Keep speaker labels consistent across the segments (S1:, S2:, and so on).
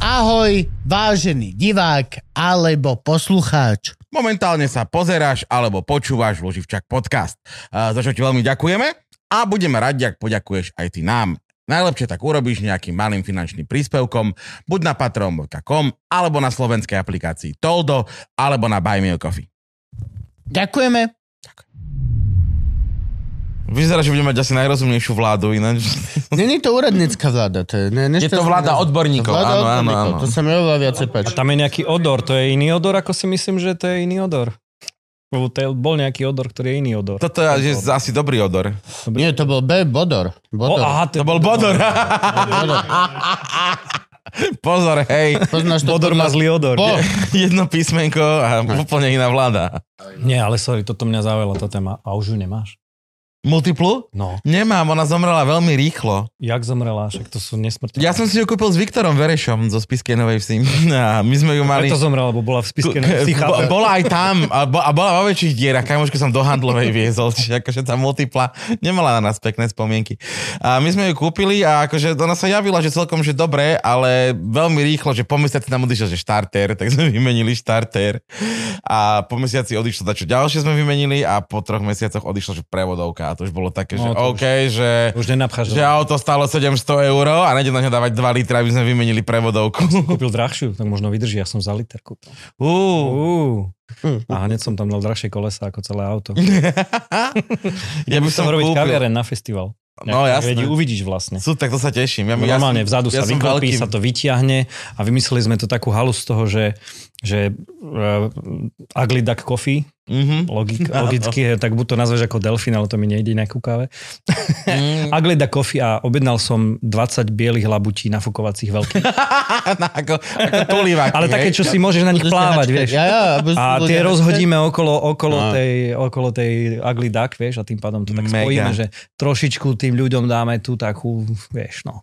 S1: Ahoj, vážený divák alebo poslucháč.
S2: Momentálne sa pozeráš alebo počúvaš Loživčak podcast, Eh, za čo ti veľmi ďakujeme a budeme radi, ak poďakuješ aj ty nám. Najlepšie tak urobíš nejakým malým finančným príspevkom, buď na patreon.com, alebo na slovenskej aplikácii Toldo, alebo na Buy Me a Coffee.
S1: Ďakujeme.
S2: Vyzerá, že budeme mať asi najrozumnejšiu vládu ináč.
S1: Není to úradnícka vláda. To je, ne,
S2: Je
S1: nešťastná
S2: to vláda odborníkov,
S1: Vláda
S2: áno, áno,
S1: odborníkov,
S2: áno.
S1: To sa mi oveľa viacej páči.
S3: Tam je nejaký odor, to je iný odor, ako si myslím, že to je iný odor. Lebo to je, bol nejaký odor, ktorý je iný odor.
S2: Toto je že asi dobrý odor.
S1: Nie, to bol B, Bodor.
S3: O,
S1: Bodor.
S3: aha, to,
S2: To bol Bodor.
S1: Bodor.
S2: Pozor, hej.
S1: Poznáš to?
S3: Bodor má
S1: podľa-
S3: zlý odor.
S1: Po,
S2: Jedno písmenko a úplne iná vláda.
S3: Nie, ale sorry, toto mňa zaujala tá téma. A už ju nemáš?
S2: Multiplu?
S3: No.
S2: Nemám, ona zomrela veľmi rýchlo.
S3: Jak zomrela, však to sú nesmrteľné.
S2: Ja som si ju kúpil s Viktorom Verešom zo Spiskej Novej Vsi. A my sme ju mali...
S3: Preto zomrela, lebo bola v spiske na
S2: Bo-
S3: psychiatra.
S2: bola aj tam a, bo- a bola vo väčších dierach. Kamošku som do handlovej viezol, čiže akože tá multipla nemala na nás pekné spomienky. A my sme ju kúpili a akože ona sa javila, že celkom že dobre, ale veľmi rýchlo, že po mesiaci nám odišiel, že štarter, tak sme vymenili štarter. A po mesiaci odišlo dačo ďalšie sme vymenili a po troch mesiacoch odišlo, že prevodovka. A to už bolo také, že
S3: No, to už-
S2: OK, že...
S3: Už nenapcháš.
S2: Že
S3: Ja...
S2: auto stalo 700 eur a nejde na ňo dávať 2 litra, aby sme vymenili prevodovku.
S3: Kúpil drahšiu, tak možno vydrží, ja som za liter kúpil.
S2: Uh.
S3: Uh. A hneď som tam dal drahšie kolesa ako celé auto.
S2: ja by
S3: Chcem
S2: som
S3: robiť
S2: kúpil.
S3: kaviareň na festival.
S2: No
S3: Jak-
S2: jasné.
S3: vedi- Uvidíš vlastne.
S2: Sú, tak to sa teším. Ja, ja
S3: No Normálne
S2: som-
S3: vzadu sa
S2: som
S3: vyklopí,
S2: veľký-
S3: sa to vyťahne a vymysleli sme to takú halu z toho, že, že uh, ugly duck coffee,
S2: Mhm.
S3: logik, logicky, eh, tak buď to nazveš ako delfín, ale to mi nejde inak ku káve.
S2: Mm.
S3: Ugly duck coffee a objednal som 20 bielých labutí nafukovacích veľkých.
S2: Na, No, ako, ako tulivaky,
S3: Ale také,
S2: hej.
S3: čo si môžeš na nich plávať, vieš.
S1: ja, ja, aby
S3: A
S1: ľudia-
S3: tie rozhodíme okolo, okolo,
S1: No.
S3: tej, okolo tej ugly duck, vieš, a tým pádom to tak
S2: Mega.
S3: spojíme, že trošičku tým ľuďom dáme tú takú, vieš, no.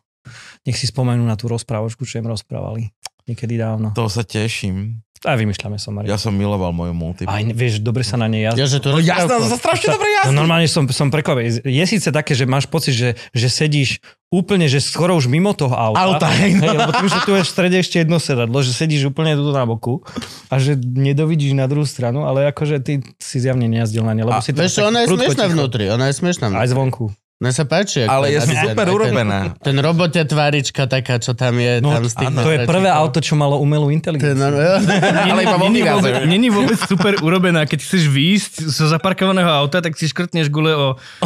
S3: Nech si spomenú na tú rozprávočku, čo im rozprávali niekedy dávno.
S2: To sa teším.
S3: A vymýšľame som, Mario.
S2: Ja som miloval moju multiplu.
S3: Aj vieš, dobre sa na nej jazdí.
S1: Ja, že to
S2: No jasné,
S1: rozprávka.
S2: to sa strašne dobre
S3: No
S2: jazdí.
S3: normálne som, som prekvapený. Je síce také, že máš pocit, že, že sedíš úplne, že skoro už mimo toho auta.
S2: Auta, hej, no.
S3: Hej, lebo tým, že tu je v strede ešte jedno sedadlo, že sedíš úplne tu na boku a že nedovidíš na druhú stranu, ale akože ty si zjavne nejazdil na ne, lebo
S2: A
S3: si to
S1: Vieš, čo,
S3: tak
S1: ona je
S3: prudko
S1: smiešná
S3: ticho.
S1: vnútri. Ona je smiešná
S3: Aj
S1: vnútri.
S3: zvonku.
S1: Mne sa páči. ako-
S2: Ale je
S1: aj ten-
S2: super
S1: aj ten-
S2: urobená.
S1: Ten robotia tvárička taká, čo tam je.
S3: No,
S1: tam z tých
S3: áno, to je
S1: matračíkov.
S3: prvé auto, čo malo umelú
S1: To je
S3: inteligenciu.
S1: normálne.
S2: Ale iba vo
S4: Není
S2: výraze.
S4: vôbec, není vôbec super urobená. Keď chceš výjsť zo zaparkovaného auta, tak si škrtneš gule o, o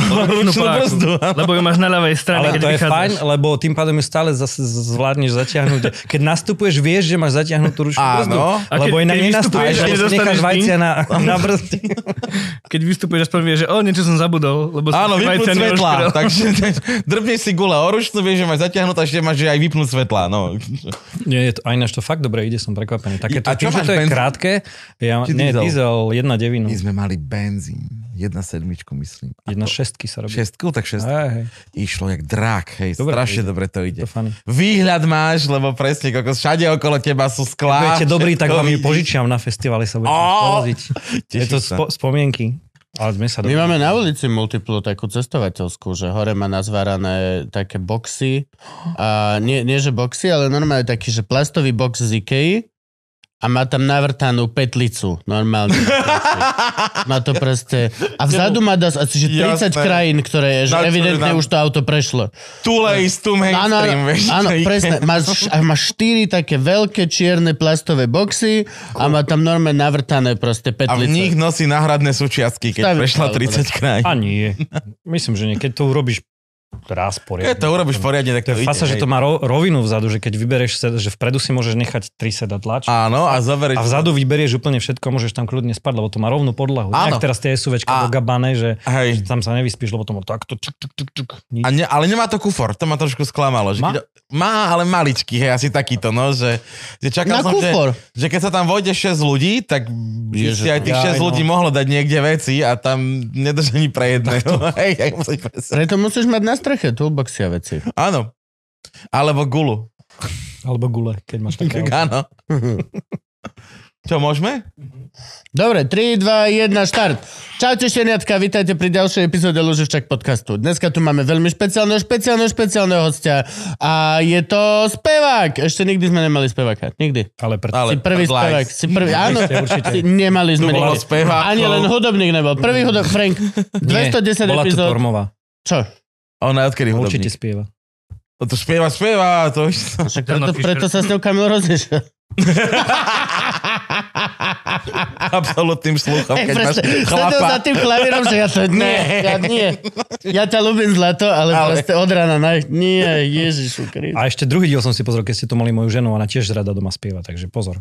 S2: Ručnú
S4: ručnú páku,
S2: brzdu,
S4: lebo ju máš na ľavej strane,
S3: Ale
S4: keď
S3: to je
S4: vychádzaš.
S3: fajn, lebo tým pádom ju stále zase z- zvládneš zatiahnuť. Keď nastupuješ, vieš, že máš zatiahnutú ručnú
S2: Áno.
S3: brzdu.
S4: A keď-
S3: Lebo inak
S4: keď
S3: nenastupuješ,
S4: vystupuješ,
S3: lebo si
S4: nedostaneš
S3: necháš
S4: dým?
S3: vajcia na, na brzdi.
S4: Keď vystupuješ, aspoň vieš, že o, niečo som zabudol, lebo som
S2: Áno,
S4: si vajcia
S2: vypnúť svetlá.
S4: neoškrel.
S2: Takže drbneš si gule o ručnú, vieš, že máš zatiahnutá, ešte máš že aj vypnúť svetlá. No.
S3: Nie, je to, a ináč to fakt dobre ide, som prekvapený. Také to,
S2: A čo
S3: tým, že
S2: máš,
S3: to je
S2: benzín?
S3: krátke, ja,
S2: Či
S3: nie,
S2: diesel?
S3: diesel 1.9,
S2: My sme mali benzín. Jedna sedmičku, myslím.
S3: 1.6 sa robí.
S2: Šestku, tak šestku.
S3: Hej, hej,
S2: Išlo jak drak, hej,
S3: Dobre to
S2: strašne
S3: ide.
S2: dobre to ide.
S3: to funny.
S2: Výhľad máš, lebo presne, kokos, všade okolo teba sú sklá.
S3: Budete dobrý, tak
S2: všetko
S3: vám ju
S2: vidíš.
S3: požičiam na festivale, sa budete
S2: Á!
S3: položiť. Je
S2: Teším
S3: to
S2: sa.
S3: spo, spomienky. Ale sme sa
S1: My
S3: dobrý.
S1: máme na ulici multiplu takú cestovateľskú, že hore má nazvárané také boxy. A nie, nie, že boxy, ale normálne taký, že plastový box z Ikei a má tam navrtanú petlicu. Normálne. na konci. má to proste... A vzadu má das asi že 30
S2: Jasné.
S1: krajín, ktoré je, že
S2: Na čo-
S1: evidentne
S2: na-
S1: už to auto prešlo.
S2: Tu lace, tu
S1: Áno, áno,
S2: mainstream, vieš.
S1: áno, presne. Máš, a máš štyri také veľké čierne plastové boxy a má tam normálne navrtané proste
S2: A v
S1: petlice.
S2: nich nosí náhradné súčiastky, keď
S1: Stavička,
S2: prešla
S1: alebo
S2: 30 krajín.
S3: A nie. Myslím, že nie. Keď to urobíš raz poriadne.
S2: Keď to urobíš poriadne, tak
S3: To
S2: to,
S3: je
S2: ide,
S3: fasa,
S2: No
S3: že
S2: hej.
S3: to má ro- rovinu vzadu, že keď vybereš, sed- že vpredu si môžeš nechať tri sedadlá, čo
S2: Áno, a zoberieš...
S3: A vzadu vyberieš úplne všetko, môžeš tam kľudne spať, lebo to má rovnú podlahu.
S2: Áno.
S3: Áno. teraz tie SUVčka
S2: A-
S3: do Gabane, že, že
S2: Hej.
S3: tam sa nevyspíš, lebo to má takto čuk, čuk, čuk, čuk. Nič.
S2: A ne, ale nemá to kufor, to ma trošku sklamalo. Že
S3: Má?
S2: keď- má, ale maličký, hej, asi takýto, no, že, že
S1: Na
S2: čakal som, že,
S1: kufor.
S2: že keď sa tam vojde 6 ľudí, tak by
S1: Ježiš,
S2: si aj tých 6
S3: ja, no.
S2: ľudí mohlo dať niekde veci a tam nedrží ani pre jedného. Hej, hej, musíš presne.
S1: Preto musíš mať na streche toolboxy a veci.
S2: Áno. Alebo gulu.
S3: Alebo gule, keď máš také. auto.
S2: Áno. Čo, môžeme?
S1: Dobre, 3, 2, 1, štart. Čaute šteniatka, vítajte pri ďalšej epizóde Luživčak podcastu. Dneska tu máme veľmi špeciálneho, špeciálneho, špeciálneho hostia. A je to spevák. Ešte nikdy sme nemali speváka. Nikdy.
S3: Ale preto...
S1: Si
S2: Ale
S1: prvý
S2: live.
S1: spevák. Si prvý, áno.
S3: Ste určite.
S1: Si, nemali
S2: Tu
S1: sme
S2: bolo
S1: nikdy.
S2: spevákov.
S1: Ani len hudobník nebol. Prvý hudobník, Frank. 210
S3: bola to
S1: epizód.
S3: Tormová.
S1: Čo?
S2: Ona odkedy hudobník?
S3: Určite spieva.
S2: To spieva, spieva, to už...
S1: Však
S4: Jana
S1: preto,
S4: Fischer.
S1: preto sa s ňou Kamil rozišiel.
S2: absolútnym sluchom, keď máš
S1: Proste, Sedel za
S2: chlapa.
S1: tým klavírom, že ja to nie, ja nie. Ja ťa ľúbim zlato, ale, ale...
S2: Ale-
S1: proste od rána na... Nie, Ježišu Kriste.
S3: A ešte druhý diel som si pozrel, keď ste to mali moju ženu, ona tiež rada doma spieva, takže pozor.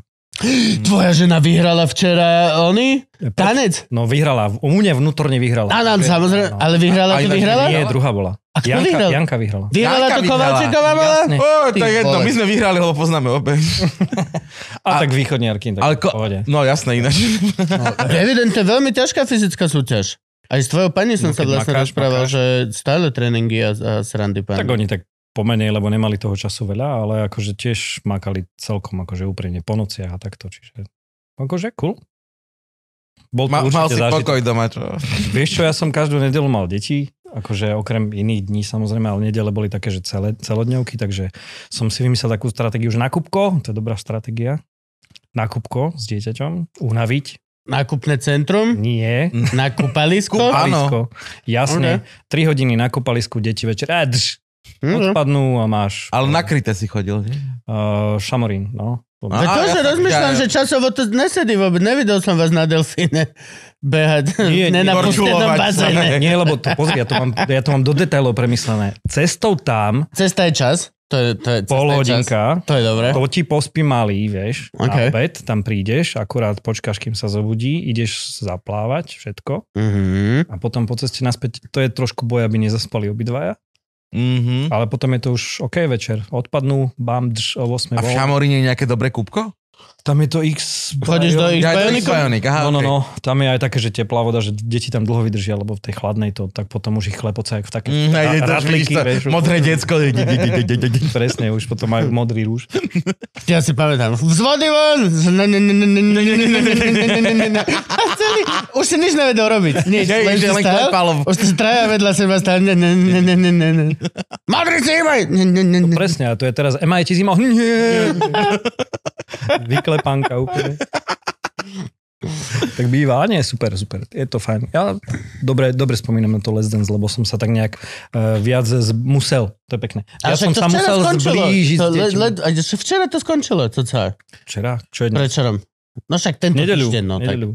S1: Tvoja žena vyhrala včera, oni? Tanec?
S3: No vyhrala, v- u mne vnútorne vyhrala.
S1: Áno, áno, samozrejme, ale vyhrala
S2: A
S1: to
S2: inak
S1: vyhrala?
S3: No. Nie, druhá bola.
S1: A kto
S3: Janka,
S1: vyhral?
S3: Janka vyhrala.
S1: Vyhrala
S2: Janka
S1: to
S2: vyhrala.
S1: Kovalčíková bola?
S3: Jasne.
S2: Ó, to je jedno,
S1: vole.
S2: my sme vyhrali, lebo poznáme obe.
S3: A, tak východniarky, tak
S2: Ale
S3: ko...
S2: ko-
S3: pohode.
S2: No jasné, ináč.
S1: Evidentne veľmi ťažká fyzická súťaž. Aj s tvojou pani som
S3: No,
S1: sa
S3: keď
S1: vlastne
S3: makáš,
S1: rozprával,
S3: makáš.
S1: že stále tréningy a, a srandy
S3: Tak
S1: pani.
S3: oni tak pomenej, lebo nemali toho času veľa, ale akože tiež makali celkom akože úprimne po nociach a takto, čiže akože cool. Bol to
S2: Ma, mal
S3: určite
S2: si
S3: zážitok.
S2: pokoj doma, čo?
S3: Vieš čo, ja som každú nedelu mal deti, akože okrem iných dní samozrejme, ale nedele boli také, že celé, celodňovky, takže som si vymyslel takú stratégiu, že nakupko, to je dobrá stratégia, nakupko s dieťaťom, unaviť,
S1: Nákupné centrum?
S3: nie,
S1: Na kúpalisko?
S2: Áno.
S3: Palisko. Jasne, 3 hodiny na kopalisku, deti večer, a drž,
S1: Mhm.
S3: odpadnú a máš
S2: Ale nakryté si chodil, nie?
S3: uh, šamorín, no.
S1: A
S2: Á,
S1: to, že
S2: ja som-
S1: rozmýšľam,
S2: ja-
S1: že časovo to nesedí vôbec. Nevidel som vás na delfíne behať.
S3: Nie,
S1: Nie,
S3: nie.
S1: nie, na pustenom
S2: Korčulovať sa.
S1: bazéne.
S3: Nie, lebo to, pozri, ja to mám, ja to mám do detailov premyslené. Cestou tam,
S1: Cesta je čas. To je, to je cesta
S3: pol
S1: je čas.
S3: hodinka,
S1: To je dobré.
S3: to ti pospí malý, vieš,
S1: OK.
S3: okay. na obed, tam prídeš, akurát počkáš, kým sa zobudí, ideš zaplávať, všetko,
S1: Mhm.
S3: a potom po ceste naspäť, to je trošku boj, aby nezaspali obidvaja,
S2: Mhm.
S3: ale potom je to už OK večer, odpadnú, bam, drž, o 8.
S2: A v
S3: von.
S2: Šamoríne je nejaké dobré kúbko?
S3: Tam je to X...
S1: Chodíš do Ich
S2: Ja, to je
S1: Bionikom?
S2: Bionik, aha,
S3: No, no,
S2: okej.
S3: no, tam je aj také, že teplá voda, že deti tam dlho vydržia, lebo v tej chladnej to, tak potom už ich chlepoca jak v také
S2: Mm, aj je to, vidíš to, modré decko.
S3: Presne, už potom majú modrý rúž.
S1: Ja si pamätám. Z vody von! Z- ne- ne- ne- ne- ne- ne- ne- ne- ne- ne- ne- ne- ne- ne. A celý- Už si nič nevedel robiť. Nič.
S2: Hej,
S1: Len
S2: že
S1: si
S2: len
S1: stál.
S2: klepalo.
S1: Už si traja vedľa seba stále. Ne- ne- ne- ne- ne- ne- ne. Modrý si imaj! Ne- ne- ne- ne.
S3: Presne, a to je teraz, Ema, je ti zima? Nie. Vyklepanka úplne. tak býva, nie, super, super, je to fajn. Ja dobre, dobre spomínam na to Let's Dance, lebo som sa tak nejak uh, viac z, musel, to je pekné.
S1: A
S3: Ja
S1: však
S3: som
S1: to
S3: sa
S1: včera
S3: musel
S1: skončilo.
S3: zblížiť
S1: To
S3: s
S1: le-
S3: deťmi.
S1: le- a že Včera to skončilo, to celé.
S3: Včera? Čo je dnes?
S1: Prečerom. No však tento
S3: Nedeľu,
S1: týždeň, no tak.
S3: nedeľu,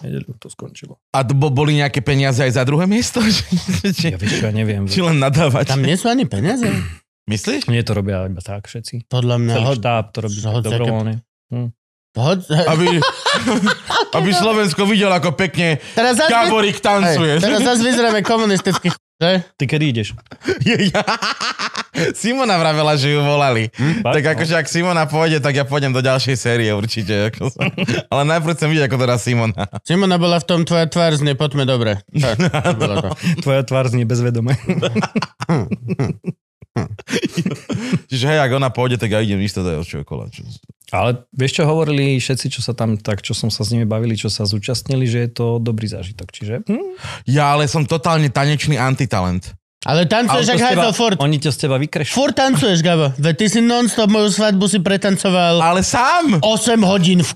S3: nedeľu to skončilo.
S2: A to bo- boli nejaké peniaze aj za druhé miesto?
S3: Ja
S2: Či,
S3: vieš, čo, ja neviem.
S2: či len nadávať?
S1: Tam nie sú ani peniaze.
S2: Myslíš?
S3: Mne to robia iba tak všetci.
S1: Podľa mňa.
S3: Celý
S1: Ho,
S3: štáb to robí
S1: že hoď
S3: dobrovoľne.
S1: ho,
S2: Aby, aby Slovensko videl, ako pekne
S1: teraz zase,
S2: Gáborík tancuje.
S1: teraz zase vyzeráme komunistických že?
S3: Ty kedy ideš?
S2: Ja- Simona vravela, že ju volali.
S3: Fakt,
S2: Tak akože ak Simona pôjde, tak ja pôjdem do ďalšej série určite. Ako sa- Ale najprv chcem vidieť, ako to dá Simona.
S1: Simona bola v tom tvoja tvár z Nepoďme dobre. Tak, to bolo to.
S3: no. Tvoja tvár znie bezvedome.
S2: Čiže hej, ak ona pôjde, tak ja idem isto do Jorčovej kola. Čo-
S3: Ale vieš, čo hovorili všetci, čo sa tam tak, čo som sa s nimi bavili, čo sa zúčastnili, že je to dobrý zážitok. Čiže hm,
S2: Ja ale som totálne tanečný antitalent.
S1: Ale tancuješ
S3: to
S1: jak
S3: z teba,
S1: hajzel furt.
S3: oni ťa z teba vykrešujú.
S1: Furt tancuješ, Gabo. Veď ty si non-stop moju svadbu si pretancoval
S2: Ale
S1: 8
S2: sám!
S1: hodín v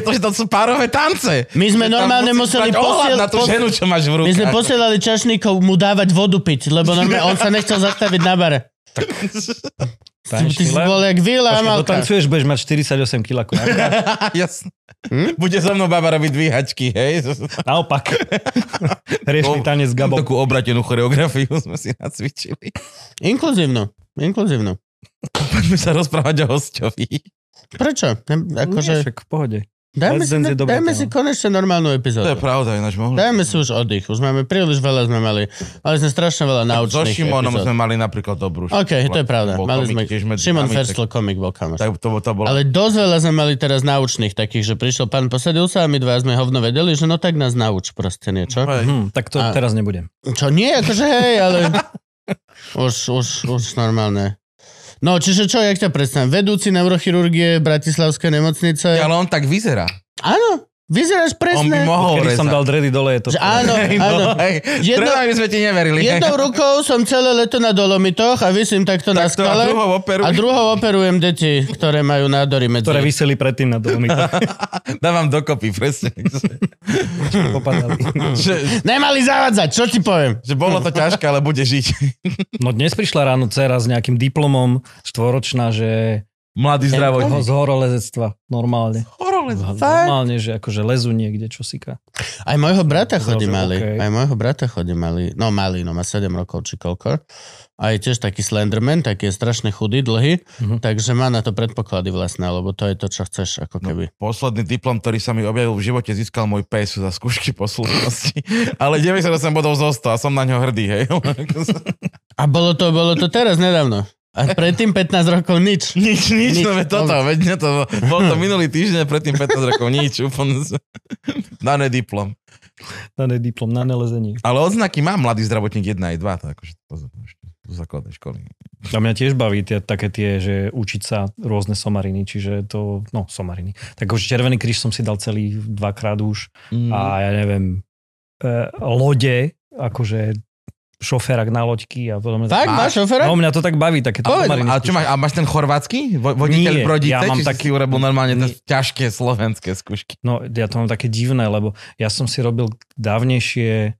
S1: kuse.
S2: je to, že to sú párové tance.
S1: My sme
S2: Že tam
S1: normálne
S2: musíš
S1: museli
S2: mať ohľad
S1: posiel-
S2: na tú
S1: pos-
S2: ženu, čo máš v
S1: My sme
S2: rukách.
S1: posielali čašníkov mu dávať vodu piť, lebo normálne on sa nechcel zastaviť na bare. Ty, ty si bol jak Vila a
S3: Počkaj,
S1: Malka.
S3: dotancuješ, budeš mať 48 kg. ako ja.
S2: Jasne.
S1: Hm?
S2: Bude so mnou baba robiť dvíhačky, hej?
S3: Naopak. Riešný tanec s
S1: No,
S3: Gabom.
S2: Takú obratenú choreografiu sme si nacvičili.
S1: Inkluzívnu. Inkluzívnu.
S2: Poďme sa rozprávať o hostovi.
S1: Prečo? Ne-
S3: Nie,
S1: Akože,
S3: však v pohode.
S1: dajme
S3: Let's
S1: si,
S3: Dance je dobrá
S1: dajme
S3: téma.
S1: si konečne normálnu
S2: To je
S1: epizódu.
S2: pravda, ináč mohli.
S1: Dajme si už oddych. Už máme príliš veľa, sme mali. Ale sme strašne veľa
S2: so
S1: naučných
S2: Šimonom
S1: epizód.
S2: sme mali napríklad dobrú.
S1: OK, to je pravda.
S2: Bol
S1: Mali
S2: komik
S1: sme,
S2: tiež medzi
S1: Šimon
S2: nami,
S1: Ferstl, komik bol kamoš.
S2: Tak, tak to, to bolo.
S1: Ale dosť veľa sme mali teraz naučných takých, že prišiel pán, posadil sa a my dva sme hovno vedeli, že no tak nás nauč proste niečo.
S2: No, Hej.
S3: Hm, tak to
S1: A-
S3: teraz nebudem.
S1: Čo nie, akože hej, ale už, už, už normálne. No, čiže čo, jak ťa predstavím? Vedúci neurochirurgie Bratislavskej nemocnice.
S2: Ale on tak vyzerá.
S1: Áno, vyzeráš
S2: On by
S1: presne.
S2: mohol
S3: Kedy som
S2: rezať.
S3: dal dredy dole, je to...
S1: Že áno,
S2: Hej, no,
S1: áno.
S2: hej.
S1: Jedno-
S2: Treba, aby sme ti neverili.
S1: Jednou rukou som celé leto na Dolomitoch a vysím takto na
S2: To a
S1: skale.
S2: druhou operu.
S1: A druhou operujem deti, ktoré majú nádory medzi.
S3: ktoré vyseli predtým na dolomitoch.
S2: Dávam dokopy, presne.
S3: popadali.
S2: že,
S1: Nemali zavadzať, čo ti poviem?
S2: že bolo to ťažké, ale bude žiť.
S3: No dnes prišla ráno dcera s nejakým diplomom, štvoročná, že
S2: Mladý
S3: ho
S2: zdravotník.
S3: z horolezectva, normálne.
S1: Fakt?
S3: Normálne, že akože lezu niekde, čo sika.
S1: Aj môjho brata chodí
S3: Dobre,
S1: mali.
S3: okej.
S1: Aj môjho brata chodí mali. No malý, no má 7 rokov či koľko. A je tiež taký Slenderman, taký je strašne chudý, dlhý.
S3: Mhm.
S1: Takže má na to predpoklady vlastné, lebo to je to, čo chceš
S3: No.
S1: ako keby.
S2: Posledný diplom, ktorý sa mi objavil v živote, získal môj pes za skúšky poslušnosti. Ale 98 bodov zo 100 a som na ňo hrdý, hej.
S1: A bolo to, bolo to teraz nedávno. A predtým 15 rokov nič.
S2: nič,
S1: Nič.
S2: nič, no veď toto, veď mňa to, bol to minulý týždeň, predtým 15 rokov, nič, úplne. Dané diplom.
S3: Daný diplom na nelezení.
S2: Ale odznaky má mladý zdravotník 1 aj 2, to akože pozor, ešte zo základnej školy.
S3: A mňa tiež baví tie, také tie, že učiť sa rôzne somariny, čiže to, no somariny. Tak už Červený kríž som si dal celý dvakrát už
S2: Mm. Mhm.
S3: a ja neviem, e, lode, akože šoférak na loďky a podobne.
S1: Tak,
S2: Máš?
S1: máš šoféra?
S3: No mňa to tak baví, takéto
S2: Povedz,
S3: somariny.
S2: a čo máš, a máš ten chorvátsky? Vo, voditeľ
S3: Nie,
S2: brodice?
S3: ja
S2: či
S3: mám
S2: si si
S3: taký-
S2: urobil normálne to
S3: Nie.
S2: ťažké slovenské skúšky?
S3: No, ja to mám také divné, lebo ja som si robil dávnejšie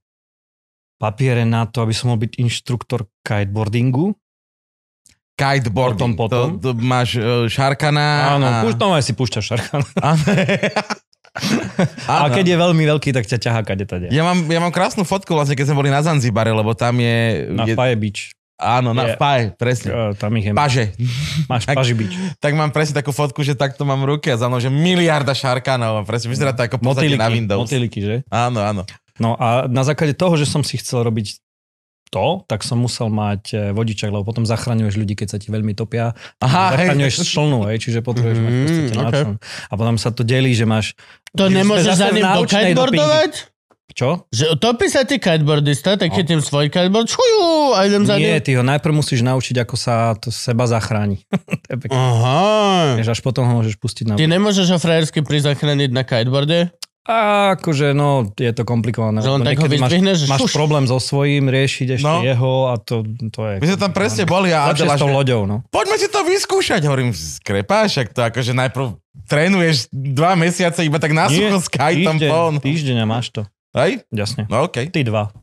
S3: papiere na to, aby som mohol byť inštruktor kiteboardingu.
S2: Kiteboarding.
S3: Potom, potom.
S2: To, to máš e, šarkana.
S3: Áno,
S2: a...
S3: púšť, tam aj si púšťaš šarkana.
S2: Áno.
S3: A
S2: Áno.
S3: keď je veľmi veľký, tak ťa ťahá kade tady.
S2: Ja mám, ja mám krásnu fotku vlastne, keď sme boli na Zanzibare, lebo tam je...
S3: Na
S2: je
S3: Paje Beach.
S2: áno, na
S3: je-
S2: Paje, presne.
S3: E, Tam ich je.
S2: Paže.
S3: Máš
S2: Tak-
S3: Paži Beach.
S2: Tak mám presne takú fotku, že takto mám v ruke a za mnou, že miliarda šarkanov. A Presne vyzerá to ako pozadie
S3: Motýliky,
S2: na Windows.
S3: motýliky, že?
S2: Áno, áno.
S3: No a na základe toho, že som si chcel robiť to, tak som musel mať e, vodičak, lebo potom zachraňuješ ľudí, keď sa ti veľmi topia.
S2: Aha, hej. Mhm,
S3: zachraňuješ šlnu, hej, čiže potrebuješ mať
S1: Mm,
S3: proste na
S1: okay.
S3: čom. A potom sa to delí, že máš...
S1: To
S3: Že
S1: nemôže
S3: sme
S1: za
S3: zase
S1: ním
S3: v
S1: do
S3: naučnej
S1: kiteboardovať?
S3: Čo?
S1: Že utopí sa ty kiteboardista, tak
S3: No.
S1: chytím svoj kiteboard, čujú, a idem za ním.
S3: Nie, ty ho najprv musíš naučiť, ako sa to seba zachráni. to je pekné.
S1: Aha.
S3: Vieš, až potom ho môžeš pustiť na...
S1: Ty nemôžeš ho frajersky prizachrániť na kiteboarde?
S3: A akože, no, je to komplikované.
S1: Že len
S3: lebo
S1: tak ho
S3: niekedy máš,
S1: vyzdvihneš? že
S3: máš
S1: šuš.
S3: problém so svojím, riešiť ešte
S2: No.
S3: jeho a to, to je...
S2: My sme tam presne boli a
S3: Lepšie
S2: Adela,
S3: s tou
S2: že-
S3: loďou, no.
S2: poďme si to vyskúšať. Hovorím, skrepáš, ak to akože najprv trénuješ dva mesiace iba tak na sucho s kajtom
S3: týždeň,
S2: von.
S3: týždeň a máš to.
S2: Hej?
S3: Jasne.
S2: No okej,
S3: Ty dva.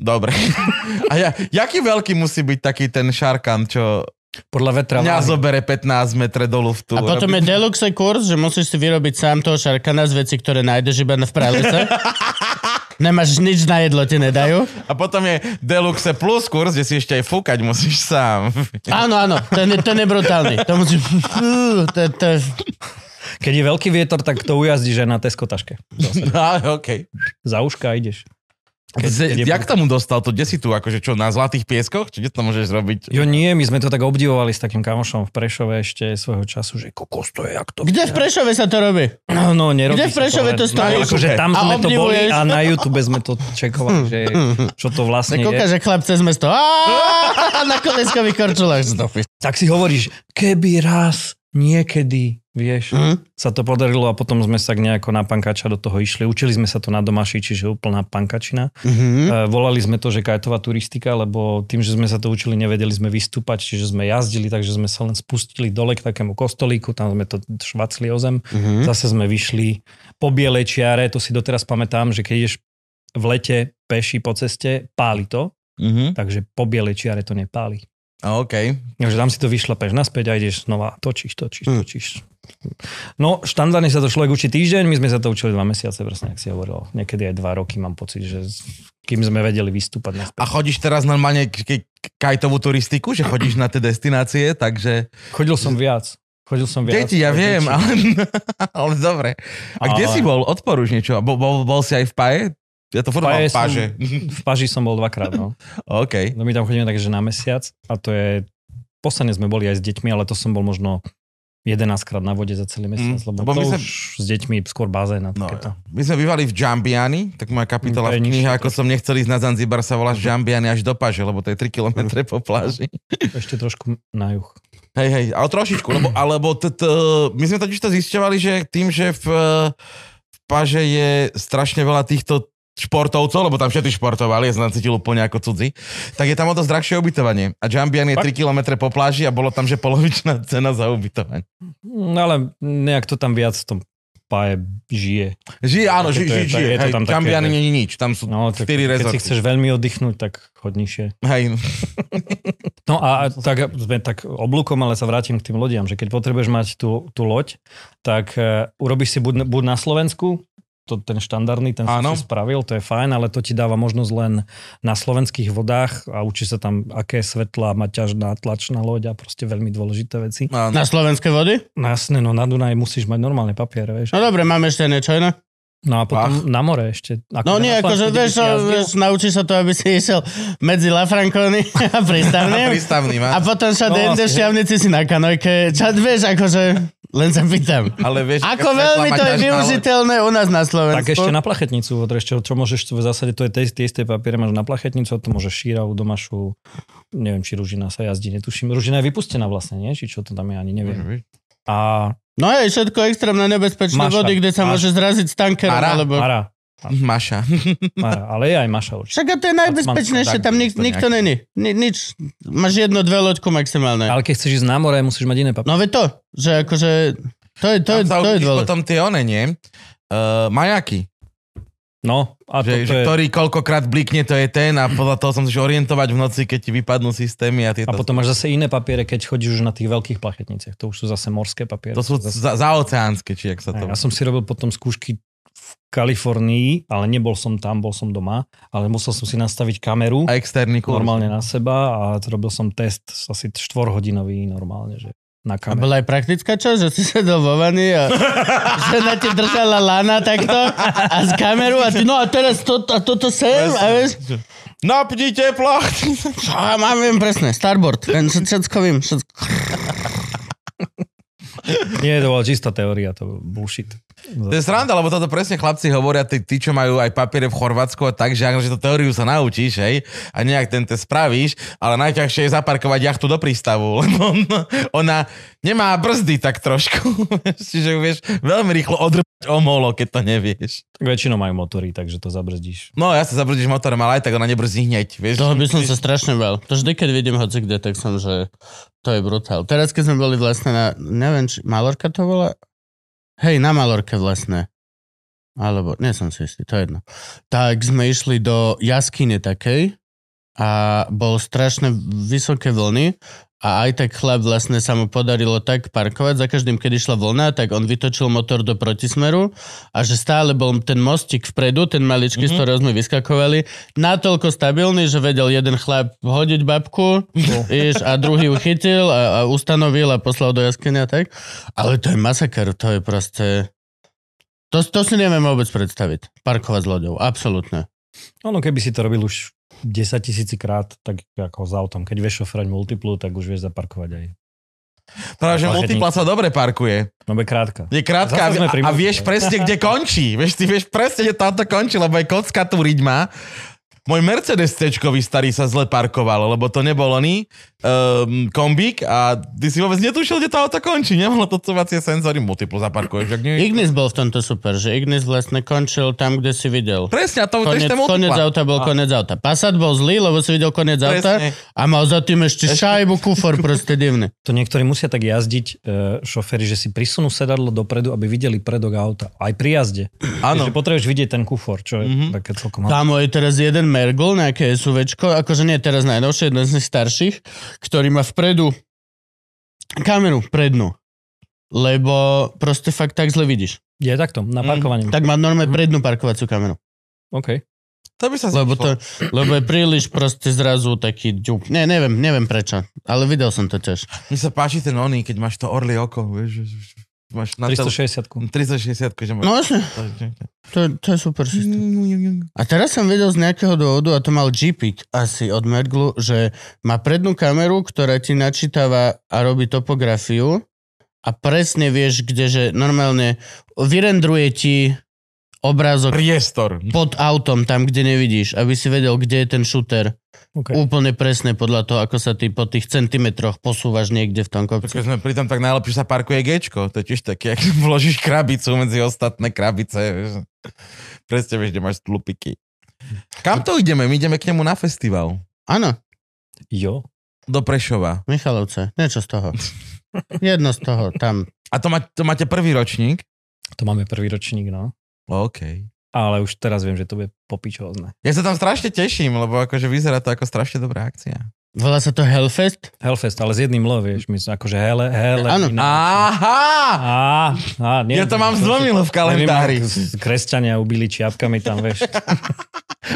S2: dobre. A ja, jaký veľký musí byť taký ten šarkan, čo
S3: Podľa vetra.
S2: mňa
S3: váhy.
S2: zobere 15 metre do luftu?
S1: A potom je
S2: Robí-
S1: deluxe kurz, že musíš si vyrobiť sám toho šarkana z veci, ktoré nájdeš iba v pralese. Nemáš nič na jedlo, ti nedajú.
S2: A potom je Deluxe Plus kurz, kde si ešte aj fúkať musíš sám.
S1: Áno, áno, ten je, ten je brutálny. To musí... Fú, to, to...
S3: Keď je veľký vietor, tak to ujazdíš aj na Tesco taške.
S2: No, okay.
S3: Za uška a ideš. Keď-
S2: Z,
S3: keď je-
S2: jak tomu dostal to? Kde si tu? Akože čo, na Zlatých pieskoch? Či kde to môžeš robiť?
S3: Jo nie, my sme to tak obdivovali s takým kamošom v Prešove ešte svojho času, že kokos to je, jak to...
S1: Kde v Prešove sa to robí?
S3: No, nerobí
S1: Kde v
S3: sa
S1: Prešove
S3: len-
S1: to stojí?
S3: Akože tam
S1: A
S3: sme to boli
S1: obdivuješ? Hm,
S3: a na YouTube sme to čekovali, že čo to
S1: Sa
S3: vlastne
S1: kúka,
S3: je.
S1: že chlap cez mesto. Á, Na koleskových korčulách. Čo to pí-
S3: Tak si hovoríš, keby raz niekedy, vieš,
S1: Mhm.
S3: sa to podarilo a potom sme sa tak nejako na pankača do toho išli. Učili sme sa to na domaši, čiže úplná pankačina.
S1: Mhm.
S3: E, Volali sme to, že kajtová turistika, lebo tým, že sme sa to učili, nevedeli sme vystúpať, čiže sme jazdili, takže sme sa len spustili dole k takému kostolíku, tam sme to švacli o zem.
S1: Mhm.
S2: Hm?
S3: Zase sme vyšli po bielej čiare, to si doteraz pamätám, že keď ideš v lete peši po ceste, páli to,
S2: Mhm.
S3: takže po bielej čiare to nepáli.
S2: A OK.
S3: Takže tam si to vyšla peš naspäť a ideš znova, točíš, točíš,
S1: Hm.
S3: točíš. No, štandardne sa to človek učí týždeň, my sme sa to učili dva mesiace, presne, ak si hovoril. Niekedy aj dva roky mám pocit, že s- kým sme vedeli vystúpať naspäť.
S2: A chodíš teraz normálne k- k- k- kajtovú turistiku, že chodíš na tie destinácie, takže...
S3: Chodil som viac. Chodil som viac.
S2: Deti, ja
S3: Chodil
S2: viem,
S3: som-
S2: ale, ale dobre. A kde
S3: Ale-
S2: si bol? Odporúš niečo. Bol, bol, bol si aj v Paje? Ja to furt mám
S3: Paje
S2: v Paže.
S3: som- V Paži som bol dvakrát, no.
S2: OK.
S3: No my tam chodíme takže na mesiac a to je... Posledne sme boli aj s deťmi, ale to som bol možno 11 krát na vode za celý mesiac,
S2: Mm,
S3: lebo
S2: lebo
S3: to
S2: my sme-
S3: už s deťmi skôr bazén a
S2: No,
S3: takéto.
S2: my sme bývali v Džambiani, tak moja kapitola
S3: To
S2: v
S3: je
S2: knihe,
S3: nižšie
S2: ako som nechcel ísť na Zanzibar, sa volá Džambiani až do Paže, lebo to je 3 km po pláži.
S3: Ešte trošku na juh.
S2: Hej, hej, ale trošičku, lebo, alebo t- t- my sme totiž to zisťovali, že tým, že v, v paže je strašne veľa týchto športovcov, lebo tam všetci športovali, ja som tam cítil úplne ako cudzí, tak je tam o dosť drahšie ubytovanie. A Jambian je
S3: Fakt?
S2: 3 km po pláži a bolo tam, že polovičná cena za ubytovanie.
S3: No ale nejak to tam viac v tom páje žije.
S2: Žije, áno,
S3: Také
S2: žije,
S3: to
S2: žije,
S3: je, tak
S2: žije.
S3: je to
S2: Hej,
S3: tam také,
S2: Jambian
S3: že-
S2: nie je nič, tam sú
S3: No,
S2: 4
S3: tak, keď
S2: rezorty.
S3: si chceš veľmi oddychnúť, tak chodnejšie.
S2: Hej, no.
S3: No a tak, sme tak oblúkom, ale sa vrátim k tým lodiam, že keď potrebuješ mať tú, tú loď, tak uh, urobíš si buď, buď na Slovensku, to, ten štandardný, ten
S2: Áno.
S3: som si spravil, to je fajn, ale to ti dáva možnosť len na slovenských vodách a učí sa tam, aké svetla má ťažná tlačná loď a proste veľmi dôležité veci.
S2: áno.
S1: Na slovenské vody?
S3: No jasné, no na Dunaj musíš mať normálne papier, vieš.
S1: No dobre, máme ešte niečo iné.
S3: No a potom na more ešte. Ako
S1: No
S3: na
S1: nie,
S3: Slovensku,
S1: akože
S3: kde by
S1: vieš,
S3: si jazdil.
S1: vieš, naučíš sa to, aby si išiel medzi Lafranconi a
S2: Na
S1: prístavným.
S2: prístavný, má.
S1: A potom sa no,
S3: No vlastne,
S1: vlastne,
S3: hej.
S1: šťavnici si na kanojke. Čo, vieš, akože, len sa pýtam.
S2: Ale vieš,
S1: Ako
S2: svetla
S1: veľmi to je
S2: má každá loď.
S1: využiteľné u nás na Slovensku.
S3: Tak ešte na plachetnicu, Odreš, čo, čo môžeš, v zásade to je tie tie isté papiere, máš na plachetnicu, a to môžeš šíravu, domašu, neviem, či ružina sa jazdí, netuším. Ružina je vypustená vlastne, nie? Či čo to tam je, ani neviem.
S2: Mhm.
S3: A
S1: No je všetko extrémne nebezpečné
S3: Maša,
S1: vody, kde sa
S3: Maša.
S1: môže zraziť z tankerom,
S2: Mara,
S1: alebo...
S3: Mara,
S2: Maša.
S3: Mara, ale je aj Maša určite.
S1: Však a to je najbezpečnejšie,
S2: Tak,
S1: tam nik,
S2: to
S1: nikto
S2: nejak-
S1: není. Ni, nič. Máš jedno, dve loďku maximálne.
S3: Ale keď chceš ísť na more, musíš mať iné papiere.
S1: No ve to, že akože... To je, to je,
S2: Tam sa
S1: to je
S2: uvidíš
S1: dôležité.
S2: potom tie one, nie? Uh, majaky.
S3: No, a to,
S2: Že,
S3: to
S2: že
S3: je...
S2: ktorý koľkokrát blikne, to je ten a podľa toho som si orientovať v noci, keď ti vypadnú systémy a tieto.
S3: A potom máš zase iné papiere, keď chodíš už na tých veľkých plachetniciach. To už sú zase morské papiere.
S2: To sú
S3: zase
S2: za, zaoceánske, či jak sa to...
S3: Ja som si robil potom skúšky v Kalifornii, ale nebol som tam, bol som doma, ale musel som si nastaviť kameru
S2: A externý kurz.
S3: normálne no. na seba a robil som test asi štvorhodinový normálne, že
S1: A
S3: na kameru.
S1: bola aj praktická čo, že si sedel vo vani a žena ti držala lana takto a z kameru a ty, no a teraz to, a toto sem a vieš,
S2: Napni teplo!
S1: a mám, viem presne, starboard, ten všetko vím, všetko.
S3: Nie, to bola čistá teória, to bol bullshit.
S2: To je sranda, lebo toto presne chlapci hovoria, tí, tí čo majú aj papiere v Chorvátsku a tak, že akože tú teóriu sa naučíš, hej, a nejak ten test spravíš, ale najťažšie je zaparkovať jachtu do prístavu, lebo on, ona nemá brzdy tak trošku, čiže ju vieš veľmi rýchlo odrbať omolo, keď to nevieš.
S3: Tak Väčšinou majú motory, takže to zabrzdíš.
S2: No ja sa zabrzdíš motorom, ale aj tak ona nebrzdí hneď, vieš.
S1: Toho by som sa strašne bal. To vždy, keď vidím hoci kde, tak som, že to je brutál. Teraz, keď sme boli vlastne na, neviem, či Malorka to bola? Hej, na Malorke vlastne. Alebo, nie som si istý, to je jedno. Tak sme išli do jaskyne takej a bol strašne vysoké vlny a aj tak chlap vlastne sa mu podarilo tak parkovať, za každým, keď išla vlna, tak on vytočil motor do protismeru a že stále bol ten mostík vpredu, ten maličký, mm-hmm. z ktorého sme vyskakovali, natoľko stabilný, že vedel jeden chlap hodiť babku
S2: No.
S1: iš, a druhý ju chytil a, a ustanovil a poslal do jaskyne a tak. Ale to je masaker, to je proste... To, to si neviem vôbec predstaviť. Parkovať s loďou, absolútne.
S3: Ono, keby si to robil už 10 tisíci krát, tak ako s autom. Keď vieš šoferať multiplu, tak už vieš zaparkovať aj.
S2: Práve, že
S3: Plachetník.
S2: multipla sa dobre parkuje.
S3: No be krátka.
S2: Je krátka a,
S3: Zase sme pri
S2: a vieš
S3: multiple.
S2: presne, kde končí. Vieš, ty vieš presne, kde táto končí, lebo aj kocka tu riť má. Môj Mercedes C-čkový starý sa zle parkoval, lebo to nebol oný um, kombík a ty si vôbec netušil, kde to auto končí. Nemalo to covacie senzory, multiplu zaparkuješ. Ak nie...
S1: Ignis bol v tomto super, že Ignis vlastne končil tam, kde si videl.
S2: Presne, a to, to
S1: Konec,
S2: ešte
S1: konec
S2: multipla.
S1: auta bol konec auta. Passat bol zlý, lebo si videl konec auta
S2: Presne.
S1: a mal za tým ešte šajbu, kufor, proste divný.
S3: To niektorí musia tak jazdiť, e, šoféry, že si prisunú sedadlo dopredu, aby videli predok auta. Aj pri jazde.
S2: Áno.
S3: Že potrebuješ vidieť ten kufor, čo je
S2: Mhm.
S3: mm-hmm. také celkom...
S1: Kámo, je teraz jeden Mergol, nejaké SUVčko, akože nie teraz najnovšie, jeden z tých starších, ktorý má vpredu kameru, prednú. Lebo proste fakt tak zle vidíš.
S3: Je takto, na
S2: Mhm.
S3: parkovaní.
S1: Tak má normálne prednú parkovaciu kameru.
S3: OK.
S2: To by sa
S1: Lebo, to,
S2: zišlo.
S1: lebo je príliš proste zrazu taký ďup. Ne, neviem, neviem prečo. Ale videl som to tiež.
S2: Mne sa páči ten oný, keď máš to orlie oko, vieš, že- že- že- máš na tel-
S3: 360.
S2: 360, že máš...
S1: No jasne, to, je- to je super systém. A teraz som vedel z nejakého dôvodu, a to mal GPIC asi od Merglu, že má prednú kameru, ktorá ti načítava a robí topografiu a presne vieš, kdeže normálne vyrendruje ti obrázok
S2: Priestor.
S1: pod autom, tam, kde nevidíš, aby si vedel, kde je ten šúter.
S3: Okay.
S1: Úplne presne podľa toho, ako sa ty po tých centimetroch posúvaš niekde v tom kopci.
S2: Keď sme pri tom tak najlepšie sa parkuje Gčko. To je tiež také, ak vložíš krabicu medzi ostatné krabice. vieš. Presne vieš, kde máš tlupiky. Kam to ideme? My ideme k nemu na festival.
S1: Áno,
S3: Jo.
S2: Do Prešova.
S1: Michalovce, niečo z toho. Jedno z toho, tam.
S2: A to, má, to máte prvý ročník?
S3: To máme prvý ročník, no.
S2: OK.
S3: Ale už teraz viem, že to bude popičovozne.
S2: Ja sa tam strašne teším, lebo akože vyzerá to ako strašne dobrá akcia.
S1: Volá sa to Hellfest?
S3: Hellfest, ale s jedným L, vieš, my sme akože hele, hele.
S1: Áno.
S2: Aha!
S3: Á, á, nie,
S2: Ja to mám zlomilo v
S3: Neviem,
S2: kalendári.
S3: ako s- Kresťania ubili čiapkami tam, vieš.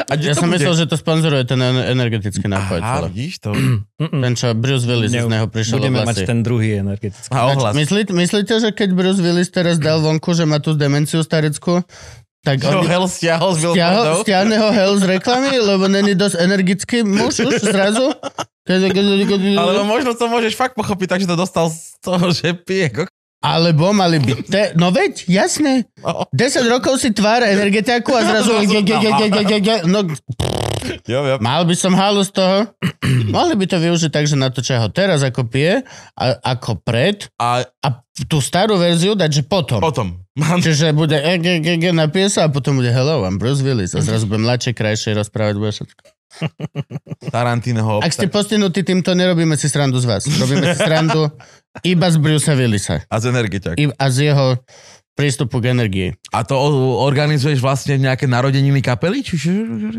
S2: A kde
S1: Ja
S2: to
S1: som
S2: bude?
S1: myslel, že to sponzoruje ten en- energetický nápoj.
S2: Aha,
S1: celé.
S2: vidíš to?
S3: Mm-mm.
S1: Ten, čo Bruce Willis z
S3: Ne-
S1: neho prišiel
S3: Budeme
S1: o vlasy.
S3: mať ten druhý energetický.
S2: A ohlas.
S1: Myslí, myslíte, že keď Bruce Willis teraz dal vonku, že má tú demenciu stareckú, tak
S2: Čo
S1: on
S2: Hell stiahol z
S1: stiahol,
S2: billboardov?
S1: stiahne ho Hell z reklamy, lebo není dosť energický muž už zrazu. Mhm.
S2: Ale možno to môžeš fakt pochopiť, takže to dostal z toho, že pije. kok-
S1: Alebo mali byť... Te... No veď, jasne.
S2: No.
S1: 10 rokov si tvár energetiaku a zrazu... ge- ge- ge- ge- ge- ge- ge- No,
S2: Jo, jo.
S1: mal by som halu z toho. Mohli by to využiť tak, že natočia ho teraz ako pije, a ako pred,
S2: A
S1: a tú starú verziu dať, že potom.
S2: potom. Mám
S1: Čiže bude e, EGGG na piesa a potom bude Hello, I'm Bruce Willis. A zrazu budem mladšie, krajšie rozprávať, bude všetko.
S2: Tarantínoho
S1: Ak ste
S2: obsah
S1: postihnutí týmto, nerobíme si srandu z vás. Robíme si srandu iba z Brucea Willisa.
S2: a z energiťak.
S1: I- A z jeho prístupu k energii.
S2: A to o- organizuješ vlastne nejaké narodeniny kapely? Čiže...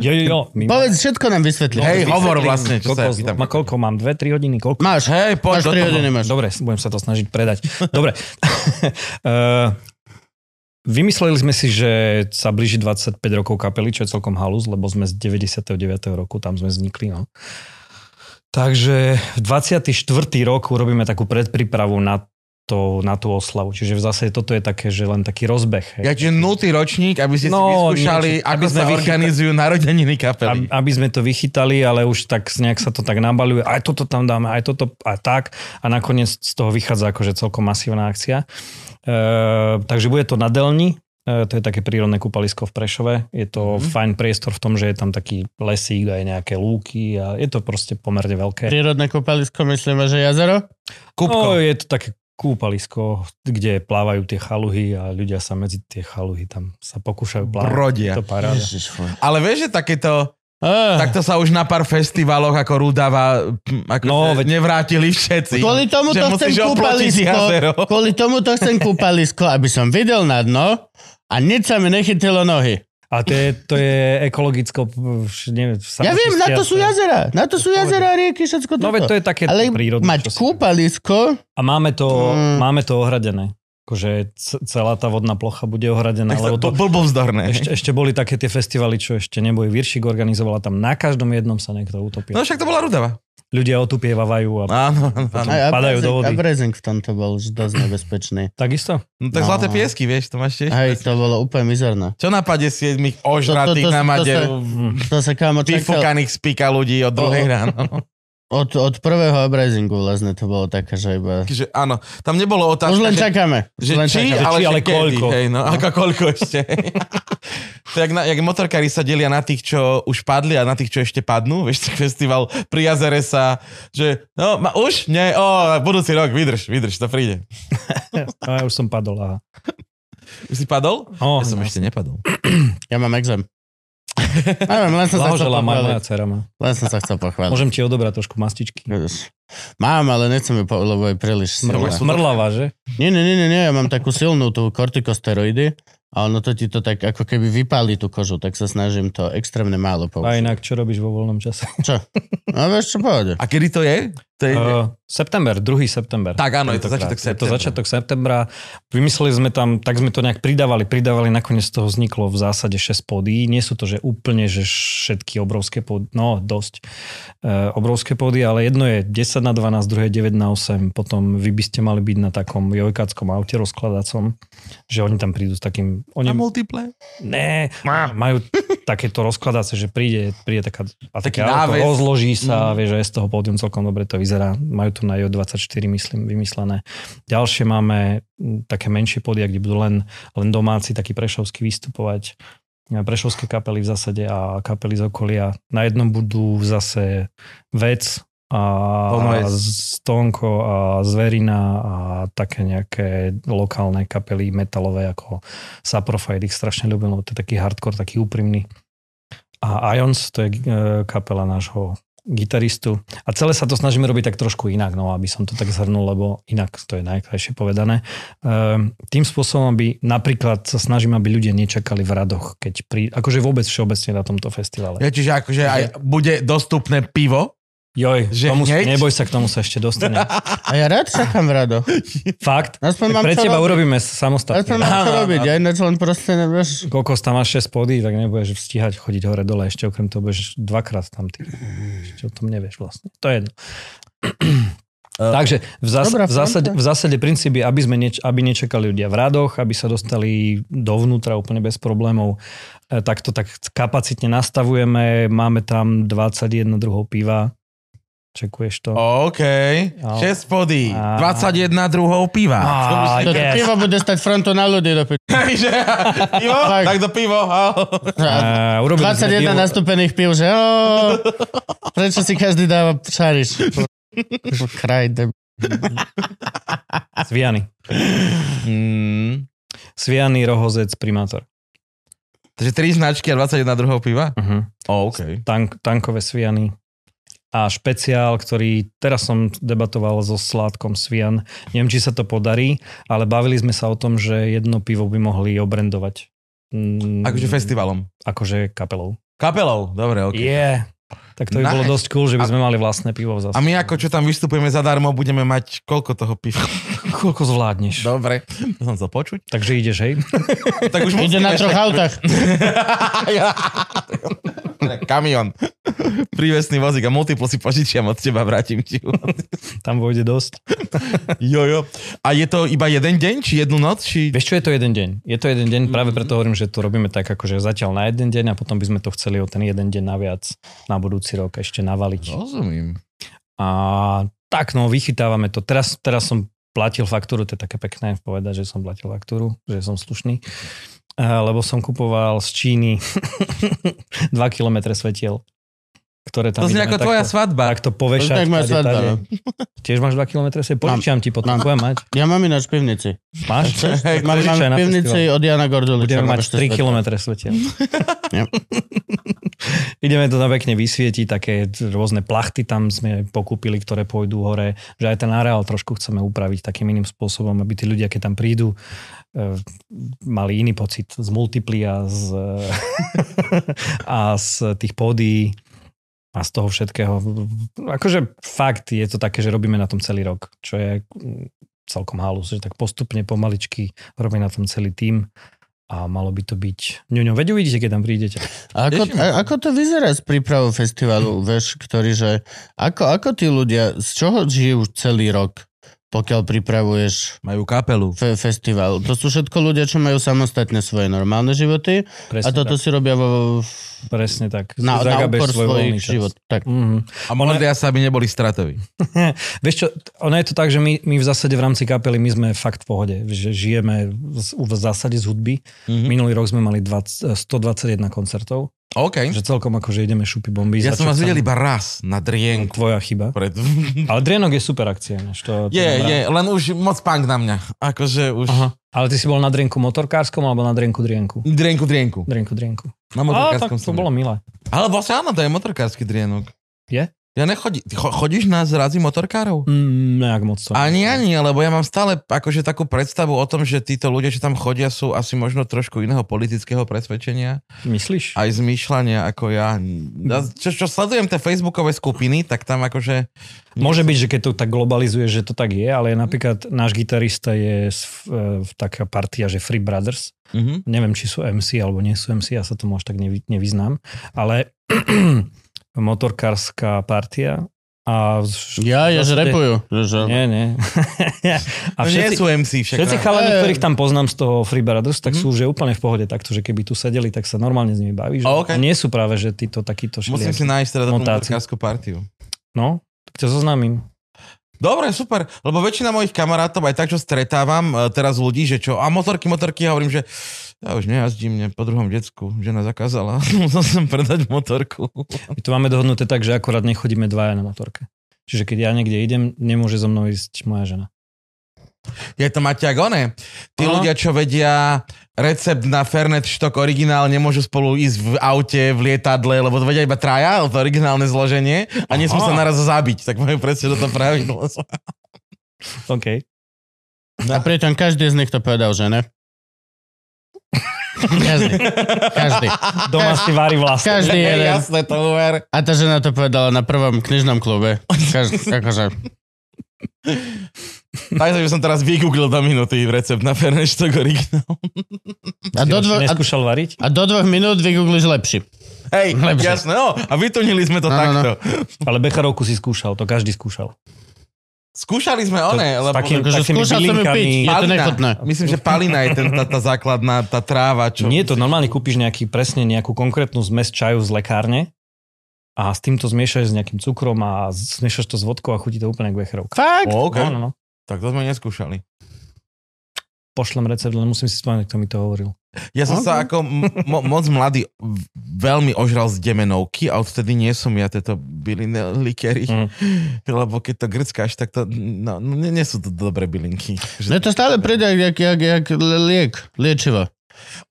S3: Jo, jo, jo. my máme-
S1: Povedz, všetko nám vysvetli.
S2: Hej, hovor vlastne, čo sa ja
S3: Kokos,
S2: pýtam.
S3: ma koľko mám? Dve, tri hodiny? Koľko?
S1: Máš,
S2: Hej, poď
S1: máš
S2: do
S1: 3
S2: toho.
S1: hodiny, máš.
S3: Dobre, budem sa to snažiť predať. Dobre. Eh, Vymysleli sme si, že sa blíži 25 rokov kapely, čo je celkom halus, lebo sme z 99. roku, tam sme vznikli. No. Takže v 24. roku robíme takú predprípravu na, to, na tú oslavu. Čiže zase toto je také, že len taký rozbeh. hej.
S2: Ja čiže nutý ročník, aby ste
S3: No,
S2: si vyskúšali,
S3: niečo,
S2: ako
S3: aby sme
S2: sa
S3: vychyta-
S2: organizujú narodeniny kapely.
S3: Aby, aby sme to vychytali, ale už tak nejak sa to tak nabaľuje, aj toto tam dáme, aj toto a tak. A nakoniec z toho vychádza akože celkom masívna akcia. E, takže bude to na Delni, e, to je také prírodné kúpalisko v Prešove. Je to mm-hmm. fajn priestor v tom, že je tam taký lesík, aj nejaké lúky a je to proste pomerne veľké.
S1: Prírodné kúpalisko, myslíme, že jazero?
S3: No,
S2: Kúbko.
S3: je to také kúpalisko, kde plávajú tie chaluhy a ľudia sa medzi tie chaluhy tam sa pokúšajú plávať.
S2: Brodia.
S3: Je to paráda.
S2: Ale vieš, že takéto,
S1: Ah,
S2: takto sa už na pár festivaloch ako Rudava hm, ako
S3: No,
S2: no,
S3: veď-
S2: nevrátili všetci.
S1: Kvôli tomu
S2: že
S1: to
S2: musíš
S1: chcem
S2: oplotiť
S1: kúpalisko.
S2: jazero.
S1: Kvôli tomu to chcem kúpalisko, aby som videl na dno a nič sa mi nechytilo nohy.
S3: A to je, to je ekologicko... Neviem,
S1: Ja viem, na to sú jazera. Na to sú jazera, rieky, všetko toto.
S3: No veď to je také
S1: Ale
S3: prírodné. čo
S1: mať
S3: si-
S1: kúpalisko,
S3: A máme to,
S1: Mm.
S3: máme to ohradené. Akože c- celá tá vodná plocha bude ohradená,
S2: Tak sa,
S3: lebo
S2: to
S3: to...
S2: blbo vzdorné.
S3: Ešte, ešte boli také tie festivaly, čo ešte neboj. Viršik organizovala tam, na každom jednom sa niekto utopil.
S2: No však to bola Rudava.
S3: Ľudia otupievajú a
S2: Áno, áno, áno.
S3: Aj- padajú do
S1: A
S3: vody.
S1: brezing v tomto bol už dosť nebezpečný.
S3: takisto.
S2: No tak
S1: No.
S2: zlaté piesky, vieš, to máš tiež.
S1: Hej, to bolo úplne mizerné.
S2: Čo na 57
S1: To- to-
S2: ožratých
S1: to- to-
S2: na
S1: to
S2: Maderu,
S1: To sa kámo čakal
S2: vyfúkaných spíka ľudí od druhej ráno.
S1: od, od prvého abrazingu vlastne to bolo také, že iba...
S2: Takže áno, tam nebolo otázka,
S1: Už len
S2: že-
S1: čakáme. Už
S2: Že
S1: len
S2: či,
S1: čakáme.
S2: ale,
S3: Že či, ale
S2: že kedy,
S3: koľko.
S2: Hej, no, ako koľko ešte. to jak, na, jak motorkári sa delia na tých, čo už padli a na tých, čo ešte padnú. Vieš, tak festival pri jazere sa, že no, ma, už? Nie, o, budúci rok, vydrž, vydrž, to príde.
S3: A ja už som padol. Aha.
S2: Už si padol?
S3: Oh,
S2: ja som ešte nepadol.
S1: Ja mám exam. Neviem, len som sa chcel
S3: Blahoželám aj moja
S1: pochváliť.
S3: dcera má.
S1: Len som sa chcel pochváliť.
S3: Môžem ti odobrať trošku mastičky.
S1: Vidíš. Mám, ale nechcem ju, po- lebo je príliš silná.
S2: Mrla.
S3: Smrlava, že?
S1: Nie, nie, nie, nie, nie, ja mám takú silnú tú kortikosteroidy a ono to ti to tak ako keby vypáli tú kožu, tak sa snažím to extrémne málo
S3: A
S1: použiť.
S3: inak, čo robíš vo voľnom čase?
S1: No vieš čo povedať.
S2: A kedy to je? To je uh,
S3: Uh, september, 2. september.
S2: Tak áno, je to začiatok
S3: Tentokrát. Je to
S2: septembra.
S3: začiatok septembra. Vymysleli sme tam, tak sme to nejak pridávali, pridávali, nakoniec z toho vzniklo v zásade 6 pódy. Nie sú to, že úplne, že všetky obrovské pódy, no dosť e, obrovské pódy, ale jedno je 10 na 12, druhé 9 na 8, potom vy by ste mali byť na takom jojkáckom aute rozkladacom, že oni tam prídu s takým... Oni,
S2: na multiple?
S3: ne, majú takéto rozkladace, že príde, príde taká
S2: Taký
S3: patika, auto,
S2: náves.
S3: rozloží sa, mm. vieš, aj z toho pódium celkom dobre to vyzerá. Majú to na Jo24, myslím, vymyslené. Ďalšie máme mm, také menšie podia, kde budú len, len domáci, taký prešovský vystupovať. E, Prešovské kapely v zásade a kapely z okolia. Na jednom budú zase vec a
S2: Ono je-
S3: a Stonko a Zverina a také nejaké lokálne kapely metalové ako Saprofite, ich strašne ľúbim, lebo to je taký hardcore, taký úprimný. A Ions, to je e, kapela nášho gitaristu. A celé sa to snažíme robiť tak trošku inak, no aby som to tak zhrnul, lebo inak to je najkrajšie povedané. Ehm, Tým spôsobom, aby napríklad sa snažím, aby ľudia nečakali v radoch, keď pri, akože vôbec všeobecne na tomto festivale.
S2: Ja, čiže akože aj bude dostupné pivo.
S3: Joj,
S2: Že
S3: tomu,
S2: hneď?
S3: neboj sa, k tomu sa ešte dostane.
S1: A ja rád čakám v radoch.
S3: Fakt,
S1: Aspoň mám
S3: pre
S1: čo
S3: teba
S1: robiť.
S3: urobíme
S1: Aspoň
S3: samostatne.
S1: mám čo robiť, ja ináč len proste nevieš.
S3: Koľko tam máš 6 podí, tak nebudeš stíhať chodiť hore dole, ešte okrem toho budeš dvakrát tam ty. Ešte o tom nevieš vlastne. To je jedno. Takže v, zas-
S1: Dobrá
S3: v, zásade,
S1: fronta.
S3: v zásade princíp je, aby, sme neč- aby nečakali ľudia v radoch, aby sa dostali dovnútra úplne bez problémov. E, tak to tak kapacitne nastavujeme, máme tam 21 druhov piva. Čekuješ to?
S2: OK.
S3: No.
S2: 6 podí.
S3: A-
S2: 21 druhov piva.
S3: Á,
S1: To
S3: yes.
S1: pivo bude stať frontu na ľudí do piča.
S2: Takže pivo?
S1: Tak.
S2: Tak to pivo.
S1: A
S3: Á, Eh, urobili
S1: 21
S3: sme pivo.
S1: nastúpených pív, že ó, prečo si každý dáva čariš? Kraj, deb...
S3: Sviany.
S2: Mm.
S3: Sviany, rohozec, primátor.
S2: Takže 3 značky a 21 druhov piva?
S3: Uh-huh.
S2: OK.
S3: tank, tankové sviany a špeciál, ktorý teraz som debatoval so Sládkom Svian. Neviem, či sa to podarí, ale bavili sme sa o tom, že jedno pivo by mohli obrendovať. Mm,
S2: Akože festivalom.
S3: Akože kapelou.
S2: Kapelou, dobre, OK.
S3: Okay. Yeah. Tak to by nice. bolo
S2: Nice.
S3: dosť cool, že by sme mali vlastné pivo zase.
S2: A my ako čo tam vystupujeme zadarmo, budeme mať koľko toho piva?
S3: Koľko zvládneš? Do...
S2: Dobre, to som chcel počuť.
S3: Takže ideš, hej?
S2: No Tak už
S1: Ide na troch autách.
S2: Kamion. Prívesný vozík a multiplo si požičiam od teba, vrátim ti. ju.
S3: Tam vojde dosť.
S2: Jo, jo. A je to iba jeden deň, či jednu noc, či...
S3: Vieš čo, je to jeden deň. Je to jeden deň, práve preto hovorím, že to robíme tak, akože zatiaľ na jeden deň a potom by sme to chceli o ten jeden deň naviac na budúci rok ešte navaliť.
S2: Rozumím.
S3: A tak no, vychytávame to. Teraz, teraz som platil faktúru, to je také pekné povedať, že som platil faktúru, že som slušný. E, Lebo som kupoval z Číny 2 km svetiel, ktoré tam
S2: To znie ako tvoja svadba.
S1: To
S3: Takto
S1: znie
S3: povešať.
S1: ako moja
S3: tade,
S1: svadba,
S3: tade.
S1: no.
S3: Tiež máš 2 km svetiel? Požičiam ti
S1: Mám.
S3: potom, budem mať.
S1: Ja mám ináč v pivnici.
S3: Máš?
S2: Hej,
S1: Mám, mám
S3: Požičaj
S1: v
S3: na
S1: pivnici od Jana Gorduliča.
S3: Budeme
S1: mám
S3: mať
S1: ešte
S3: 3
S1: svetlo.
S3: km svetiel.
S1: Ja.
S3: Ideme to na pekne vysvietiť, také rôzne plachty tam sme pokúpili, ktoré pôjdu hore, že aj ten areál trošku chceme upraviť takým iným spôsobom, aby tí ľudia, keď tam prídu, eh, mali iný pocit z multiplia z, a z tých pódií a z toho všetkého. Akože fakt je to také, že robíme na tom celý rok, čo je mm, celkom halus, že tak postupne, pomaličky robí na tom celý tím a malo by to byť... ňoňo, veď uvidíte, keď tam prídete.
S1: A ako,
S2: Tešíme
S1: a,
S2: sa.
S1: ako to vyzerá s prípravou festivalu, vieš, ktorý, že ako, ako tí ľudia, z čoho žijú celý rok, pokiaľ pripravuješ
S2: Majú kapelu.
S1: fe- festival? To sú všetko ľudia, čo majú samostatne svoje normálne životy a
S3: Presne
S1: toto
S3: tak.
S1: si robia vo,
S3: Presne tak.
S1: na, na
S3: Zagabeš
S1: úkor
S3: svoj voľný
S1: svojich
S3: čas.
S1: život. Tak.
S3: Mhm.
S2: A Mordia sa by neboli stratoví.
S3: Vieš čo, t- ono je to tak, že my, my v zásade v rámci kapely my sme fakt v pohode, že žijeme z, v zásade z hudby.
S2: Mhm.
S3: Minulý rok sme mali 20, eh, 121 koncertov,
S2: OK.
S3: že celkom akože ideme šupy bomby.
S2: Ja
S3: za
S2: som vás
S3: čo chcem.
S2: videl iba raz na drienku.
S3: Tvoja chyba.
S2: Pred...
S3: Ale Drienok je super akcia. než To, to
S2: Je,
S3: dobrá.
S2: je, len už moc punk na mňa. Akože už...
S3: Aha. Ale ty si bol na Drienku motorkárskom alebo na Drienku Drienku?
S2: Drienku, drienku.
S3: Drienku Drienku.
S2: Na
S3: A tak
S2: No. motorkárskom
S3: to
S2: som
S3: bolo milé.
S2: Ale vlastne áno, to je motorkársky drienok.
S3: Je?
S2: Ja nechodí. Cho, chodíš na zrazy motorkárov?
S3: Mm, nejak moc to.
S2: Ani, ani, lebo ja mám stále akože takú predstavu o tom, že títo ľudia, čo tam chodia, sú asi možno trošku iného politického presvedčenia
S3: Myslíš?
S2: aj zmýšľania ako ja.
S3: Mhm.
S2: ja čo, čo sledujem tie facebookové skupiny, tak tam akože...
S3: Môže byť, že keď to tak globalizuje, že to tak je, ale napríklad náš gitarista je z, e, taká partia, že Free Brothers.
S2: Mhm.
S3: neviem, či sú MC alebo nie sú MC, ja sa tomu až tak nevy, nevyznám, ale motorkárska partia A š-
S1: Ja, ja, že
S3: zase-
S1: repujú. Že...
S3: Vlastne- Nie, nie. a
S2: A No nie
S3: všetci,
S2: sú MC však. Mhm.
S3: všetci
S2: no.
S3: chalani,
S1: Eh.
S3: ktorých tam poznám z toho Free Brothers, tak sú že úplne v pohode takto, že keby tu sedeli, tak sa normálne s nimi bavíš.
S2: A, ok.
S3: Nie sú práve, že títo takíto
S2: Musím si
S3: šili.
S2: nájsť teda tú
S3: Mutáciu.
S2: podcastskú partiu.
S3: No, tak ťa zoznámim.
S2: Dobre, super, lebo väčšina mojich kamarátov, aj tak, čo stretávam e, teraz ľudí, že čo, a motorky, motorky, ja hovorím, že ja už nejazdím, ne, po druhom decku, žena zakázala, musel som predať motorku.
S3: My to máme dohodnuté tak, že akorát nechodíme dvaja na motorke. Čiže keď ja niekde idem, nemôže so mnou ísť moja žena.
S2: Je to Maťák, one. Tí
S3: Aha.
S2: ľudia, čo vedia recept na Fernet Štok originál, nemôžu spolu ísť v aute, v lietadle, lebo to vedia iba traja, to originálne zloženie, a nesmú sa
S3: Aha.
S2: naraz zabiť, tak majú presne toto pravidlo.
S3: OK.
S1: A pritom každý z nich to povedal, že ne? Každý. Každý.
S3: Doma si varí vlastne.
S1: Každý
S2: Je
S1: jeden.
S2: jasné, to uver.
S1: A tá žena to povedala na prvom knižnom klube. Každý, akože.
S2: Takže by som teraz vygooglil do minúty recept na Fernet Štok originál.
S1: A do, dvo- a,
S3: Neskúšal variť?
S1: a do dvoch minút vygoogliš lepší.
S2: Hej,
S1: Lepšie.
S2: jasné, no, a vytunili sme to
S1: No, no,
S2: takto.
S1: no.
S3: Ale Becharovku si skúšal, to každý skúšal.
S2: Skúšali sme one,
S3: s
S2: lebo...
S3: takým-
S1: Akože
S3: Takými
S1: skúšal som ju
S3: bylinkami.
S1: piť, je to
S2: Palina.
S1: nechutné.
S2: Myslím, že palina je ten, tá, tá základná, tá tráva, čo...
S3: Nie, to normálne kúpiš nejaký, presne nejakú konkrétnu zmes čaju z lekárne a s týmto zmiešaš s nejakým cukrom a zmiešaš to s vodkou a chutí to úplne ako Becharovka.
S1: Fakt?
S2: O, okay.
S3: No, no, no.
S2: Tak to sme neskúšali.
S3: Pošlem recept, len musím si spomenúť, kto mi to hovoril.
S2: Ja som sa ako m- mo- moc mladý v- veľmi ožral z demenovky a odtedy nie som ja tieto bylinné likery,
S3: Mm.
S2: lebo keď to grckáš, tak to... No, no, nie, nie sú to dobré bylinky.
S1: Mne to stále príde jak, jak, jak liek, liečivo.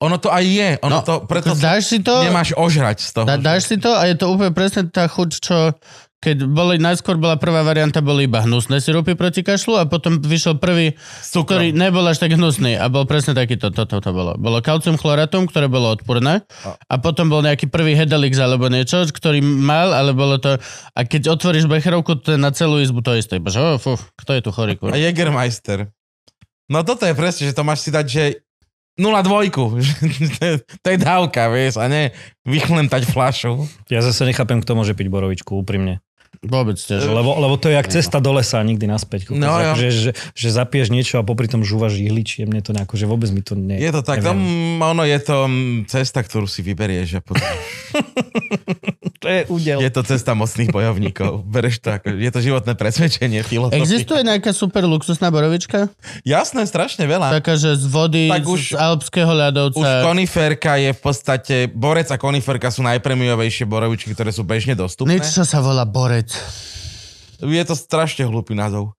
S2: Ono to aj je,
S1: No,
S2: ono to... Preto sa
S1: Dáš si to,
S2: nemáš ožrať z toho.
S1: dá, dáš si to a je to úplne presne tá chuť, čo keď boli, najskôr bola prvá varianta, boli iba hnusné sirupy proti kašlu a potom vyšiel prvý,
S2: Cukrom.
S1: ktorý nebol až tak hnusný a bol presne takýto, toto to, to bolo. Bolo kalcium chloratum, ktoré bolo odporné
S2: A-
S1: a potom bol nejaký prvý hedelix alebo niečo, ktorý mal, ale bolo to... A keď otvoríš becherovku, to je na celú izbu to isté. Bože, oh, fú, kto je tu chorý,
S2: A
S1: kurva?
S2: Jägermeister. No toto je presne, že to máš si dať, že 0,2. že to je- to je dávka, vieš, a ne vychlemtať flašu.
S3: Ja zase nechápem, kto môže piť borovičku, úprimne.
S1: Vôbec
S2: E,
S1: tiež.
S3: Lebo, lebo to je jak cesta do lesa a nikdy naspäť. Kúkos,
S2: No, jo.
S3: že, že, že zapiješ niečo a popri tom žúvaš ihličie, mne to nejako, že vôbec mi to ne...
S2: Je to tak, tam,
S3: neviem.
S2: ono je to mm, cesta, ktorú si vyberieš a potom
S3: To je údel.
S2: je to cesta mocných bojovníkov. Bereš to ako, je to životné presvedčenie filozofie.
S1: Existuje nejaká super luxusná borovička?
S2: Jasné, strašne veľa.
S1: Taká, že z vody,
S2: Tak už-
S1: z alpského ľadovca.
S2: Už koniferka je v podstate, borec a koniferka sú najpremiovejšie borovičky, ktoré sú bežne dostupné.
S1: Niečo, čo sa volá borec.
S2: Je to strašne hlúpy názov.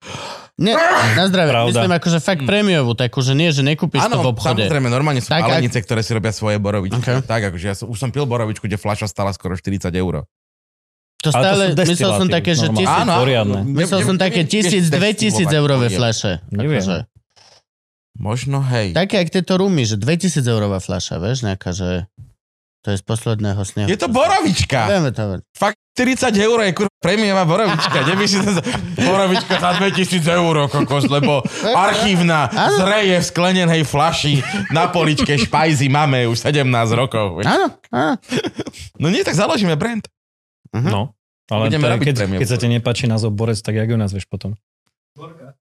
S1: Nie, na zdravie.
S3: Pravda.
S1: Myslím akože fakt prémiovú takú, že nie, že nekúpiš to v
S2: Hm. Áno,
S1: obchode.
S2: samozrejme, normálne sú
S1: Tak,
S2: tak,
S1: ak-
S2: palenice, ktoré si robia svoje borovičky.
S1: Okay.
S2: Tak, akože ja som, už som pil borovičku, kde fľaša stala skoro 40
S1: To
S2: eur.
S3: Ale to
S1: stále,
S3: sú
S1: myslel som
S3: destiláty,
S1: také, že
S3: normálne.
S1: tisíc,
S3: Áno. poriadne.
S1: myslel som také tisíc, dve tisíc eurové fľaše.
S3: Neviem.
S1: Akože.
S2: Možno, hej.
S1: Také, ak tieto rumy, že 2000 eurová fľaša, vieš, nejaká, že to je z posledného snehu.
S2: Je to borovička.
S1: Vieme to.
S2: Fakt 40 eur je kurva prémiová borovička. Kde by si to... za- Borovička za 2000 eur, kokos, lebo archívna zreje v sklenenej flaši na poličke špajzy máme už 17 rokov.
S1: Áno, áno.
S2: No nie, tak založíme brand.
S3: No.
S2: Mhm.
S3: Ale
S2: Budeme
S3: to je,
S2: robiť
S3: keď,
S2: prémiu.
S3: keď sa ti nepáči názov Borec, tak jak ju nazveš potom?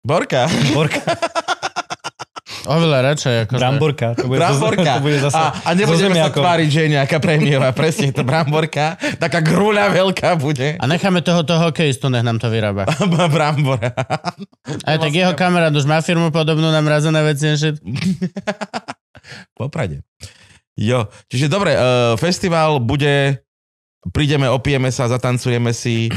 S2: Borka.
S3: Borka,
S1: Oveľa radšej. akože- Ako
S3: Bramborka. To bude,
S2: Bramborka.
S3: To bude zase
S2: a, a nebudeme
S3: so
S2: sa
S3: zemiakom.
S2: tváriť, že je nejaká premiéra. Presne, je to bramborka. Taká gruľa veľká bude.
S1: A necháme toho, toho hokejistu, nech nám to vyrába.
S2: Brambora.
S1: Aj tak jeho kamarát už má firmu podobnú na mrazené veci. and shit.
S2: Poprade. Jo, čiže dobre, uh, festival bude, prídeme, opijeme sa, zatancujeme si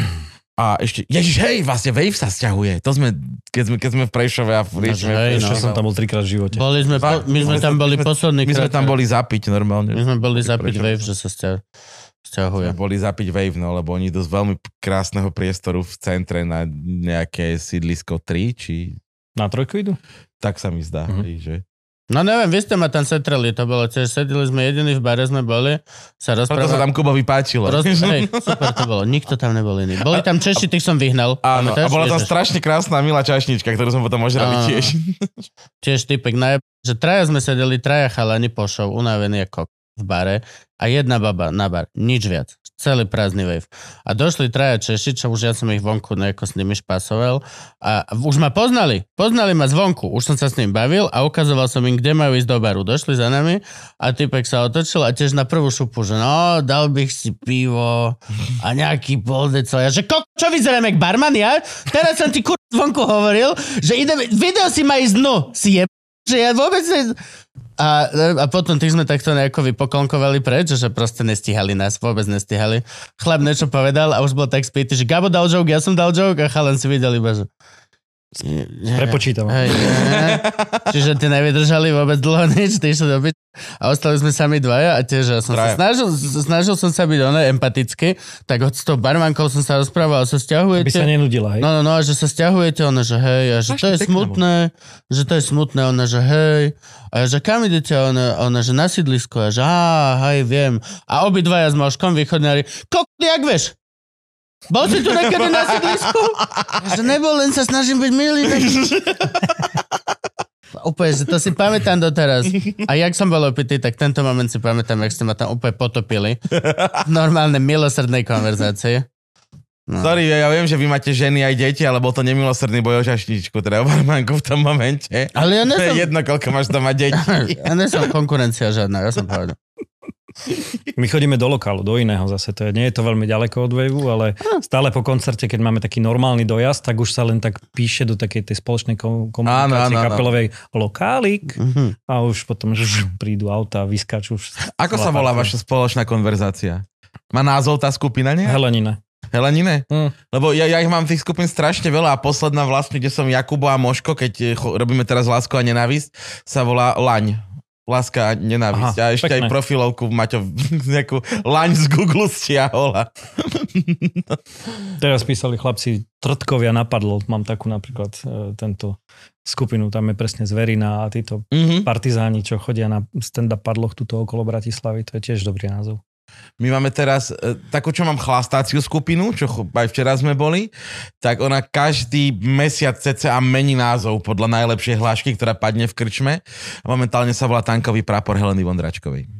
S2: a ešte, ježiš, hej, vlastne Wave sa sťahuje. To sme, keď sme, keď sme v Prešove a v riešime.
S1: hej, no.
S3: Ešte som tam bol trikrát v živote.
S1: Boli sme, po, my sme tam boli posledný
S2: My sme
S1: krát.
S2: tam boli zapiť
S1: My
S2: normálne.
S1: sme boli zapiť
S2: Prečo?
S1: wave, že sa sťa-
S2: Sme
S1: sťahuje.
S2: boli zapiť Wave, no, lebo oni dosť veľmi krásneho priestoru v centre na nejaké sídlisko 3, či
S3: Na trojku idú?
S2: tak sa mi zdá,
S3: Mhm.
S2: hej, že...
S1: No neviem, vy ste ma tam setreli, to bolo tiež, sedeli sme jediní v bare, sme boli, sa
S2: Preto sa
S1: rozprávali.
S2: tam Kubovi páčilo.
S1: Roz... Hej, super to bolo, nikto tam nebol iný. Boli tam Češi, tých som vyhnal.
S2: Áno, a
S1: Pamätáš?
S2: bola tam
S1: Ježiš.
S2: strašne krásna milá čašnička, ktorú sme potom ožrali
S1: Áno.
S2: tiež.
S1: No Tiež typek, najeb... že traja sme sedeli, traja chalani pošov, unavený ako. v bare a jedna baba na bar, nič viac. Celý prázdny wave. A došli traja Češi, čo už ja som ich vonku nejako s nimi špasoval a už ma poznali, poznali ma zvonku, už som sa s ním bavil a ukazoval som im, kde majú ísť do baru. Došli za nami a typek sa otočil a tiež na prvú šupu, že no, dal bych si pivo a nejaký poldeco. Ja, že ko, čo vyzerám jak barman ja? Teraz som ti kur zvonku hovoril, že idem, video si ma ísť dnu, si je že ja vôbec ne... A, a potom tých sme takto nejako vypoklonkovali preč, že proste nestihali nás, vôbec nestihali. Chlap niečo povedal a už bol tak spätý, že Gabo dal joke, ja som dal joke a chalan si videl iba, že...
S3: Prepočítam.
S1: Hej, hej. Čiže ty nevydržali vôbec dlho nič, ty išli do pič- a ostali sme sami dvaja a tiež ja som sa
S2: Traja.
S1: snažil, snažil som sa byť ono empatický, tak od s tou barmankou som sa rozprával, sa
S3: Aby sa
S1: stiahujete.
S3: nenudila, hej?
S1: No, no, no, a že sa stiahujete, ona, že hej, a že
S2: Strašne
S1: to je
S2: pekná
S1: smutné, že to je smutné, ona, že hej, a ja, že kam idete, A ona, ona že na sídlisko, a že á, hej, viem. A obidvaja s Moškom východňari, kok, jak vieš? Bol si tu niekedy na sídlisku? A že nebol, len sa snažím byť milý. Tak... Úplne, že to si pamätám doteraz. A jak som bol opitý, tak tento moment si pamätám, jak ste ma tam úplne potopili. V normálnej milosrdnej konverzácii. No.
S2: Sorry, ja ja viem, že vy máte ženy aj deti, ale bol to nemilosrdný boj o šašničku, teda o barmanku v tom momente.
S1: Ale ja
S2: To
S1: nesom...
S2: je jedno, koľko máš doma detí.
S1: Ja nie som konkurencia žiadna, ja som povedal.
S3: My chodíme do lokálu, do iného zase. To je, nie je to veľmi ďaleko od Waveu, ale stále po koncerte, keď máme taký normálny dojazd, tak už sa len tak píše do takej tej spoločnej kom- komunikácie
S2: Áno, áno, áno.
S3: kapelovej lokálik
S1: Mhm.
S3: a už potom že prídu auta, vyskačú. už-
S2: Ako sa volá vaša spoločná konverzácia? Má názov tá skupina, nie?
S3: Helenina.
S2: Helenine?
S3: Hm.
S2: Lebo ja, ja ich mám tých skupín strašne veľa a posledná vlastne, kde som Jakubo a Moško, keď eh, cho, robíme teraz Lásku a nenávisť, sa volá Laň. Láska a nenávisť.
S3: Aha,
S2: a ešte
S3: pekné.
S2: aj profilovku Maťo nejakú laň z Google stiahol.
S3: Teraz písali chlapci, Trtkovia napadlo. Mám takú napríklad e, tento skupinu, tam je presne Zverina a títo
S2: Mhm.
S3: partizáni, čo chodia na stand-up padloch tuto okolo Bratislavy, to je tiež dobrý názov.
S2: My máme teraz e, takú, čo mám chlastáciu skupinu, čo chu- aj včera sme boli, tak ona každý mesiac cca mení názov podľa najlepšej hlášky, ktorá padne v krčme. A momentálne sa volá tankový prápor Heleny Vondračkovej.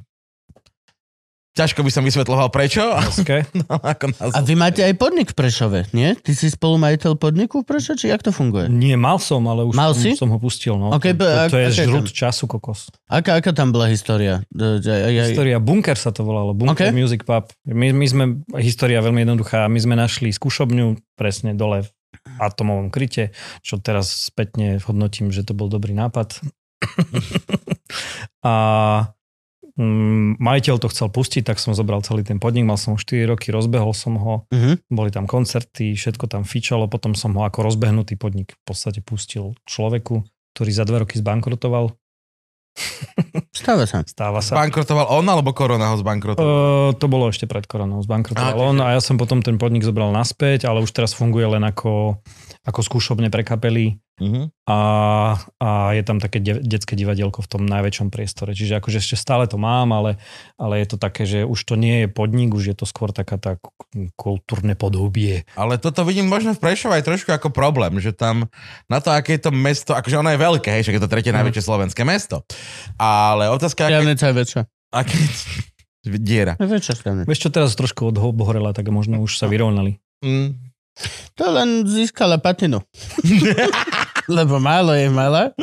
S2: Ťažko by som vysvetloval prečo,
S3: Hezké.
S2: no, ako názov.
S1: A vy máte aj podnik v Prešove, nie? Ty si spolumajiteľ podniku v Prešove, či jak to funguje?
S3: Nie, mal som, ale už
S1: Mal
S3: som,
S1: si?
S3: som ho pustil. No.
S1: Ok,
S3: to, to, to je
S1: ok,
S3: žrut
S1: tam.
S3: času, kokos.
S1: Aká, aká tam bola história? D- d- aj- aj-
S3: História Bunker sa to volalo,
S1: Ok.
S3: Bunker Music Pub. My, my sme, história veľmi jednoduchá, my sme našli skúšobňu presne dole v atomovom kryte, čo teraz spätne hodnotím, že to bol dobrý nápad. a mm, majiteľ to chcel pustiť, tak som zobral celý ten podnik, mal som ho 4 roky, rozbehol som ho,
S1: Mhm.
S3: boli tam koncerty, všetko tam fičalo, potom som ho ako rozbehnutý podnik v podstate pustil človeku, ktorý za dva roky zbankrotoval.
S1: Stáva sa.
S3: Stáva sa.
S2: Zbankrotoval on alebo korona ho zbankrotoval?
S3: Uh, to bolo ešte pred koronou,
S2: Á,
S3: zbankrotoval on a ja som potom ten podnik zobral naspäť, ale už teraz funguje len ako, ako skúšobne pre kapely
S2: Uh-huh.
S3: a, a je tam také de- detské divadielko v tom najväčšom priestore. Čiže akože ešte stále to mám, ale, ale je to také, že už to nie je podnik, už je to skôr taká tá k- kultúrne podobie.
S2: Ale toto vidím možno v Prešove aj trošku ako problém, že tam na to, aké je to mesto, akože ono je veľké, hej, že je to tretie najväčšie slovenské mesto. Ale otázka, aké,
S1: Stavnica je väčšia.
S2: aké, diera.
S1: Je Väčšia stavnica.
S3: Vieš čo teraz trošku odhorela, tak možno už sa vyrovnali.
S2: Mm.
S1: To len získala patinu. Lebo málo je mala.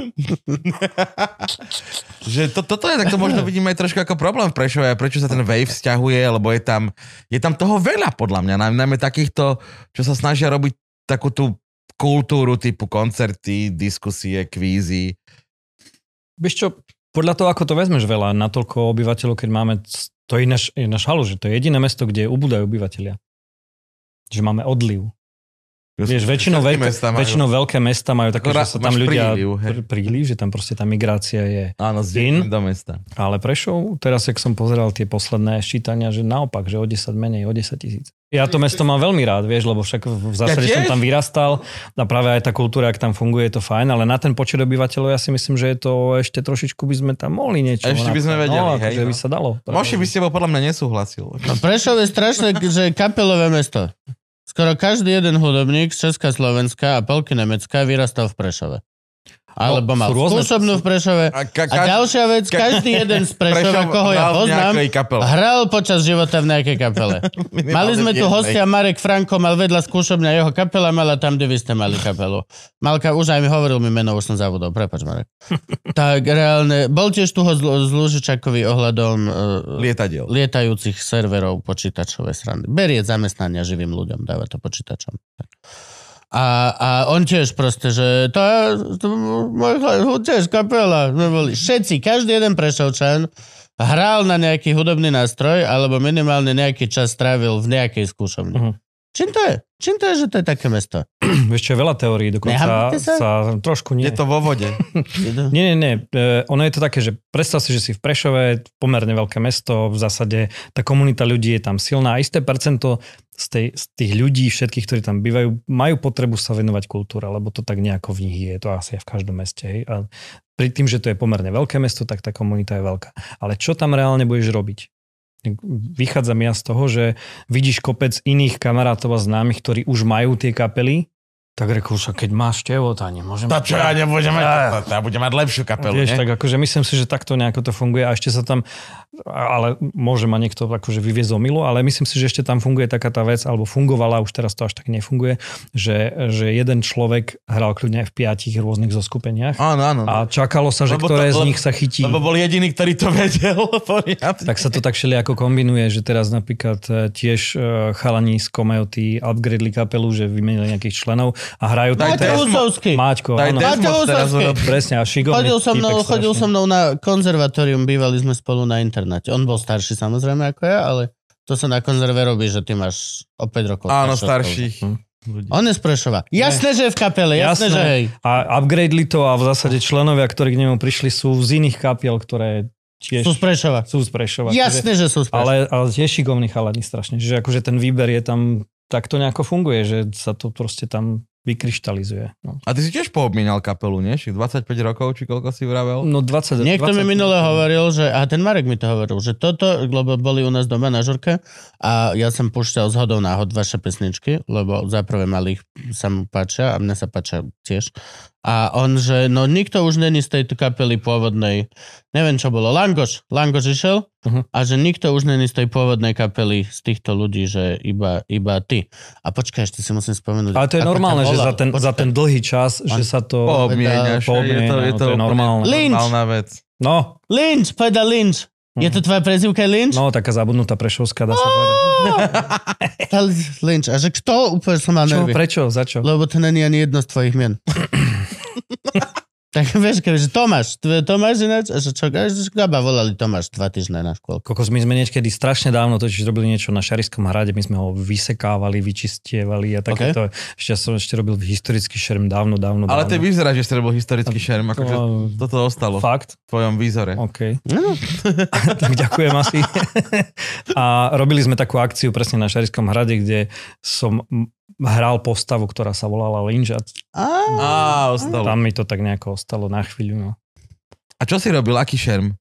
S2: Že to, toto je, tak to možno vidíme aj trošku ako problém v Prešove, prečo sa ten wave vzťahuje, lebo je tam, je tam toho veľa podľa mňa, Najmä- najmä takýchto, čo sa snažia robiť takú tú kultúru typu koncerty, diskusie, kvízy.
S3: Vieš čo, podľa toho, ako to vezmeš veľa, na toľko obyvateľov, keď máme, to je ináš, je ináš halu, že to je jediné mesto, kde ubúdajú obyvateľia. Že máme odliv. Vieš, väčšinou,
S2: Všetky
S3: veľké,
S2: mestá majú-
S3: väčšinou veľké mesta majú také,
S2: Ra-
S3: že sa
S2: máš
S3: tam ľudia
S2: príliv, hej.
S3: pr- príliv, že tam proste tá migrácia je.
S2: Áno, z
S3: In.
S2: dedín do mesta.
S3: Ale Prešov, teraz, jak som pozeral tie posledné ščítania, že naopak, že o 10 menej, o 10 tisíc. Ja to mesto mám veľmi rád, vieš, lebo však v v zásade
S2: Ja
S3: som
S2: tiež.
S3: tam vyrastal a práve aj tá kultúra, ak tam funguje, je to fajn, ale na ten počet obyvateľov ja si myslím, že je to ešte trošičku by sme tam mohli niečo.
S2: Ešte by sme
S3: napraviť.
S2: vedeli,
S3: no,
S2: hej,
S3: akože
S2: no.
S3: by sa dalo.
S2: Moši by s tebou podľa mňa nesúhlasil.
S1: No Prešov je strašné, že je kapelové mesto. Skoro každý jeden hudobník z Česka, Slovenska a polky Nemecka vyrastal v Prešove. Alebo mal
S3: No, sú rôzne-
S1: skúsobnú v Prešove.
S2: A ka-
S1: A
S2: ka-
S1: ďalšia vec, každý jeden z Prešova,
S2: Prešov
S1: koho ja
S2: hral v
S1: poznám,
S2: nejakej kapele.
S1: hral počas života v nejakej kapele.
S2: Minimálne
S1: Mali sme
S2: v
S1: tu
S2: jednej.
S1: hostia, Marek Franko mal vedľa skúšobňa jeho kapela, mala tam, kde vy ste mali kapelu. Malka už aj mi hovoril mi meno, už som zabudol, prepač Marek. tak reálne, bol tiež tu ho z Lužičakovi ohľadom uh,
S2: Lietadiel.
S1: lietajúcich serverov počítačovej strany. Berie zamestnania živým ľuďom, dáva to počítačom. A, a on tiež proste, že to, to môj chlap, tiež kapela, sme boli všetci, každý jeden prešovčan hral na nejaký hudobný nástroj alebo minimálne nejaký čas strávil v nejakej skúšovni.
S3: Mhm.
S1: Uh-huh. Čím to je? Čím to je, že to je také mesto?
S3: Vieš čo, je veľa teórií, dokonca
S1: Nehambíte
S3: sa?
S1: sa?
S3: sa trošku nie.
S2: Je to vo vode.
S3: Nie, nie, nie. E, ono je to také, že predstav si, že si v Prešove, pomerne veľké mesto, v zásade tá komunita ľudí je tam silná a isté percento z, tej, z tých ľudí, všetkých, ktorí tam bývajú, majú potrebu sa venovať kultúre, lebo to tak nejako v nich je, to asi je v každom meste. Hej? A pri tým, že to je pomerne veľké mesto, tak tá komunita je veľká. Ale čo tam reálne budeš robiť? Vychádzam ja z toho, že vidíš kopec iných kamarátov a známych, ktorí už majú tie kapely, tak rekú, však keď máš tevo, tá nemôžem...
S2: Tá čo, ja nebudem mať, tá, tá bude mať lepšiu kapelu,
S3: Vieš,
S2: nie?
S3: tak akože myslím si, že takto nejako to funguje a ešte sa tam, ale môže ma niekto akože vyviezť omylu, ale myslím si, že ešte tam funguje taká tá vec, alebo fungovala, už teraz to až tak nefunguje, že, že jeden človek hral kľudne aj v piatich rôznych zoskupeniach
S2: Áno, áno.
S3: a čakalo sa, že
S2: Lebo to-
S3: ktoré z
S2: lebo-
S3: nich sa chytí.
S2: Lebo bol jediný, ktorý to vedel.
S3: Tak sa to tak všelijako kombinuje, že teraz napríklad e, tiež e, chalani z Komajoty upgradeli kapelu, že vymenili nejakých členov a hrajú
S2: Daj
S1: Máte
S2: teraz-
S1: Husovský.
S3: Máčko,
S2: Daj
S3: áno.
S1: Death-
S2: Desmos teraz
S1: Husovský.
S2: urobil.
S3: Presne, a šikovný
S1: Chodil so, mnou,
S3: týpek
S1: chodil
S3: strašne.
S1: so mnou na konzervatórium, bývali sme spolu na internáte. On bol starší samozrejme ako ja, ale to sa na konzerve robí, že ty máš o 5 rokov.
S2: Áno,
S1: staršieho
S2: starších.
S1: spolu. On je z Prešova. Jasné, že je v kapele, jasné,
S3: Jasné.
S1: že hej.
S3: A upgradeli to a v zásade členovia, ktorí k nemu prišli, sú z iných kapiel, ktoré tiež
S1: Sú z Prešova.
S3: sú z Prešova.
S1: Hm. Jasné, že sú z
S3: Takže,
S1: Prešova.
S3: ale, ale tiež šikovný chalani strašne. Že akože ten výber je tam, tak to nejako funguje, že sa to proste tam vykryštalizuje. No,
S2: A ty si tiež poobmienal kapelu, nie? Však 25 rokov, či koľko si vravel?
S3: no 20...
S1: Niekto mi
S3: 20
S1: minule hovoril, že, a ten Marek mi to hovoril, že toto, lebo boli u nás doma na žurke a ja som púšťal z hodou náhod vaše pesničky, lebo za prvé malých sa mu páčia a mne sa páčia tiež. A on, že no nikto už není z tejto kapely pôvodnej, neviem čo bolo, Langoš, Langoš išiel
S3: Mhm.
S1: a že nikto už není z tej pôvodnej kapely z týchto ľudí, že iba, iba ty. A počkaj, ešte si musím spomenúť.
S3: Ale to je
S1: ako ťa
S3: normálne, že
S1: volal.
S3: za ten, za
S1: Počkaj.
S3: ten dlhý čas, že
S1: On-
S3: sa to...
S2: Poobmieniaš. je
S3: Poobmienia,
S2: to, je to,
S3: no, to je normálne.
S1: Lynch!
S2: Normálna vec.
S3: No,
S1: Lynch, povedal Lynch. Je
S3: Mhm.
S1: to tvoja prezivka Lynch?
S3: no, taká zabudnutá prešovská, dá sa povedať.
S1: Tal Lynch. A že kto? Úplne som mal
S3: Čo,
S1: nervy.
S3: prečo, za čo?
S1: Lebo to není ani jedno z tvojich mien. tak vieš, kebyže Tomáš, tvoje Tomáš ináč, a že čo, a že Gaba volali Tomáš dva týždne na škôlku.
S3: Kokos, my sme niekedy strašne dávno totiž robili niečo na Šariskom hrade, my sme ho vysekávali, vyčistievali a takéto. Ešte ja som ešte robil historický šerm dávno, dávno,
S2: Ale ty
S3: dávno.
S2: vyzeráš, že si robil historický šerm, akože
S3: To-
S2: toto ostalo v
S3: Fakt?
S2: tvojom výzore.
S3: OK.
S1: No,
S3: tak ďakujem asi. a robili sme takú akciu presne na Šariskom hrade, kde som m- hral postavu, ktorá sa volala Lynch a
S1: a,
S2: Á, ostalo.
S3: tam mi to tak nejako ostalo na chvíľu. No.
S2: A čo si robil, aký šerm?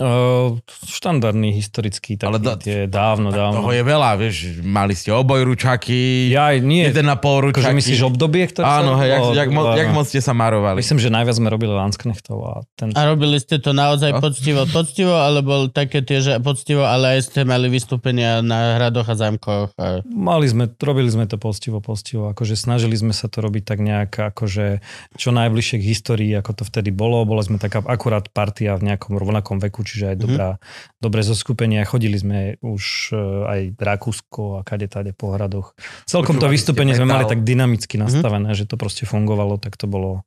S3: Uh, štandardný historický, taký
S2: Ale da-
S3: Ale tie dávno,
S2: Toho
S3: dávno.
S2: je veľa, vieš, mali ste obojručaky,
S3: Ja aj nie,
S2: jeden na pol
S3: akože
S2: ručaky.
S3: myslíš obdobie, ktoré
S2: Áno, hej, jak, jak, mo-
S3: Áno.
S2: jak moc ste sa marovali.
S3: Myslím, že najviac sme robili Lansknechtov a ten...
S1: a robili ste to naozaj
S2: No.
S1: poctivo, poctivo, alebo také tie, že poctivo, ale aj ste mali vystúpenia na hradoch a zámkoch. A...
S3: Mali sme, robili sme to postivo, postivo, akože snažili sme sa to robiť tak nejak, akože čo najbližšie k histórii, ako to vtedy bolo. Bola sme taká akurát partia v nejakom rovnakom veku, čiže aj dobrá,
S2: Mhm.
S3: mm-hmm. dobré zoskupenie. Chodili sme už eh, aj Rakúsko a kade tade po hradoch. Celkom to
S2: Počúvali ste
S3: vystúpenie sme
S2: metal. Mhm.
S3: mali tak dynamicky nastavené, mm-hmm. že to proste fungovalo, tak to bolo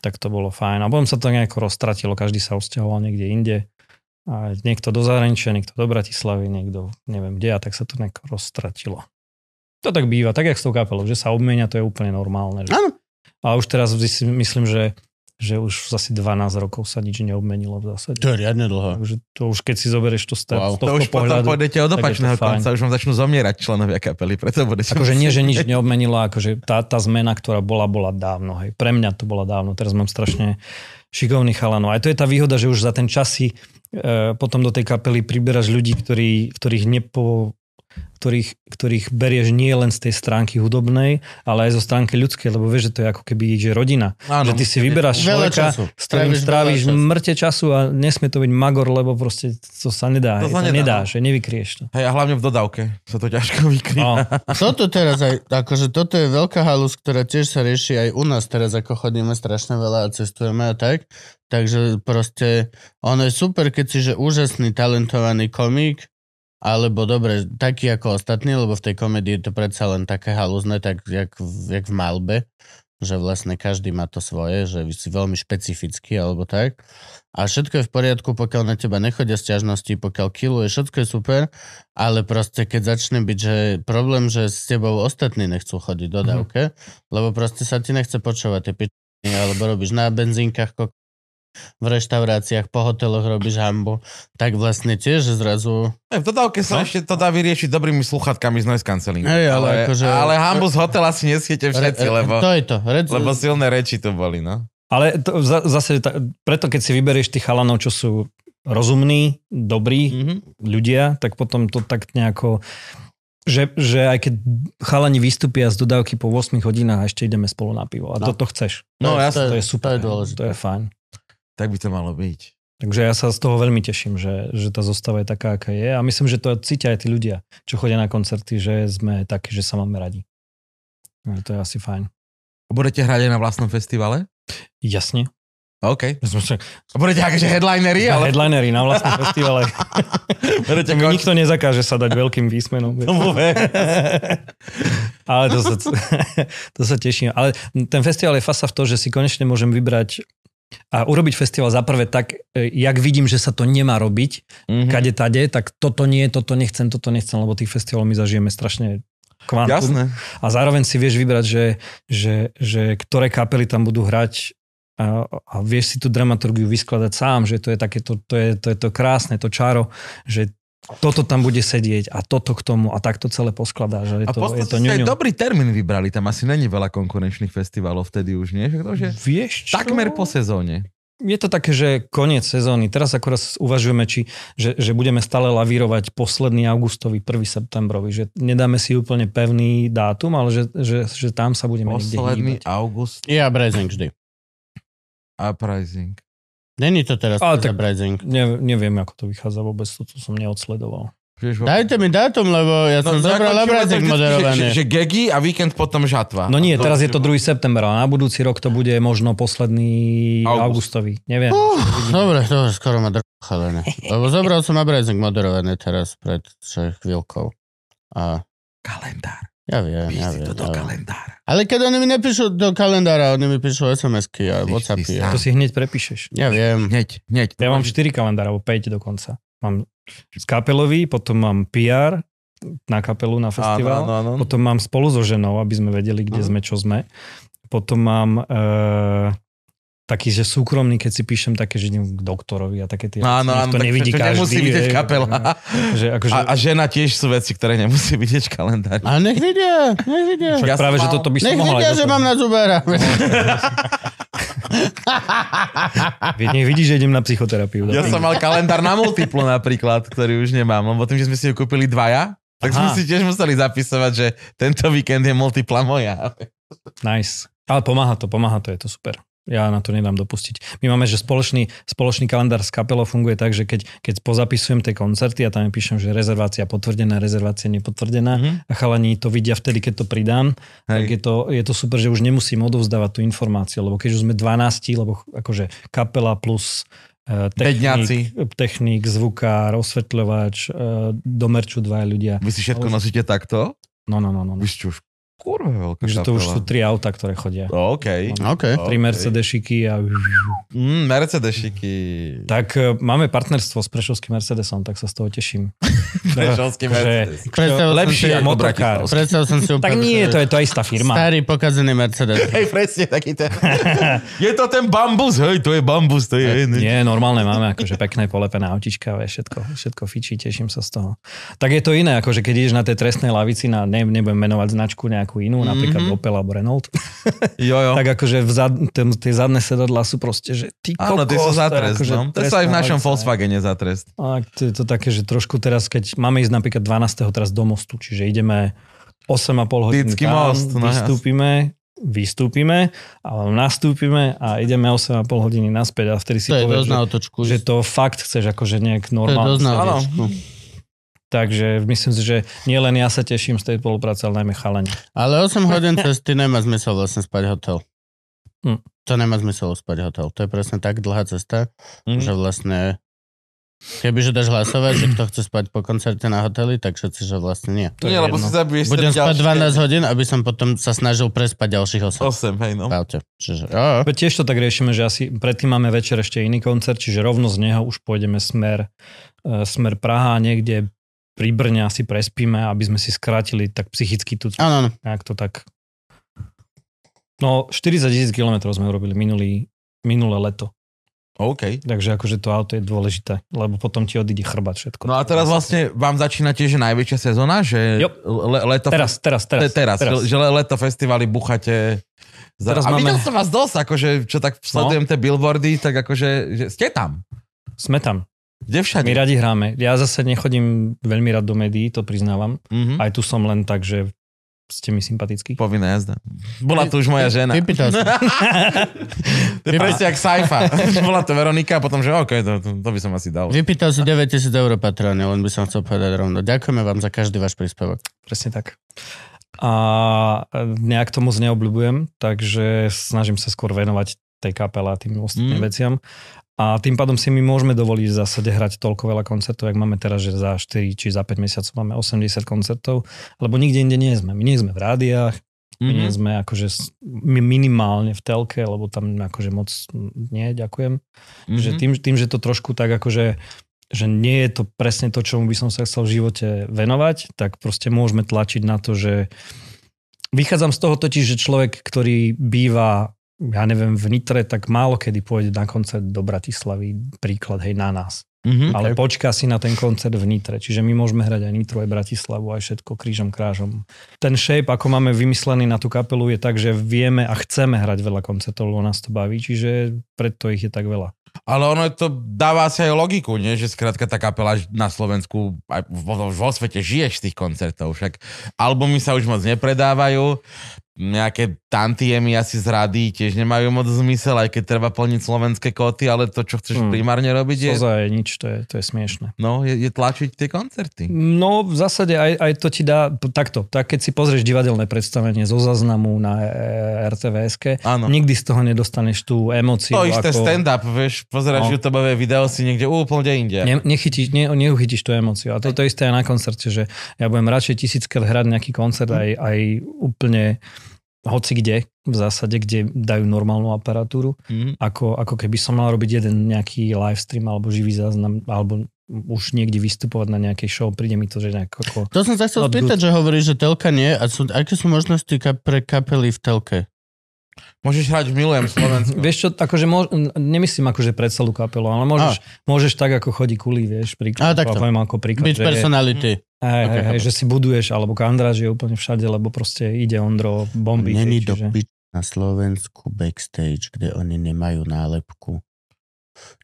S3: tak to bolo fajn. A potom sa to nejako roztratilo, každý sa usťahoval niekde inde. A niekto do zahraničia, niekto do Bratislavy, niekto neviem kde a tak sa to nejako roztratilo. To tak býva, tak jak s tou kapelou, že sa obmenia, to je úplne normálne. Že?
S1: Áno.
S3: A už teraz si myslím, že, že už asi 12 rokov sa nič neobmenilo v zásade.
S1: To je riadne dlho.
S3: Takže to už keď si zoberieš to z, wow. z
S2: To
S3: tohto
S2: už potom
S3: pohľadu.
S2: pôjdete od
S3: tak je to
S2: opačného
S3: fajn.
S2: konca, už vám začnú zomierať členovia kapely, preto budete...
S3: Akože nie, že nič neobmenilo, akože tá, tá zmena, ktorá bola, bola dávno. Hej. Pre mňa to bola dávno, teraz mám strašne šikovný chalanov. Aj to je tá výhoda, že už za ten čas si e, potom do tej kapely priberáš ľudí, ktorí, ktorých nepo, ktorých, ktorých berieš nie len z tej stránky hudobnej, ale aj zo stránky ľudskej, lebo vieš, že to je ako keby že rodina.
S2: Áno.
S3: Áno, že ty si vyberáš
S1: Veľa
S3: človeka,
S1: času.
S3: s ktorým
S1: Tráviš veľa
S3: stráviš
S1: času.
S3: mŕte času a nesmie to byť magor, lebo proste to sa nedá.
S2: To
S3: To
S2: sa
S3: sa
S2: nedá,
S3: to nedá,
S2: no.
S3: že nevykrieš to.
S2: Hej, a hlavne v dodávke sa to ťažko vykrýva.
S3: No,
S1: Toto teraz aj, akože toto je veľká halus, ktorá tiež sa rieši aj u nás teraz, ako chodíme strašne veľa a cestujeme a tak. Takže proste ono je super, keď si že úžasný, talentovaný komik, alebo dobre, taký ako ostatní, lebo v tej komedii je to predsa len také halúzne, tak jak, v- jak v malbe, že vlastne každý má to svoje, že vy si veľmi špecifický alebo tak. A všetko je v poriadku, pokiaľ na teba nechodia sťažnosti, pokiaľ kiluje, všetko je super, ale proste keď začne byť, že problém, že s tebou ostatní nechcú chodiť
S2: Mhm.
S1: do dávke, mm-hmm. lebo proste sa ti nechce počúvať tie pičiny, alebo robíš na benzínkach, kok- v reštauráciách, po hoteloch robíš hambu, tak vlastne tiež zrazu...
S2: Hej, v dodávke sa
S1: No.
S2: ešte to dá vyriešiť dobrými sluchatkami z noise cancellingu.
S1: Hej, ale akože-
S2: ale hambu z hotela si nesiete všetci,
S1: Re- re-
S2: lebo,
S1: To je to. Red...
S2: lebo silné reči tu boli, no.
S3: ale to, za- zase, ta, preto keď si vyberieš tých chalanov, čo sú rozumní, dobrí,
S1: Mhm.
S3: ľudia, tak potom to tak nejako... Že, že aj keď chalani vystúpia z dodávky po 8 hodinách a ešte ideme spolu na pivo. A
S1: No.
S3: no. toto chceš.
S2: No,
S1: to, je-
S2: jasne,
S3: To je super.
S1: To je dôležité.
S3: To je fajn.
S2: Tak by to malo byť.
S3: Takže ja sa z toho veľmi teším, že, že tá zostava je taká, aká je. A myslím, že to cítia aj tí ľudia, čo chodia na koncerty, že sme takí, že sa máme radi. No, to je asi fajn.
S2: Budete hrať aj na vlastnom festivale?
S3: Jasne.
S2: OK.
S3: My Sme sa,
S2: Budete akože headlinery, ale...
S3: Headlinery na vlastnom festivale.
S2: Budete
S3: Mi
S2: konč-
S3: nikto nezakáže sa dať veľkým výsmenom.
S2: Tomu ver.
S3: Ale to sa, to sa teším. Ale ten festival je fasa v to, že si konečne môžem vybrať a urobiť festival za prvé tak, e, jak vidím, že sa to nemá robiť,
S2: Mhm.
S3: kade tade, tak toto nie, toto nechcem, toto nechcem, lebo tých festivalov my zažijeme strašne kvantum.
S2: Jasné.
S3: A zároveň si vieš vybrať, že, že, že ktoré kapely tam budú hrať a, a vieš si tú dramaturgiu vyskladať sám, že to je takéto, to je, to je to krásne, to čaro, že toto tam bude sedieť a toto k tomu a takto celé poskladá, že je
S2: A
S3: to,
S2: v
S3: je
S2: podstate
S3: to
S2: ste aj
S3: ňuňu.
S2: dobrý termín vybrali, tam asi není veľa konkurenčných festivalov vtedy už, nie? Však to už je
S3: Vieš čo?
S2: takmer po sezóne.
S3: Je to také, že koniec sezóny. Teraz akorát uvažujeme, či, že, že budeme stále lavírovať posledný augustový, 1. septembrový. Že nedáme si úplne pevný dátum, ale že, že, že tam sa budeme niekde
S2: Posledný
S3: hýbať.
S2: august
S1: Ja Brazing vždy.
S2: uprising.
S1: Není to teraz
S3: Ale
S1: Ale tak...
S3: tak-
S1: Brazing.
S3: Ne, neviem, ako to vychádza vôbec, toto som neodsledoval.
S2: Vieš,
S1: Dajte mi dátum, lebo ja
S3: no,
S1: som zobral
S2: zakončíme No, to
S1: Brazing
S2: vždycky,
S1: moderovaný.
S2: Že, že, že gegy a víkend potom žatva.
S3: No nie,
S2: A to-
S3: teraz je to 2. september, ale na budúci rok to bude možno posledný
S2: August.
S3: augustový. Neviem.
S1: Dobre, dobre, skoro ma dr- chalené. Lebo zobral som Abrazing moderované teraz pred že chvíľkou. A
S2: Kalendár.
S1: ja viem,
S2: Píš
S1: ja
S2: si
S1: viem.
S2: to do
S1: ja viem.
S2: kalendára.
S1: Ale keď oni mi nepíšu do kalendára, oni mi píšu SMS-ky a
S2: Ty si
S1: WhatsAppy.
S2: sám.
S1: Ja,
S3: To si hneď prepíšeš.
S1: ja viem.
S2: Hneď, hneď.
S3: Ja mám 4 kalendáre, alebo 5 dokonca. Mám kapelový, potom mám PR na kapelu, na festival.
S2: Áno, áno, áno.
S3: Potom mám spolu so ženou, aby sme vedeli, kde
S2: Mhm.
S3: sme, čo sme. Potom mám e, taký, že súkromný, keď si píšem také, že idem k doktorovi a také tie
S2: No, Áno, áno,
S3: to
S2: tak
S3: nevidí
S2: to
S3: každý.
S2: nemusí vidieť
S3: hej,
S2: kapela.
S3: Že akože,
S2: A, a žena tiež sú veci, ktoré nemusí vidieť v kalendári.
S1: A nech vidia, nech vidia.
S3: však
S2: ja
S3: práve,
S2: som
S3: že
S2: mal-
S3: toto by som
S1: Nech
S3: mohol
S1: vidia, že mám na zubára.
S3: Nech vidí, že idem na psychoterapiu.
S2: Ja
S3: Dobre.
S2: som mal kalendár na multiplu napríklad, ktorý už nemám, lebo tým, že sme si ho kúpili dvaja, tak sme
S3: Aha.
S2: si tiež museli zapisovať, že tento víkend je multipla moja.
S3: Nice. Ale pomáha to, pomáha to, je to super. Ja na to nedám dopustiť. My máme, že spoločný, spoločný kalendár s kapelou funguje tak, že keď, keď pozapisujem tie koncerty a tam im píšem, že rezervácia potvrdená, rezervácia nepotvrdená a chalani to vidia vtedy, keď to pridám, tak je
S2: Hej.
S3: to, je to super, že už nemusím odovzdávať tú informáciu, lebo keď už sme 12, lebo ch- akože kapela plus e,
S2: Bedňáci.
S3: technik, technik, zvukár, osvetľovač, e, do merču dvaja ľudia.
S2: Vy si všetko nosíte takto?
S3: No, no, no, no. no.
S2: Vy ste už kurva veľká
S3: Takže to už
S2: kapela.
S3: sú tri auta, ktoré chodia.
S2: OK.
S1: OK.
S3: Tri
S2: OK.
S3: Mercedešiky a...
S2: Mm, Mercedešiky.
S3: Tak e, máme partnerstvo s Prešovským Mercedesom, tak sa z toho teším. E,
S2: Prešovský
S3: Že-
S2: Mercedes.
S1: Predstavil som si,
S2: Lepšie ako
S3: motorkár.
S2: Bratislavský.
S1: predstavil som si
S3: Tak
S1: úplne,
S3: nie,
S1: že
S3: to je to je istá firma.
S1: Starý pokazený Mercedes.
S2: Hej, presne taký ten. je to ten bambus, hej, to je bambus, to je iný.
S3: Nie, normálne máme akože pekné polepené autička, vieš, všetko, všetko fičí, teším sa z toho. Tak je to iné, akože keď ideš na tej trestnej lavici, na, ne, nebudem menovať značku nejakú inú, napríklad
S2: Mhm.
S3: Opel alebo Renault,
S2: Jo, jo.
S3: tak akože vzad, ten, tie zadné sedadlá sú proste, že ty kokos.
S2: Áno, ty sú za
S3: je akože
S2: trest, no. To sa aj v
S3: trestná
S2: našom
S3: lavica.
S2: Volkswagene za trest.
S3: A to je to také, že trošku teraz, keď keď máme ísť napríklad 12. teraz do mostu, čiže ideme 8,5 hodiny
S2: Vždycky
S3: tam,
S2: most, no jasne.
S3: vystúpime, vystúpime, a nastúpime a ideme 8,5 hodiny naspäť a vtedy
S1: To
S3: si
S1: je
S3: povieš,
S1: dosť na
S3: že,
S1: otočku.
S3: že to fakt chceš akože
S1: to je
S3: nejak
S1: dosť na
S3: normálne.
S2: Áno.
S1: otočku.
S3: Takže myslím si, že nielen ja sa teším z tej spolupráce, ale najmä chalani.
S1: Ale 8 hodín cesty nemá zmysel vlastne spať hotel.
S3: Hm.
S1: To nemá zmysel spať hotel. To je presne tak dlhá cesta,
S2: Mhm.
S3: Mm,
S1: že vlastne... Kebyže dáš hlasovať, že kto chce spať po koncerte na hoteli, tak všetci, že vlastne nie.
S3: To je
S2: Nie, lebo
S3: jedno.
S2: si zabiješ
S1: Budem
S2: tri
S1: spať
S2: ďalšie-
S1: 12 hodín, aby som potom sa snažil prespať ďalších 8.
S2: 8, hej, no.
S1: Pravte. Čiže, jo, jo.
S3: Veď tiež to tak riešime, že asi predtým máme večer ešte iný koncert, čiže rovno z neho už pôjdeme smer, e, smer Praha a niekde pri Brne asi prespíme, aby sme si skrátili tak psychicky tú
S1: Áno, áno.
S3: nejak to tak... No, 40 tisíc kilometrov sme urobili minulý, minulé leto.
S2: OK.
S3: Takže akože to auto je dôležité, lebo potom ti odíde chrbát všetko.
S2: No a teraz vlastne vám začína tiež najväčšia sezóna, že
S3: Jo.
S2: le- leto...
S3: Teraz, teraz,
S2: Te-
S3: teraz.
S2: teraz, teraz. Že, že le- leto festivaly buchate. Za... a
S3: Teraz máme- No.
S2: videl som vás dosť, akože, čo tak sledujem tie billboardy, tak akože, že ste tam.
S3: Sme tam.
S2: Kde všade?
S3: My radi hráme. Ja zase nechodím veľmi rád do médií, to priznávam.
S2: Mhm.
S3: Aj tu som len tak, že ste mi sympatickí.
S2: Povinná jazda. Bola tu už moja žena.
S1: Vypýtal som.
S2: To je presne jak Saifa. Bola to Veronika a potom, že OK, to, to, to by som asi dal.
S1: Vypýtal si 9000 eur Patreone, len by som chcel povedať rovno. Ďakujeme vám za každý váš príspevok.
S3: Presne tak. A e, nejak tomu zneobľúbujem, takže snažím sa skôr venovať tej kapele a tým
S2: Mm.
S3: ostatným mm. veciam. A tým pádom si my môžeme dovoliť v zásade hrať toľko veľa koncertov, jak máme teraz, že za 4 či za 5 mesiacov máme 80 koncertov, lebo nikde inde nie sme. My nie sme v rádiách,
S2: Mhm.
S3: my nie sme akože s- my minimálne v telke, lebo tam akože moc nie, ďakujem.
S2: Mhm.
S3: Že tým, tým, že to trošku tak akože že nie je to presne to, čomu by som sa chcel v živote venovať, tak proste môžeme tlačiť na to, že vychádzam z toho totiž, že človek, ktorý býva ja neviem, v Nitre, tak málo kedy pôjde na koncert do Bratislavy, príklad, hej, na nás.
S2: Mhm.
S3: Ale počká si na ten koncert v Nitre. Čiže my môžeme hrať aj Nitru, aj Bratislavu, aj všetko krížom, krážom. Ten shape, ako máme vymyslený na tú kapelu, je tak, že vieme a chceme hrať veľa koncertov, lebo nás to baví, čiže preto ich je tak veľa.
S2: Ale ono to dáva asi aj logiku, nie? že skrátka tá kapela ž- na Slovensku aj vo, vo svete žiješ z tých koncertov, však albumy sa už moc nepredávajú, nejaké tantiemy asi z rady tiež nemajú moc zmysel, aj keď treba plniť slovenské kóty, ale to, čo chceš
S3: Hmm.
S2: primárne robiť je,
S3: Soza je nič, to je, to je smiešne.
S2: no, je, je tlačiť tie koncerty.
S3: No v zásade aj, aj to ti dá takto, tak keď si pozrieš divadelné predstavenie zo záznamu na e, RTVSK,
S2: Áno.
S3: nikdy z toho nedostaneš tú
S2: To
S3: emóciu.
S2: isté
S3: ako...
S2: stand-up, vieš, pozeráš
S3: No.
S2: YouTube video si niekde úplne inde.
S3: Ne, nechytíš, ne, neuchytíš tú emóciu. A to, to isté aj na koncerte, že ja budem radšej tisíckrát hrať nejaký koncert aj, aj úplne hoci kde, v zásade, kde dajú normálnu aparatúru,
S2: Mhm.
S3: ako, ako keby som mal robiť jeden nejaký live stream alebo živý záznam, alebo už niekde vystupovať na nejakej show, príde mi to, že nejak ako...
S1: To som sa chcel
S3: Odbyt.
S1: spýtať, že hovoríš, že telka nie. A sú, aké sú možnosti ka- pre kapely v telke?
S2: Môžeš hrať v Milujem Slovensku.
S3: Vieš čo, akože môž, n- nemyslím akože pre celú kapelu, ale môžeš, môžeš tak, ako chodí kulí, vieš,
S1: Á,
S3: príklad.
S1: takto.
S3: poviem ako príklad,
S1: Byť personality.
S3: hej,
S1: Ok,
S3: hej, hej,
S1: chápem.
S3: že si buduješ, alebo Kandraž je úplne všade, lebo proste ide Ondro bomby.
S1: Není
S3: hej,
S1: do
S3: čiže-
S1: pič na Slovensku backstage, kde oni nemajú nálepku.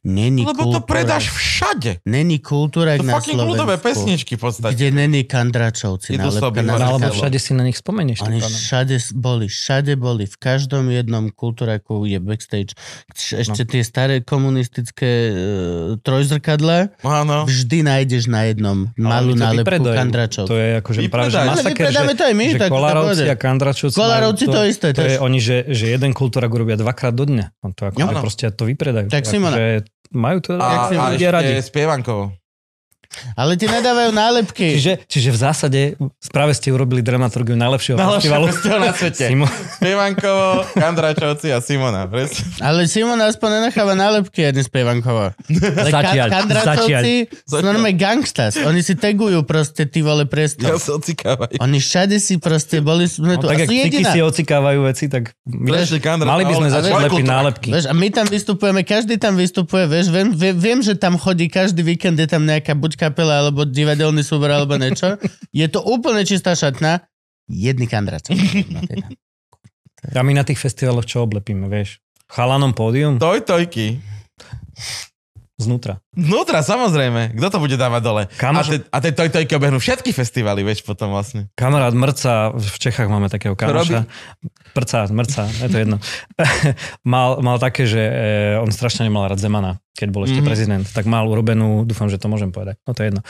S1: Není
S2: Lebo to
S1: kultúra-
S2: predáš všade.
S1: Není kultúra
S2: To
S1: na
S2: fucking ľudové
S1: Slovensku,
S2: pesničky v podstate.
S1: kde není kandračovci
S2: Idú
S1: nálepka
S2: soby
S1: na
S2: hore.
S3: No, alebo
S1: skalo.
S3: všade no. si na nich spomenieš.
S1: Oni
S3: tým pádom.
S1: všade s- boli, všade boli, v každom jednom kultúraku je backstage.
S3: No.
S1: Ešte tie staré komunistické e, trojzrkadla,
S2: Áno.
S1: vždy nájdeš na jednom
S3: No. Ale
S1: malú
S3: oni to
S1: nálepku
S3: vypredajú.
S1: Kandračov.
S3: To je akože práve, že
S2: Vypredajú.
S1: Ale
S3: masaker, že,
S1: vypredáme to aj my,
S3: že
S1: tak to
S3: Kolárovci
S1: povede.
S3: a Kandračovci majú
S1: Kolárovci to isté.
S3: To
S1: tiež.
S3: je oni, že, že jeden kultúrak urobia dvakrát do dňa. On to akože
S2: Áno.
S3: proste to vypredajú.
S1: no. Tak Simona.
S3: Akože majú
S2: A,
S3: to
S1: Jak si
S2: a
S3: ľudia radi.
S2: ešte spievankovo.
S1: Ale ti nedávajú nálepky.
S3: Čiže, čiže v zásade práve ste urobili dramaturgiu najlepšieho
S2: Najlepšie
S3: festivalu.
S2: festival na svete.
S3: Simo,
S2: Spievankovo, Kandračovci a Simona. Presne.
S1: Ale Simon aspoň nenacháva nálepky jedný spievankovo. Ale
S3: Zatiaľ,
S1: Kandračovci sú
S2: zatiaľ.
S1: normálne gangsters. Oni si tagujú proste ty vole
S2: Ja
S1: priestor.
S2: sa ocikávaj.
S1: Oni všade si proste boli sme tu.
S3: no,
S1: a
S3: tak jak
S1: sú
S3: ciky
S1: jediná.
S3: si ocikávajú veci, tak my,
S2: Prešli Kandra-
S3: mali by sme
S2: Ale-
S3: začať
S2: ale-
S3: lepiť
S2: kultúrak.
S3: nálepky.
S1: Vieš, a my tam vystupujeme, každý tam vystupuje, vieš, viem, viem, viem, že tam chodí každý víkend, je tam nejaká buď kapela, alebo divadelný súbor, alebo niečo. Je to úplne čistá šatna. Jedný kandrač.
S3: A my na tých festivaloch čo oblepíme, vieš? Chalanom pódium?
S2: Toj, tojky.
S3: Znútra.
S2: Vnútra, samozrejme. Kto to bude dávať dole? A
S3: Kamoš-
S2: te, a te toj, tojky obehnú všetky festivaly, vieš, potom vlastne.
S3: Kamarát Mrca, v Čechách máme takého kamoša. Prca, Mrca, je to jedno. mal, mal také, že eh, on strašne nemal rád Zemana, keď bol
S2: Mhm.
S3: ešte mm-hmm. prezident. Tak mal urobenú, dúfam, že to môžem povedať, no to je jedno.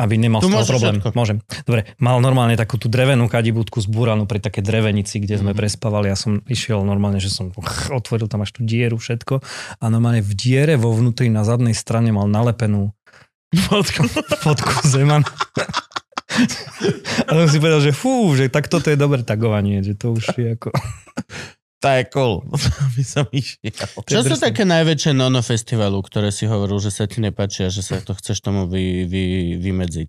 S3: Aby nemal
S1: Tu
S3: z toho
S1: môžeš
S3: problém.
S1: všetko.
S3: Môžem. Dobre, mal normálne takú tú drevenú kadibúdku z Buranu pri také drevenici, kde sme
S1: Mhm.
S3: prespávali. Ja som išiel normálne, že som otvoril tam až tú dieru, všetko. A normálne v diere vo vnútri na zadnej strane mal nalepenú fotku, fotku Zemana. A som si povedal, že fú, že tak toto je dobré tagovanie, že to už je ako...
S2: To je cool. By som išiel.
S1: Čo sú také najväčšie nono festivalu, ktoré si hovoril, že sa ti nepáčia, že sa to chceš tomu vy, vy, vymedziť?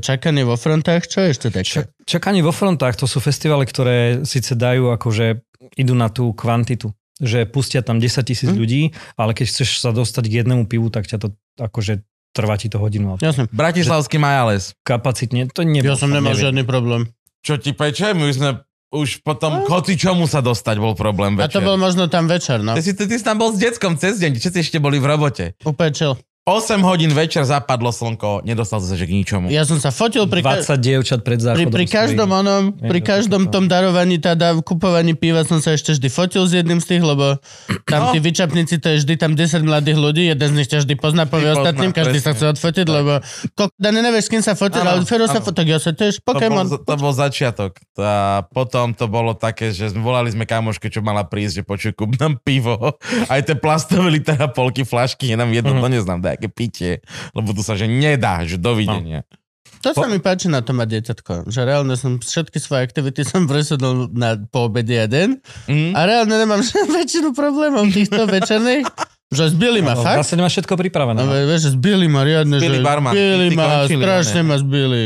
S1: Čakanie vo frontách, čo je ešte také?
S3: Čak- Čakanie vo frontách, to sú festivaly, ktoré síce dajú akože, idú na tú kvantitu že pustia tam 10 tisíc
S1: Hm.
S3: ľudí, ale keď chceš sa dostať k jednému pivu, tak ťa to akože trvá ti to hodinu. A
S1: Jasne.
S2: Bratislavský Majales.
S3: Kapacitne, to
S1: Ja
S3: neviem.
S1: som nemal
S3: neviem.
S1: žiadny problém.
S2: Čo ti peče? My už sme už potom koci čomu sa dostať bol problém
S1: No. A to
S2: večer.
S1: bol možno tam večer, no.
S2: Ty, si, ty, ty si tam bol s deckom cez deň, všetci ešte boli v robote.
S1: Úplne chill.
S2: 8 hodín večer zapadlo slnko, nedostal sa že k ničomu.
S1: Ja som sa fotil pri... ka-
S3: 20 dievčat pred
S1: Pri,
S3: záchodom.
S1: pri
S3: stojí.
S1: každom onom,
S3: Je
S1: pri
S3: to
S1: každom
S3: takéto.
S1: tom darovaní, teda v kupovaní piva som sa ešte vždy fotil s jedným z tých, lebo tam
S2: No.
S1: tí vyčapníci, to je vždy tam 10 mladých ľudí, jeden z nich ťa vždy pozná, povie
S2: Vždy pozná,
S1: ostatným, každý sa
S2: presne.
S1: chce odfotiť, lebo kokda nevieš, s kým sa fotil,
S2: Áno,
S1: ale Fero sa
S2: áno.
S1: fotil, tak ja sa tiež Pokémon.
S2: To bol, to bol začiatok. A potom to bolo také, že sme volali sme kamoške, čo mala prísť, že počuj, kúp nám pivo. Aj tie plastové litre a polky flašky, je nám jedno,
S3: Mhm.
S2: to neznám, dajaké pitie. Lebo tu sa, že nedá, že dovidenia.
S1: To sa mi páči na to mať dieťatko, že reálne som všetky svoje aktivity som presunul na po obede jeden
S3: No.
S2: Mm?
S1: a reálne nemám väčšinu problémov týchto večerných, že zbili ma
S3: No,
S1: fakt.
S3: Zase nemáš všetko pripravené.
S1: No, ve- vieš, že zbili ma riadne,
S2: Zbili
S1: že
S2: barman.
S1: zbili
S2: Ty
S1: ma,
S2: končili,
S1: strašne ma zbili.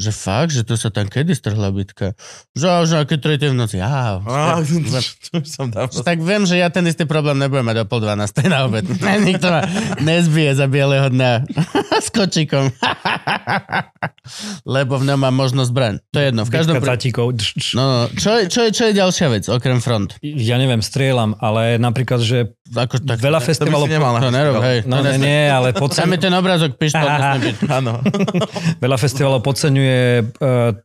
S1: Že fakt, že to sa tam kedy strhla bitka. Že až na keď tretej v noci, á,
S2: Ah,
S1: že-
S2: to už som dávno...
S1: že tak viem, že ja ten istý problém nebudem mať o pol 12 na obed. Nikto ma nezbije za bieleho dňa s kočikom. Lebo v ňom mám možnosť zbraň. To je jedno. V každom
S3: Bitka
S1: prí...
S3: tatíkov. Dž, dž.
S1: No, no, čo, je, čo, je, čo je ďalšia vec, okrem front?
S3: Ja neviem, strieľam, ale napríklad, že
S1: Ako, tak,
S3: veľa
S2: To by
S3: festivalov...
S2: si nemal
S1: to
S2: na
S1: nerob, hej.
S3: No
S1: to
S3: nie,
S1: nesmie-
S3: nie, ale
S1: Tam je
S3: podceň...
S1: ten obrázok pištol, nesmie byť.
S2: Áno.
S3: veľa festivalov podceňuje e,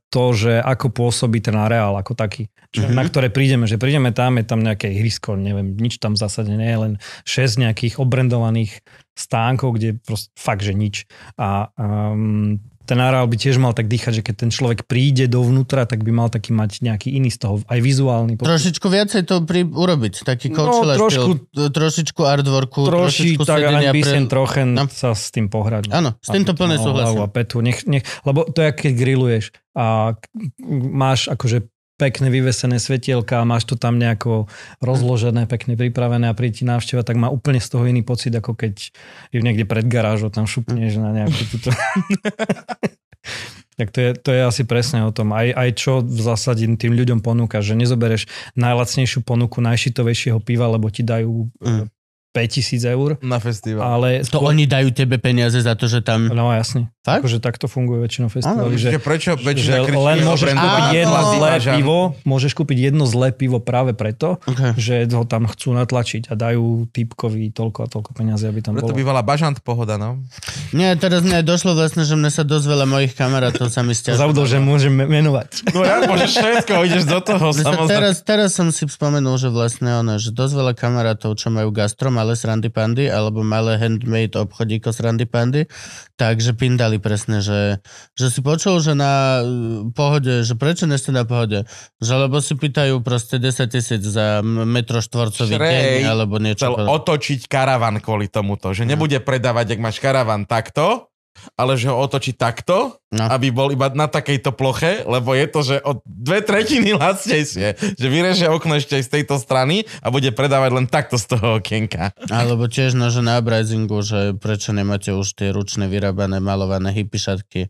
S3: to, že ako pôsobí ten areál ako taký, čo,
S1: Mhm.
S3: na ktoré prídeme. Že prídeme tam, je tam nejaké ihrisko, neviem, nič tam v zásade nie je, len 6 nejakých obrendovaných stánkov, kde proste fakt, že nič. A um, ten areál by tiež mal tak dýchať, že keď ten človek príde dovnútra, tak by mal taký mať nejaký iný z toho, aj vizuálny. pocit.
S1: Trošičku viacej to pri, urobiť, taký
S3: No,
S1: coachella
S3: trošku-
S1: štýl. Trošičku artworku,
S3: troši
S1: trošičku
S3: tak
S1: sedenia
S3: ein bisschen
S1: pre...
S3: trochen
S1: No.
S3: sa s tým pohrať. no.
S1: Áno, s týmto
S3: A-
S1: plne
S3: no,
S1: súhlasím.
S3: hlavu A petu, nech, nech, lebo to je, ako keď grilluješ a k- máš akože pekné vyvesené svetielka a máš to tam nejako rozložené, pekne pripravené a príde ti návšteva, tak má úplne z toho iný pocit, ako keď je niekde pred garážou, tam šupneš na nejakú túto... tak to je, to je asi presne o tom. Aj, aj čo v zásade tým ľuďom ponúka, že nezobereš najlacnejšiu ponuku najšitovejšieho piva, lebo ti dajú
S1: Mm.
S3: mm. 5000 eur,
S2: Na festival.
S3: ale...
S1: To oni dajú tebe peniaze za to, že tam...
S3: No jasne.
S1: Fakt?
S3: Akože takto funguje väčšinou festivaly, že,
S2: Že, prečo
S3: že
S2: väčšina kričí,
S3: len
S2: že
S3: môžeš
S2: obrendovaná
S3: kúpiť jedno
S2: plazí
S3: zlé
S2: bažant.
S3: pivo, môžeš kúpiť jedno zlé pivo práve preto,
S1: Okay.
S3: že ho tam chcú natlačiť a dajú typkovi toľko a toľko peniazy, aby tam
S2: Preto
S3: bolo.
S2: bývala bažant pohoda, no.
S1: Nie, teraz mne došlo vlastne, že mne sa dosť veľa mojich kamarátov sa mi stiažilo.
S3: Zabudol, že môžem me- menovať.
S2: No ja môžeš všetko, ideš do toho,
S1: Že sa
S2: samozrejme.
S1: Teraz, teraz som si spomenul, že vlastne ono, že dosť veľa kamarátov, čo majú gastro, malé srandy pandy, alebo malé handmade obchodíko srandy pandy, takže pindali presne, že, že si počul, že na uh, pohode, že prečo nie ste na pohode? Že lebo si pýtajú proste 10 tisíc za m- metro štvorcový
S2: Šrej,
S1: deň, alebo niečo.
S2: chcel otočiť karavan kvôli tomuto. Že nebude predávať, ak máš karavan takto, ale že ho otočí takto,
S1: No.
S2: aby bol iba na takejto ploche, lebo je to, že o dve tretiny lacnejšie. Že vyreže okno ešte aj z tejto strany a bude predávať len takto z toho okienka.
S1: Alebo tiež no, že na uprisingu, že prečo nemáte už tie ručne vyrábané, malované hippie šatky,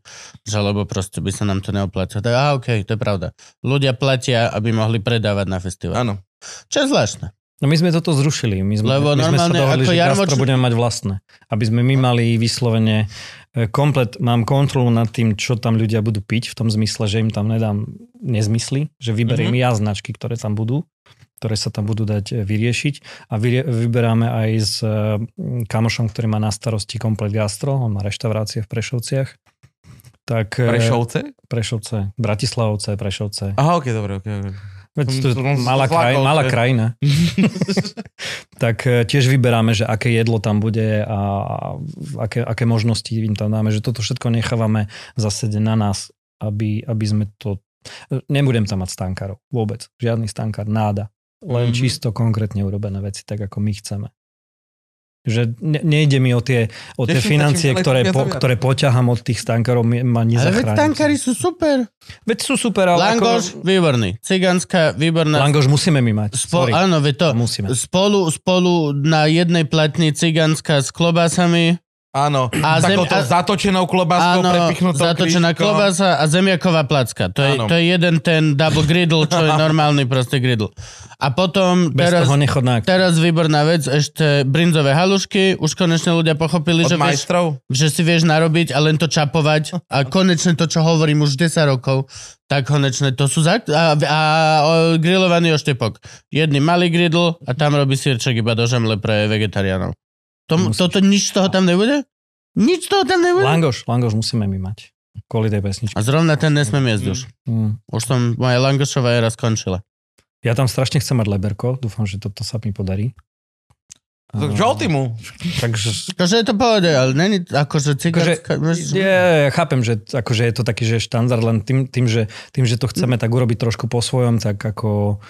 S1: že lebo proste by sa nám to neoplatilo. Tak, a okej, to je pravda. Ľudia platia, aby mohli predávať na festival.
S2: Áno.
S1: Čo je zvláštne.
S3: No my sme toto zrušili. My sme,
S1: Lebo
S3: my sme sa
S1: normálne
S3: dohodli,
S1: ako
S3: že
S1: jarmoč-
S3: gastro budeme mať vlastné. Aby sme my mali vyslovene e, komplet, mám kontrolu nad tým, čo tam ľudia budú
S1: Mhm.
S3: piť, v tom zmysle, že im tam nedám nezmysly, že vyberiem mm-hmm. ja značky, ktoré tam budú ktoré sa tam budú dať e, vyriešiť. A vyrie- vyberáme aj s e, m, kamošom, ktorý má na starosti komplet gastro, on má reštaurácie v Prešovciach. Tak, e,
S2: Prešovce?
S3: Prešovce, Bratislavovce, Prešovce.
S2: Aha, ok, dobre, ok. ok.
S3: Veď
S2: Som-
S3: to je
S2: som
S3: malá,
S2: zlakol,
S3: kraj,
S2: že-
S3: malá krajina. tak e, tiež vyberáme, že aké jedlo tam bude a aké, aké možnosti im tam dáme, že toto všetko nechávame v zásade na nás, aby, aby sme to... e, Nebudem tam mať stánkarov, vôbec. Žiadny stánkar, náda. Len
S2: Mhm.
S3: čisto konkrétne urobené veci, tak ako my chceme. Že ne, nejde mi o tie, o
S2: Teším sa,
S3: tie
S2: čím
S3: financie,
S2: ďalej,
S3: ktoré,
S2: tým viac a
S3: po,
S2: viac.
S3: ktoré poťaham od tých stánkarov, mi- ma
S1: Ale veď
S3: nezachráni.
S1: tankári sú super.
S3: Veď sú super, ale
S1: Langoš,
S3: ako...
S1: výborný. Cigánska, výborná.
S3: Langoš musíme my mať.
S1: Spo-
S3: sorry.
S1: áno, veď to.
S3: Musíme.
S1: Spolu, spolu na jednej platni cigánska s klobásami.
S2: Áno,
S1: A
S2: a
S1: zem-
S2: takouto
S1: a-
S2: zatočenou klobáskou
S1: Áno,
S2: prepichnutou
S1: zatočená
S2: krížkom.
S1: klobasa a zemiaková placka. To je,
S2: Áno.
S1: to je jeden ten double griddle, čo je normálny proste griddle. A potom
S3: Bez
S1: teraz,
S3: toho nechod na akciu.
S1: teraz výborná vec, ešte brinzové halušky. Už konečne ľudia pochopili,
S2: Od
S1: že vieš,
S2: majstrov?
S1: že si vieš narobiť a len to čapovať a konečne to, čo hovorím už 10 rokov, tak konečne to sú zak- a, a, o, grillovaný oštepok. Jedný malý griddle a tam robí sírček iba do žemle pre vegetariánov. Tom,
S3: Musíš.
S1: toto nič z toho tam nebude? Nič z toho tam nebude?
S3: Langoš, langoš musíme my mať. Kvôli tej pesničke.
S1: A zrovna ten nesmiem jesť už.
S3: Mm.
S1: Už som, moja langošová era skončila.
S3: Ja tam strašne chcem mať leberko. Dúfam, že toto sa mi podarí.
S2: Tak
S3: A-
S2: žolty mu.
S3: Takže...
S1: Akože je to pohode, ale není akože cigánska...
S3: Akože, je, chápem, že t- akože je to taký, že štandard, len tým, tým, že, tým, že to chceme tak urobiť trošku po svojom, tak ako,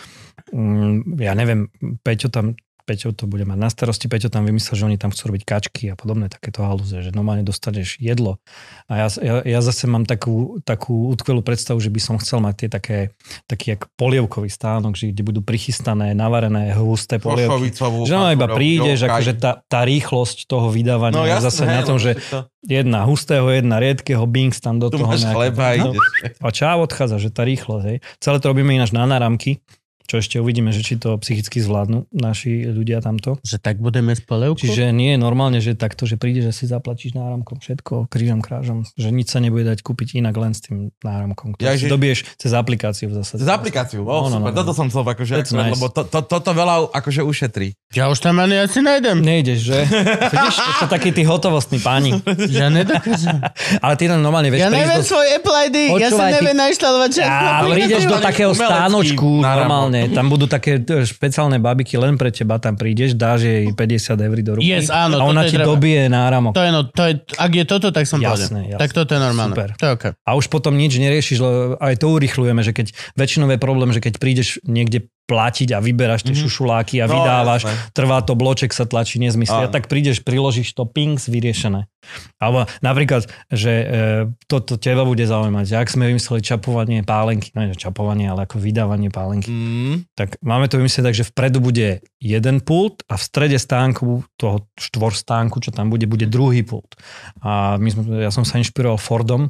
S3: mm, ja neviem, Peťo tam, Peťo to bude mať na starosti, Peťo tam vymyslel, že oni tam chcú robiť kačky a podobné takéto halúze, že normálne dostaneš jedlo. A ja, ja, ja zase mám takú, takú utkvelú predstavu, že by som chcel mať tie také, taký jak polievkový stánok, že kde budú prichystané, navarené, husté polievky.
S2: Košovicovú.
S3: Že no iba
S2: pankúrovú,
S3: prídeš,
S2: jokaj.
S3: akože tá, tá rýchlosť toho vydávania no,
S2: jasné,
S3: zase na
S2: hej,
S3: tom,
S2: lebo
S3: že
S2: si to-
S3: jedna hustého, jedna riedkeho, bings tam do
S2: Tu
S3: toho.
S2: máš
S3: nejaké-
S2: chleba,
S3: no.
S2: ideš.
S3: A čau odchádza, že tá rýchlosť. Hej. Celé to robíme ináč na náramky, čo ešte uvidíme, že či to psychicky zvládnu naši ľudia tamto.
S1: Že tak budeme jesť polievku?
S3: Čiže nie je normálne, že takto, že prídeš a si zaplatíš náramkom všetko, krížom, krážom, že nič sa nebude dať kúpiť inak len s tým náramkom, ktorý
S2: Ja,
S3: ja, si
S2: že-
S3: dobieš cez aplikáciu v zásade.
S2: Cez aplikáciu, oh, no, no, super, no, no. toto som chcel, akože,
S3: That's
S2: akurát,
S3: nice.
S2: lebo to, to, toto veľa akože ušetrí.
S1: Ja už tam ani asi nájdem.
S3: Nejdeš, že? Vidíš, to sú takí tí hotovostní páni.
S1: Ja nedokážem.
S3: Ale ty tam normálne
S1: Ja
S3: vieš prísť
S1: neviem
S3: do-
S1: svoj Apple ID, ja
S3: Počúvaj,
S1: sa
S3: ty-
S1: neviem nainštalovať žiadnu
S3: Á, prídeš do
S1: aplikáciu.
S3: takého
S2: umelecký
S3: stánočku
S2: náramok.
S3: normálne. Tam budú také e, špeciálne babiky len pre teba. Tam prídeš, dáš jej 50 eur do ruky
S1: Yes, áno,
S3: a ona
S1: toto je
S3: ti
S1: treba.
S3: dobije náramok.
S1: To je, no, to je, ak je toto, tak som
S3: Jasné,
S1: povedal.
S3: jasné.
S1: Tak toto je normálne.
S3: Super.
S1: To je okay.
S3: A už potom nič neriešiš, lebo aj to urychlujeme, že keď väčšinou je problém, že keď prídeš niekde platiť a vyberáš tie
S2: Mhm.
S3: šušuláky a
S2: No,
S3: vydávaš,
S2: jasné.
S3: trvá to, bloček sa tlačí, nezmysly.
S2: Áno.
S3: A tak prídeš, priložíš to, pings, vyriešené. Alebo napríklad, že e, toto teba bude zaujímať, že ak sme vymysleli čapovanie pálenky, no nie čapovanie, ale ako vydávanie pálenky,
S2: Mm,
S3: tak máme to vymyslieť tak, že vpredu bude jeden pult a v strede stánku, toho štvorstánku, čo tam bude, bude druhý pult. A my sme, ja som sa inšpiroval Fordom.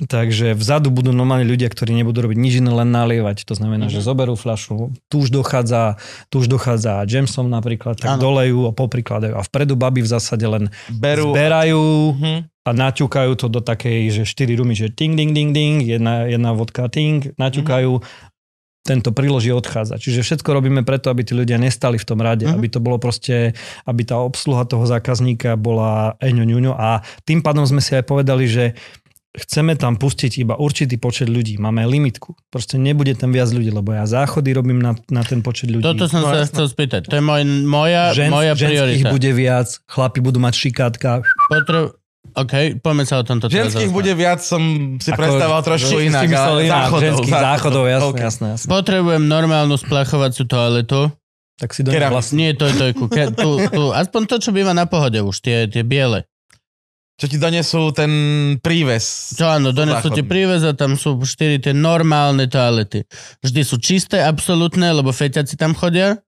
S3: Takže vzadu budú normálne ľudia, ktorí nebudú robiť nič iné, len nalievať. To znamená, že zoberú fľašu, tu už dochádza, tu už dochádza Jamesom napríklad, tak
S1: Áno.
S3: dolejú a poprikladajú. A vpredu baby v zásade len
S2: berú.
S3: zberajú,
S2: Mhm.
S3: a naťukajú to do takej, že 4 rumy, že ting, ding, ding, ding, jedna, jedna vodka, ting, naťukajú, tento priloží odchádza. Čiže všetko robíme preto, aby tí ľudia nestali v tom rade,
S1: Mhm.
S3: aby to bolo proste, aby tá obsluha toho zákazníka bola eňoňuňo a tým pádom sme si aj povedali, že chceme tam pustiť iba určitý počet ľudí. Máme limitku. Proste nebude tam viac ľudí, lebo ja záchody robím na, na ten počet ľudí.
S1: Toto som
S2: No,
S1: sa
S2: jasné.
S1: chcel spýtať. To je moj, moja,
S3: Žen,
S1: moja
S3: ženských
S1: priorita. Bude...
S3: bude viac, chlapi budú mať šikátka.
S1: Potrebu... OK, poďme sa o tomto teraz
S2: Ženských
S1: rozprávať.
S2: bude viac, som si
S3: Ako-
S2: predstavoval trošku
S3: Si-
S2: inak.
S3: si myslel
S2: ale
S3: inak,
S2: záchodov,
S3: ženských záchodov, jasné,
S2: OK.
S3: jasné, jasné.
S1: Potrebujem normálnu splachovaciu toaletu.
S3: Tak si do nej
S2: Keramik.
S3: vlastne.
S1: Nie, to je to je ku, ke, tu, tu, aspoň to, čo býva na pohode už, tie, tie biele.
S2: Čo ti donesú ten príves.
S1: Čo áno, donesú ti
S2: Záchodný.
S1: prívez a tam sú štyri tie normálne toalety. Vždy sú čisté, absolútne, lebo feťaci tam chodia.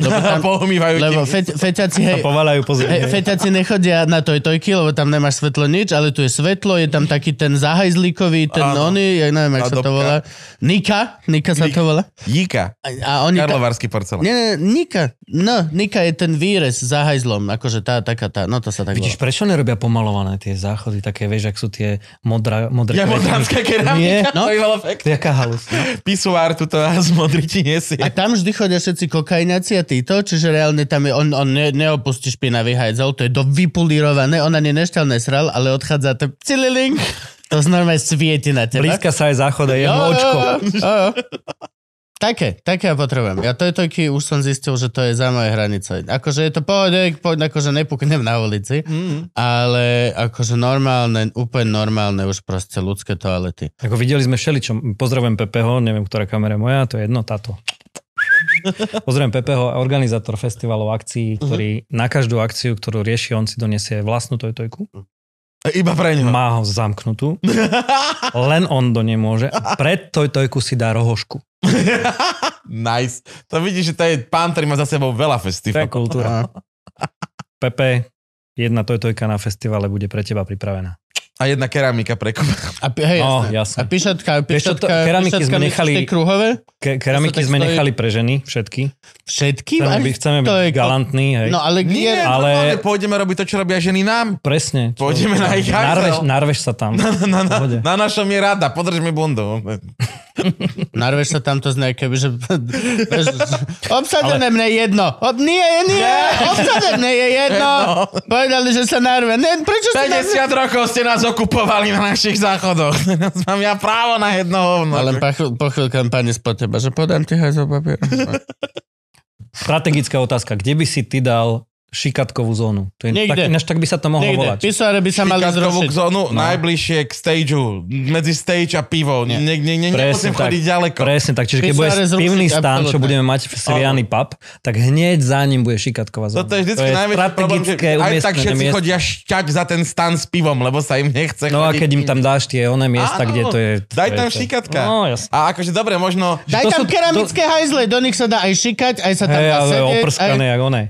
S1: Lebo, tam,
S2: Poumývajú ti.
S1: lebo fe, feťaci,
S3: A
S1: hej,
S3: pováľajú po
S1: Hej,
S3: zemi.
S1: feťaci nechodia na tojtojky, lebo tam nemáš svetlo nič, ale tu je svetlo, je tam taký ten zahajzlíkový, ten
S2: Áno.
S1: oný, ja neviem, jak sa to
S2: Adobka.
S1: volá. Nika, Nika sa to volá.
S2: Jíka.
S1: A, a oni...
S2: Karlovarský porcelán.
S1: Nie, nie, Nika. No, Nika je ten výrez za hajzlom, akože tá, taká tá, no to sa tak
S3: Vidíš, prečo nerobia pomalované tie záchody, také, vieš, ak sú tie modrá, modré...
S2: Ja modránska
S3: Nie,
S2: keramika.
S1: no.
S2: To je veľa fakt.
S3: Jaká halus. no.
S2: Pisuár tuto a z modrý ti nesie.
S1: A tam vždy chodia všetci kokaináci a títo, čiže reálne tam je, on, on ne, neopustí špinavý hajzel, to je dovypulírované, on ani nešťal nesral, ale odchádza to cililing, to normálne svieti na teba.
S3: Blízka sa aj záchoda, je
S1: Jo, jo,
S3: očko.
S1: jo, jo. Také, také ja potrebujem. Ja to je toky, už som zistil, že to je za moje hranice. Akože je to pohode, po- akože nepuknem na ulici,
S2: Mm.
S1: ale akože normálne, úplne normálne už proste ľudské toalety.
S3: Ako videli sme všeličo. Pozdravujem Pepeho, neviem, ktorá kamera je moja, to je jedno, táto. Pozdravujem Pepeho, organizátor festivalov
S2: Mhm.
S3: akcií, ktorý na každú akciu, ktorú rieši, on si donesie vlastnú tojtojku.
S2: Iba pre ňo.
S3: Má ho zamknutú. Len on do nej môže. A pred tojtojku si dá rohošku.
S2: Nice. To vidíš, že to je pán, ktorý má za sebou veľa
S3: To je
S2: festivalov.
S3: kultúra. Pepe, jedna tojtojka na festivale bude pre teba pripravená.
S2: A jedna keramika pre Kuba.
S1: A, pi- hej,
S3: No,
S1: jasné.
S3: jasné.
S1: a pišatka,
S3: Vieš čo, to-
S1: pišatka,
S3: keramiky
S1: pišatka
S3: sme
S1: mi
S3: nechali-
S1: tie kruhové?
S3: Ke- keramiky
S1: To sa tak
S3: sme
S1: stojí.
S3: nechali pre ženy, všetky.
S1: Všetky?
S3: Chceme
S1: Až-
S3: byť, chceme
S1: to
S3: byť
S1: je-
S3: galantní, hej.
S1: No ale kde?
S2: Nie, ale...
S3: ale-
S2: pôjdeme robiť to, čo robia ženy nám.
S3: Presne. Čo-
S2: Pôjdeme na ich
S3: Narveš,
S2: hajzel.
S3: narveš sa tam.
S2: Na, na,
S3: Pohode.
S2: na našom je rada, podrž mi bundu.
S1: Narveš sa tamto z nejaké, že... vieš, Obsadené mne jedno. Ob, nie, nie, obsadené mne je jedno. Povedali, že sa narve. Ne, prečo sa narve?
S2: 50 rokov ste nás okupovali na našich záchodoch. Teraz mám ja právo na jedno hovno.
S1: Ale po, chvíľ, po chvíľkám pani spod teba, že podám ti hajzel papier.
S3: Strategická otázka. Kde by si ty dal šikatkovú zónu? To je
S1: Niekde.
S3: Tak, ináč tak by sa to mohlo
S1: Niekde.
S3: volať.
S1: Pisoáre by sa mali
S2: Šikatkovú
S1: zrušiť.
S2: zónu
S3: No.
S2: najbližšie k stageu. Medzi stage a pivo. Nie, nie, nie, nie nemusím
S3: Presne tak.
S2: chodiť ďaleko.
S3: Presne tak. Čiže keď
S1: Pisoáre
S3: bude
S1: zrušiť,
S3: pivný stan,
S1: absolútne.
S3: čo budeme mať v Seriány pub, tak hneď za ním bude šikatková zóna.
S2: Toto je vždycky najväčší problém, že
S3: strategické
S2: aj tak
S3: umiestnené
S2: všetci
S3: miesto.
S2: chodia šťať za ten stan s pivom, lebo sa im nechce
S3: No a
S2: chodiť.
S3: keď im tam dáš tie oné miesta,
S2: Áno,
S3: kde to je... to
S2: Daj
S3: je
S2: tam
S3: to.
S2: šikatka.
S3: No, jasne.
S2: A akože dobre, možno...
S1: Daj
S3: To
S1: tam
S3: sú- to-
S1: keramické hajzle, do nich sa dá aj šikať, aj sa tam
S3: Hej,
S1: dá
S3: ale
S1: sedieť.
S3: oprskané, jak one.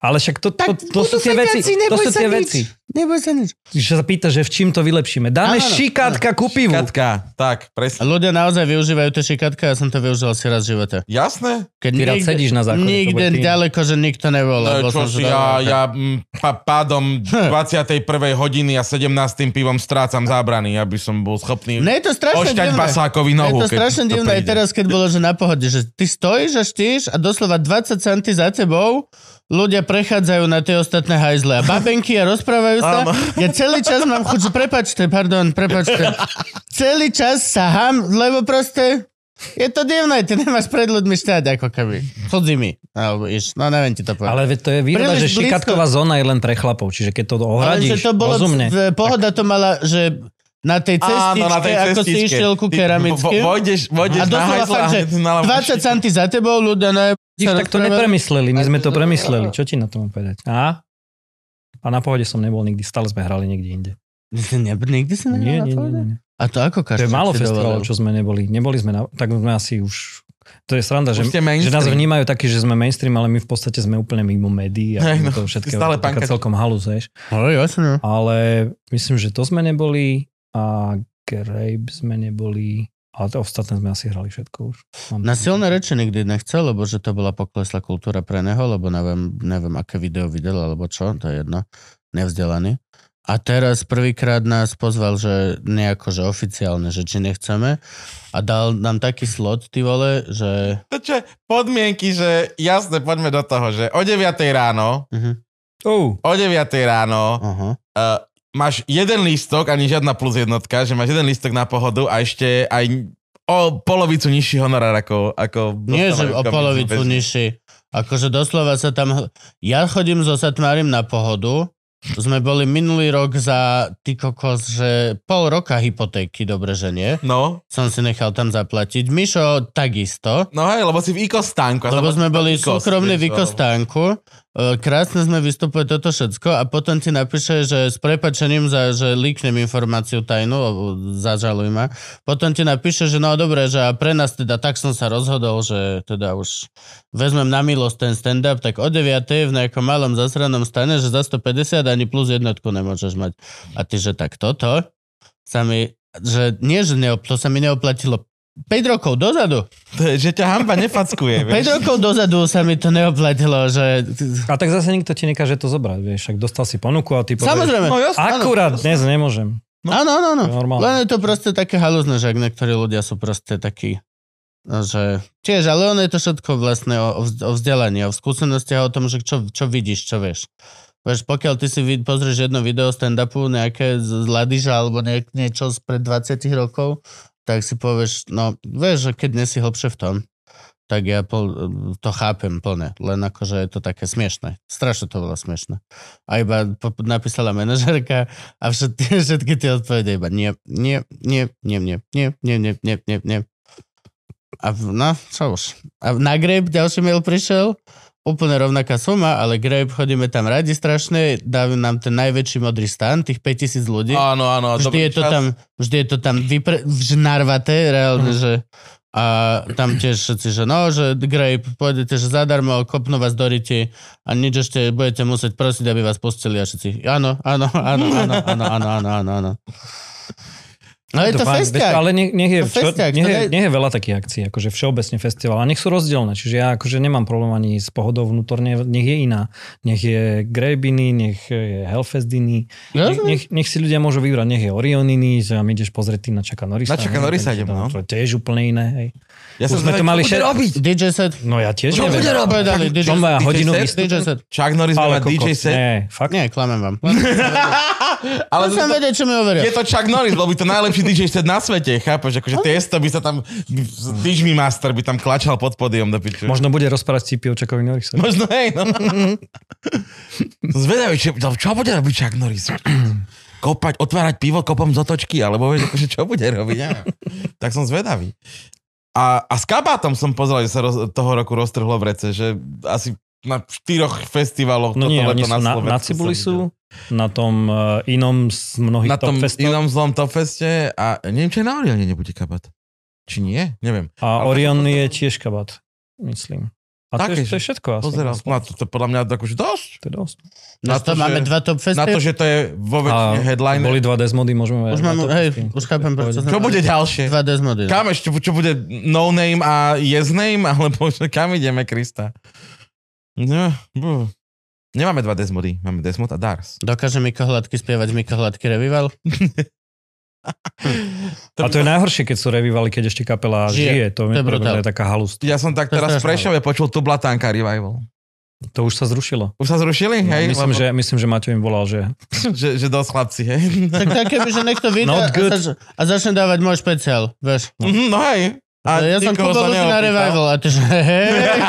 S3: Ale však to, to,
S1: Tak
S3: to,
S1: budú
S3: sú tie veci.
S1: feťaci,
S3: To
S1: neboj
S3: sú
S1: sa
S3: tie
S1: nič.
S3: veci.
S1: Neboj sa nič.
S3: Že sa pýta, že v čím to vylepšíme.
S1: Áno,
S3: Dáme
S1: áno.
S3: šikatka ku pivu.
S2: Šikatka, tak,
S1: A
S2: presne.
S1: ľudia naozaj využívajú tie šikatka, ja som to využil asi raz v živote.
S2: Jasné?
S1: Keď
S3: Ty rád sedíš na záchode, to
S1: Nikde
S3: bude tým.
S1: ďaleko, že nikto nebol.
S2: No,
S1: lebo
S2: čo
S1: som
S2: si,
S1: že-
S2: ja, ja mm, pa, pádom
S1: Hm.
S2: 21. hodiny a 17. pivom strácam zábrany, aby som bol schopný
S1: Ne, je to strašne
S2: ošťať
S1: divné.
S2: pasákovi
S1: je
S2: nohu.
S1: to strašne divné aj teraz, keď bolo, že na pohode, že ty stojíš a štíš a doslova 20 centy za tebou ľudia prechádzajú na tie ostatné hajzle a babenky a rozprávajú sa.
S2: Áno.
S1: Ja celý čas mám chuť, že prepačte, pardon, prepačte. Celý čas sa ham, lebo proste je to divné, ty nemáš pred ľuďmi šťať ako keby. Cudzimi. Alebo iš, no neviem ti to povedať.
S3: Ale veď to je výhoda,
S1: Príliš
S3: že
S1: blízko.
S3: šikatková zóna je len pre chlapov, čiže keď to ohradíš,
S1: to bolo,
S3: rozumne.
S1: v- pohoda to mala, že na tej cestičke,
S2: Áno, na tej
S1: ako si
S2: cestičke.
S1: išiel ku
S2: Ty
S1: keramickým.
S2: vo- Vojdeš, vojdeš
S1: A
S2: na
S1: doslova
S2: hajzla
S1: fakt,
S2: a
S1: že
S2: hneď na lavu.
S1: 20 centy za tebou, ľudia na
S3: Vidíš, tak to nepremysleli, my sme to premysleli. Čo ti na to mám povedať? A? A na pohode som nebol nikdy, stále sme hrali niekde inde.
S1: Nikdy si
S3: Nie, nie, nie,
S1: No, pohode?
S3: nie.
S1: A to ako
S3: To
S1: každý?
S3: je málo festivalov, čo sme neboli. Neboli sme na... Tak sme asi už... To je sranda,
S2: Už
S3: že,
S2: ste
S3: že nás
S2: mainstream.
S3: vnímajú taký, že sme mainstream, ale my v podstate sme úplne mimo médií a
S2: Hej, no,
S3: to všetko
S2: stále
S3: je taká
S2: pankač.
S3: celkom halus, vieš.
S1: No, jasne.
S3: Ale myslím, že to sme neboli a Grape sme neboli, ale to ostatné sme asi hrali všetko už. Mám
S1: Na silné reči nikdy nechcel, lebo že to bola poklesla kultúra pre neho, lebo neviem, neviem aké video videl, alebo čo, to je jedno, nevzdelaný. A teraz prvýkrát nás pozval, že nejako, že oficiálne, že či nechceme a dal nám taký slot, ty vole, že...
S2: To čo je podmienky, že jasne, poďme do toho, že o 9 ráno,
S1: Mhm.
S3: Oh,
S2: o 9 ráno
S1: Aha.
S2: uh, máš jeden lístok, ani žiadna plus jednotka, že máš jeden lístok na pohodu a ešte aj o polovicu nižší honorár ako... ako
S1: Nie, že
S2: dostávajú
S1: o
S2: komici
S1: polovicu
S2: bez-
S1: nižší. Akože doslova sa tam... Ja chodím so Satmárim na pohodu. Sme boli minulý rok za ty kokos, že pol roka hypotéky, dobre, že nie.
S2: No,
S1: Som si nechal tam zaplatiť. Mišo takisto.
S2: no hej, lebo si v ikostánku. a
S1: Lebo
S2: zaplatíš
S1: sme
S2: to
S1: boli
S2: ikos,
S1: súkromný
S2: vieš,
S1: výkostánku e, krásne sme vystupovali toto všetko a potom ti napíše, že s prepačením, za, že líknem informáciu tajnú, o- zažaluj ma. Potom ti napíše, že no dobre, že a pre nás teda tak som sa rozhodol, že teda už vezmem na milosť ten stand-up, tak o 9 v nejakom malom zasranom stane, že za 150 ani plus jednotku nemôžeš mať. A ty, že tak toto sa mi, že nie, že neop, to sa mi neoplatilo 5 rokov dozadu.
S2: To je, že ťa hamba nefackuje, vieš.
S1: 5 rokov dozadu sa mi to neoplatilo, že...
S3: A tak zase nikto ti nekáže to zobrať, vieš, však dostal si ponuku a ty povieš,
S1: Samozrejme.
S2: No jasné, áno.
S3: akurát dnes nemôžem.
S1: Áno, áno, áno.
S3: To je normálne.
S1: Len je to proste také halúzne, že ak niektorí ľudia sú proste takí, no, že tiež, ale ono je to všetko vlastne o, o vz- o vzdelaní, o skúsenosti a o tom, že čo, čo vidíš, čo vieš. Vieš, pokiaľ ty si vid- pozrieš jedno video stand-upu nejaké z z Ladiža alebo niek- niečo z pred 20 rokov, tak si povieš, no vieš, že keď nie si hlbšie v tom, tak ja pol, to chápem plne, len akože je to také smiešne. Strašne to bolo smiešne. A iba po, napísala manažerka, a všetky, všetky tie odpovede iba nie, nie, nie, nie, nie, nie, nie, nie, nie, nie, nie. A v- no, čo už. A na Grape ďalší mail prišiel, úplne rovnaká suma, ale Grape chodíme tam radi strašne, dávajú nám ten najväčší modrý stan, tých 5000 ľudí.
S2: Áno, áno. a
S1: Vždy
S2: dobrý
S1: je to
S2: čas.
S1: tam, vždy je to tam vypre, vž- narvaté, reálne,
S2: Hm.
S1: že a tam tiež všetci, že no, že Grape, pôjdete, že zadarmo, kopnú vás do ryti a nič ešte budete musieť prosiť, aby vás pustili a všetci, áno, áno, áno, áno, áno, áno, áno, áno, áno. No je to
S3: fajn,
S1: festiak.
S3: vieš, Ale nech, nech, je,
S1: To
S3: čo,
S1: festiak,
S3: nech,
S1: to
S3: je,
S1: je-
S3: nech je veľa takých akcií, akože všeobecne festival. A nech sú rozdielne, čiže ja akože nemám problém ani s pohodou vnútorne, nech je iná. Nech je Grejbiny, nech je Hellfest iný. Nech,
S1: Jasné.
S3: nech, nech si ľudia môžu vybrať, nech je Orion iný, že tam ideš pozrieť ty na Čaka Norisa.
S2: Na Chucka
S3: ne?
S2: Norrisa
S3: Takže
S2: idem,
S3: to-
S2: no.
S3: To je tiež úplne iné, hej.
S2: Ja
S3: Už
S2: som
S3: sme
S2: zvedavý,
S3: to mali
S2: čo bude
S3: šet-
S2: robiť.
S1: DJ set.
S3: No ja tiež
S2: Čo bude
S3: neviem.
S2: robiť?
S1: Povedali, DJ,
S3: To má
S2: DJ
S3: hodinu
S2: set?
S3: výstupu.
S1: DJ set.
S2: Chuck Norris
S3: Ale
S2: má DJ
S3: kokos,
S2: set.
S3: Nie, fakt.
S1: Nie, klamem vám. Len
S2: Ale
S1: Len som
S2: to-
S1: vedel, čo mi
S2: je
S1: overil.
S2: to Chuck Norris, lebo by to najlepší DJ set na svete, chápeš? Akože Tiesto by sa tam, Dižmi Master by tam klačal pod pódium do piču.
S3: Možno bude rozprávať tipy o Čakovi Norrisovi.
S2: Možno hej, no. Som Zvedavý, čo, čo bude robiť Chuck Norris? Kopať, otvárať pivo kopom z otočky, alebo vieš, akože čo bude robiť? Ja. Tak som zvedavý. A, a s kabátom som pozrel, že sa roz, toho roku roztrhlo v rece, že asi na štyroch festivaloch
S3: No
S2: toto
S3: nie,
S2: leto
S3: oni sú na,
S2: Slovensku
S3: na
S2: som
S3: Cibuli
S2: videl.
S3: sú, na tom uh, inom z
S2: Na
S3: mnohých
S2: tom
S3: top festov.
S2: inom zlom Topfeste a neviem, či aj na Orione nebude kabát. Či nie? Neviem.
S3: A
S2: Ale
S3: Orion
S2: potom-
S3: je tiež kabát, myslím. A to
S2: Také,
S3: je, to je
S2: že-
S3: všetko asi.
S2: Pozeral som. No, to, to podľa mňa akože dosť.
S3: To je dosť.
S1: Na to
S2: že-
S1: máme dva top
S2: Na
S1: festy.
S2: to, že to je vo
S3: A
S2: väčšine headliner.
S3: boli dva Desmody, môžeme...
S1: Už
S3: na
S1: mám,
S3: to
S1: hej,
S3: pustím.
S1: už chápem, prečo
S3: Pôjde.
S1: som-
S2: Čo bude ďalšie?
S1: Dva Desmody.
S2: Kam ešte, čo bude no name a yes name, alebo že kam ideme, Krista? No, bú. Nemáme dva Desmody, máme Desmod a Dars.
S1: Dokáže Miko Hladky spievať Miko Hladky Revival?
S3: A to je najhoršie, keď sú revivali, keď ešte kapela žije.
S1: Žije.
S3: To, mi
S1: To je
S3: pre mňa
S1: brutál.
S3: je taká halus.
S2: Ja som tak
S1: To je
S2: teraz v
S1: strašné.
S2: Prešove počul tu Blatánka Revival.
S3: To už sa zrušilo.
S2: Už sa zrušili?
S3: No,
S2: Hej,
S3: myslím, že, myslím, že Maťo im volal, že...
S2: že, že dosť chlapci, hej.
S1: Tak tak, keby, že niekto vyjde a,
S3: Not good.
S1: zač- a začne dávať môj špeciál, vieš.
S2: Mhm, No hej.
S1: A ja som
S2: nikoho
S1: kúpil
S2: sa
S1: ľudí na
S2: neopýtal.
S1: revival a ty že hej,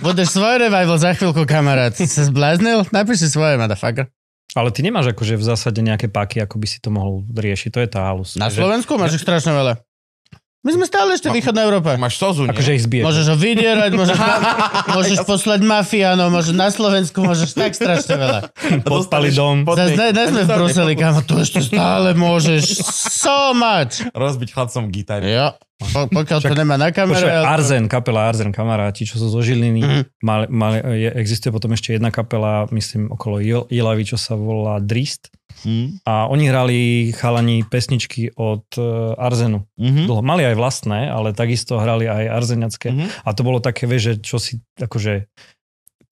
S1: budeš svoj revival za chvíľku, kamarát. Si sa zbláznil? Napíš si svoje, motherfucker.
S3: Ale ty nemáš akože v zásade nejaké páky, ako by si to mohol riešiť. To je tá halus.
S1: Na
S3: Že-
S1: Slovensku máš ich strašne veľa. My sme stále ešte východná Európa.
S2: Máš sozu, nie?
S3: Akože ich zbije.
S1: Môžeš ho vydierať, môžeš, môžeš poslať mafiánov, môžeš na Slovensku, môžeš tak strašne veľa.
S3: podpali
S2: Dostaneš
S3: dom.
S1: Zas
S2: podmienky.
S1: ne, ne sme v Bruseli, kamo, tu ešte stále môžeš so much.
S2: Rozbiť chlapcom gitaru.
S1: Jo, po, pokiaľ to nemá na kamere.
S3: Počuaj,
S1: ale-
S3: Arzen, kapela Arzen, kamaráti, čo sú zo Žiliny.
S1: Mhm.
S3: Mali, mali, je, existuje potom ešte jedna kapela, myslím, okolo Jil- Ilavy, čo sa volá Drist.
S2: Hm?
S3: A oni hrali chalani pesničky od eh, Arzenu.
S2: Mhm.
S3: Dlho. Mali aj vlastné, ale takisto hrali aj arzeniacké.
S2: Mhm.
S3: A to bolo také, vieš, že čo si, akože,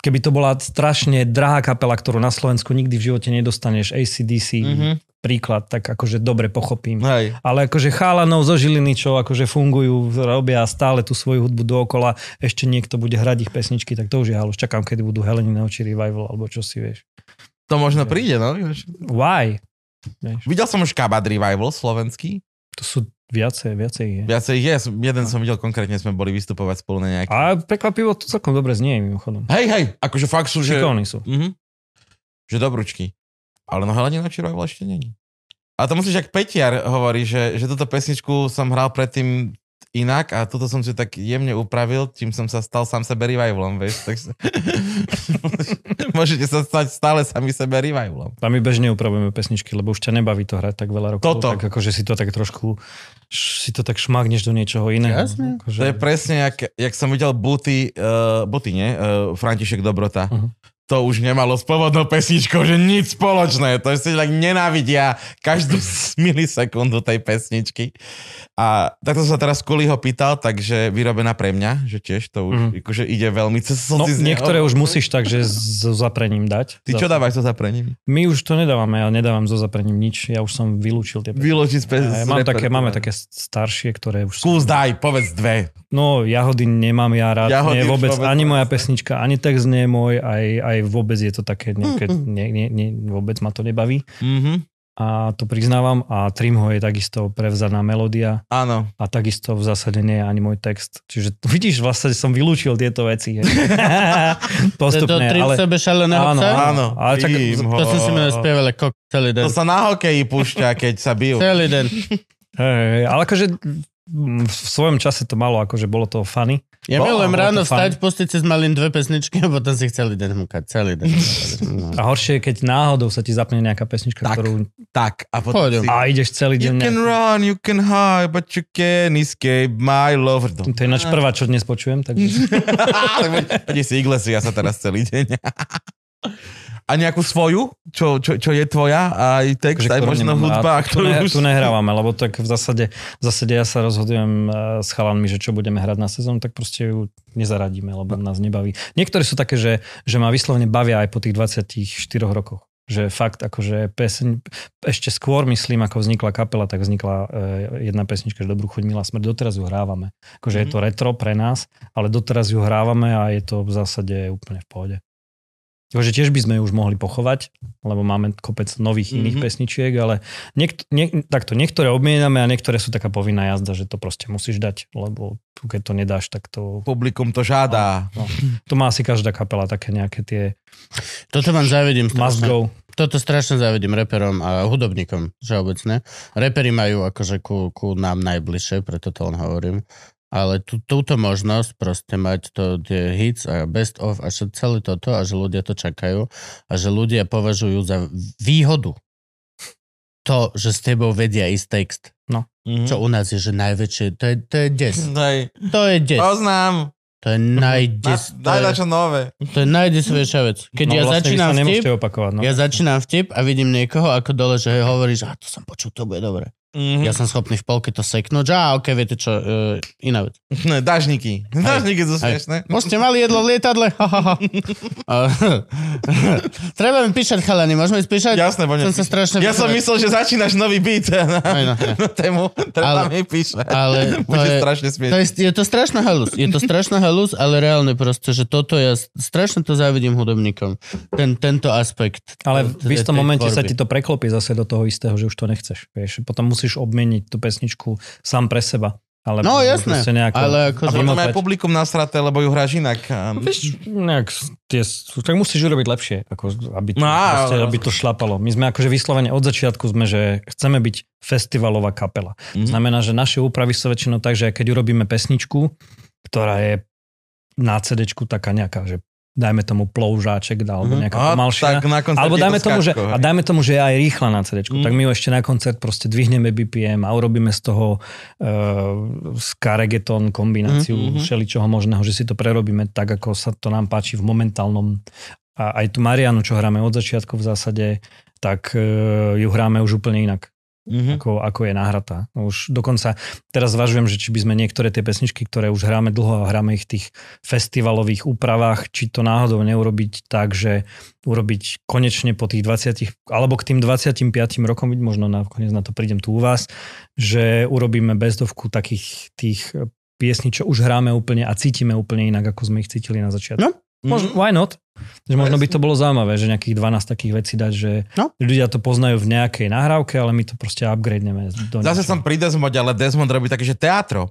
S3: keby to bola strašne drahá kapela, ktorú na Slovensku nikdy v živote nedostaneš, ACDC,
S2: Mhm.
S3: príklad, tak akože dobre pochopím.
S2: Hej.
S3: Ale akože chálanov zo Žiliny, čo akože fungujú, robia stále tú svoju hudbu dookola, ešte niekto bude hrať ich pesničky, tak to už je halus. Čakám, kedy budú Helenine oči revival, alebo čo si vieš.
S2: To možno príde, no.
S3: Why? Vieš,
S2: Videl som už Kabad Revival slovenský.
S3: to sú viacej, viacej je.
S2: Viacej ich je, som- jeden som videl konkrétne, sme boli vystupovať spolu na nejaký...
S3: A prekvapivo to celkom dobre znie, mimochodom.
S2: Hej, hej, akože fakt sú, že...
S3: Šikovní sú.
S2: Mhm. Že dobručky. Ale no Helenina Čirová ešte není. A to musíš, ak Petiar hovorí, že, že túto pesničku som hral predtým inak a toto som si tak jemne upravil, tým som sa stal sám sebe revivalom, vieš. Takže... Môžete sa stať stále sami sebe revivalom.
S3: A my bežne upravujeme pesničky, lebo už ťa nebaví to hrať tak veľa rokov.
S2: Toto.
S3: Tak akože si to tak trošku, š, si to tak šmagneš do niečoho iného.
S1: Jasne.
S3: Akože,
S2: To je presne, jak, jak som videl Buty, uh, Buty, nie? Uh, František Dobrota.
S3: Mhm.
S2: Uh-huh. To už nemalo s pôvodnou pesničkou, že nič spoločné. To si tak nenávidia každú s- milisekundu tej pesničky. A takto som sa teraz Kuliho pýtal, takže vyrobená pre mňa, že tiež to už
S3: Mhm.
S2: mm. akože ide veľmi cez
S3: no,
S2: slzy z neho.
S3: niektoré už musíš tak, že so zaprením dať.
S2: Ty čo dávaš to za pre nimi?
S3: My už to nedávame, ja nedávam so zaprením nič. Ja už som vylúčil tie
S2: Vyložiť z
S3: Ja
S2: pes- z
S3: Mám také,
S2: repertoáru.
S3: máme také staršie, ktoré už sú...
S2: Skús daj, povedz dve.
S3: No, jahody nemám ja rád.
S2: Jahody
S3: nie,
S2: už
S3: vôbec
S2: vôbec
S3: ani
S2: nie.
S3: moja pesnička, ani text nie je môj, aj, aj vôbec je to také nejaké... Nie, nie, nie, vôbec ma to nebaví.
S2: Mhm.
S3: A to priznávam. A Trimho je takisto prevzaná melódia
S2: Áno.
S3: a takisto v zásade nie je ani môj text. Čiže vidíš, vlastne som vylúčil tieto veci. hej.
S1: to
S3: Postupne,
S1: tri v
S3: ale...
S1: sebe šaleného
S3: Áno,
S1: psa?
S2: Áno.
S3: Ale tak-
S2: Im
S1: To
S2: ho-
S1: som si minulé spieval kok celý deň.
S2: To sa na hokeji púšťa, keď sa bijú.
S1: Celý deň.
S3: Hej, ale akože v svojom čase to malo, akože bolo to funny.
S1: Ja
S3: Bolo-
S1: milujem
S3: bolo to
S1: ráno
S3: fajn.
S1: vstať, pustiť si z malín dve pesničky a potom si chceli deň hmukať. Celý deň. No.
S3: A horšie je, keď náhodou sa ti zapne nejaká pesnička,
S2: Tak.
S3: ktorú
S2: Tak, a potom
S1: Pôjdem.
S2: si...
S3: A ideš celý
S2: You
S3: deň.
S2: can
S3: nejaký-
S2: run, you can hide, but you can escape my Mhm. love. No.
S3: To je ináč prvá, čo dnes počujem, takže
S2: Poď si Iglesi, ja sa teraz celý deň. A nejakú svoju, čo, čo, čo je tvoja, aj text,
S3: akože,
S2: aj
S3: ktorú
S2: možno
S3: nemám
S2: hudba,
S3: rád. tu,
S2: ktorú
S3: ne,
S2: už...
S3: tu nehrávame, lebo tak v zásade, v zásade ja sa rozhodujem eh, s chalanmi, že čo budeme hrať na sezónu, tak proste ju nezaradíme, lebo nás nebaví. Niektoré sú také, že, že ma vyslovene bavia aj po tých 24 rokoch. Že fakt, akože peseň, ešte skôr myslím, ako vznikla kapela, tak vznikla eh, jedna pesnička, že Dobrú chuť, milá smrť, doteraz ju hrávame.
S1: Mhm.
S3: Akože je to retro pre nás, ale doteraz ju hrávame a je to v zásade úplne v pohode. Akože tiež by sme ju už mohli pochovať, lebo máme kopec nových mm-hmm. iných
S2: Mhm.
S3: pesničiek, ale niekt, nie, takto, niektoré obmiename a niektoré sú taká povinná jazda, že to proste musíš dať, lebo keď to nedáš, tak to...
S2: Publikum to žiada.
S3: To má asi každá kapela také nejaké tie
S1: Toto vám závidím.
S3: must
S1: strašne.
S3: go.
S1: Toto strašne závidím reperom a hudobníkom, že obecne. Reperi majú akože ku, ku nám najbližšie, preto to len hovorím. Ale tú, túto možnosť proste mať to, tie hits a best of a všet- celé toto a že ľudia to čakajú a že ľudia považujú za výhodu to, že s tebou vedia ísť text.
S2: Mhm.
S1: No.
S3: Hm.
S1: Čo u nás je, že najväčšie, to je, to je des.
S2: Hej,
S1: To je des.
S2: Poznám.
S1: To je
S2: Na,
S1: najdes. To
S2: daj
S1: je,
S2: na čo nové.
S1: to je najdesivejšia vec. Keď ja
S3: vlastne vy
S1: začínam
S3: sa
S1: vtip,
S3: nemôžete opakovať. No.
S1: ja začínam vtip a vidím niekoho, ako dole, že hovorí, že "Á, to som počul, to bude dobre.
S2: Mhm.
S1: Ja som schopný v polke to seknúť, že á, ok, viete čo, e, iná vec.
S2: Ne, Dážniky. Dážniky sú smiešné.
S1: Už ste mali jedlo v lietadle? Ha, ha, ha. A, Treba mi píšať, chalani, môžeme ísť píšať?
S2: Jasné,
S1: No,
S2: poďme.
S1: Som sa strašne...
S2: Ja som myslel, že začínaš nový beat na,
S1: Aj, no, aj.
S2: na tému. Treba
S1: Ale-
S2: mi píše.
S1: ale to
S2: Bude
S1: je-
S2: strašne
S1: To
S2: smiešné.
S1: je, je to strašná halus. Je to strašná halus, ale reálne proste, že toto ja strašne to závidím hudobníkom. Ten, tento aspekt.
S3: Ale
S1: t-
S3: v istom
S1: tej
S3: momente sa
S1: tvorby.
S3: ti to preklopí zase do toho istého, že už to nechceš. Vieš. Potom musíš obmeniť tú pesničku sám pre seba. Ale
S1: No jasné,
S3: proste nejako-
S1: ale
S2: A
S1: akože...
S2: potom
S3: Vymotať.
S2: aj publikum nasraté, lebo ju hráš inak. A-
S3: No, Vieš, nejak, tie, tak musíš urobiť lepšie, ako, aby, to,
S2: No,
S3: proste,
S2: ale-
S3: aby to šlapalo. My sme akože vyslovene od začiatku sme, že chceme byť festivalová kapela.
S2: Mhm.
S3: Znamená, že naše úpravy sú väčšinou tak, že keď urobíme pesničku, ktorá je na CD taká nejaká, že dajme tomu ploužáček alebo
S1: Mhm.
S3: nejaká
S2: A,
S3: pomalšia.
S2: tak na konci je
S3: Alebo
S2: to
S3: dajme tomu, že,
S2: skáčko,
S3: a
S2: hej.
S3: dajme tomu, že je aj rýchla na CD, mm.
S2: Mm.
S3: tak my ju ešte na koncert proste dvihneme BPM a urobíme z toho e, skaregeton kombináciu mm,
S2: Mm, mhm.
S3: všeličoho možného, že si to prerobíme tak, ako sa to nám páči v momentálnom. A aj tu Marianu, čo hráme od začiatku v zásade, tak e, ju hráme už úplne inak
S2: Mhm.
S3: ako, ako je nahratá. Už dokonca teraz zvažujem, že či by sme niektoré tie pesničky, ktoré už hráme dlho a hráme ich v tých festivalových úpravách, či to náhodou neurobiť tak, že urobiť konečne po tých 20, alebo k tým 25 rokom, možno nakoniec na to prídem tu u vás, že urobíme bezdovku takých tých piesní, čo už hráme úplne a cítime úplne inak, ako sme ich cítili na začiatku.
S1: No.
S3: Možno, why not? Že možno by to bolo zaujímavé, že nejakých 12 takých vecí dať, že
S1: No.
S3: ľudia to poznajú v nejakej nahrávke, ale my to proste upgradeneme. Do
S2: Zase
S3: niečoho.
S2: som pri Desmode, ale Desmond robí také, že teatro.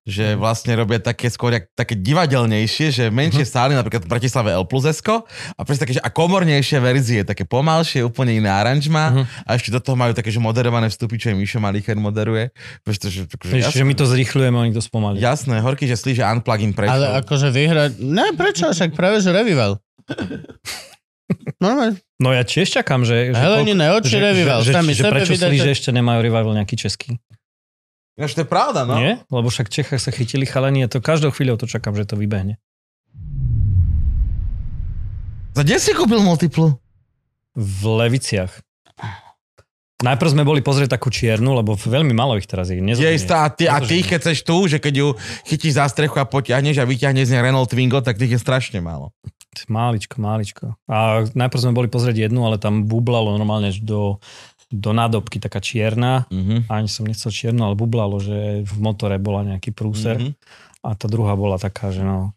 S2: Že
S3: Mhm.
S2: že vlastne robia také skôr jak, také divadelnejšie, že menšie
S3: Mhm.
S2: sály, napríklad v Bratislave L plus Esko, a presne také, že a komornejšie verzie, také pomalšie, úplne iné
S3: Mhm.
S2: aranžma, a ešte do toho majú také, že moderované vstupy, čo im Mišo Malicher moderuje, pretože akože,
S3: Vieš, že
S2: jasné,
S3: my to zrýchľujeme, oni to spomalia.
S2: jasné, horký, že slíže unplug im prešiel.
S1: Ale akože vyhrať... Ne, prečo? Však práve, že revival. Normálne.
S3: No ja tiež čakám, že... že koľko-
S1: Helenine oči revival.
S3: že,
S1: Sami
S3: že, že
S1: sebe
S3: prečo
S1: vydať...
S3: slíže ešte nemajú revival nejaký český?
S2: Ináč to je pravda, no.
S3: Nie? Lebo však v Čechách sa chytili chalani a to každou chvíľou to čakám, že to vybehne.
S2: Za kde si kúpil multiplu?
S3: V Leviciach. Najprv sme boli pozrieť takú čiernu, lebo veľmi malo ich teraz. Ich
S2: Je istá, a ty, a ty
S3: Pretože-
S2: ich keď chceš tu, že keď ju chytíš za strechu a potiahneš a vyťahneš z nej Renault Twingo, tak tých je strašne málo.
S3: Máličko, máličko. A najprv sme boli pozrieť jednu, ale tam bublalo normálne až do, do nádobky taká čierna.
S2: Mhm.
S3: Ani som nechcel čiernu, ale bublalo, že v motore bola nejaký prúser.
S2: Mhm.
S3: A tá druhá bola taká, že no,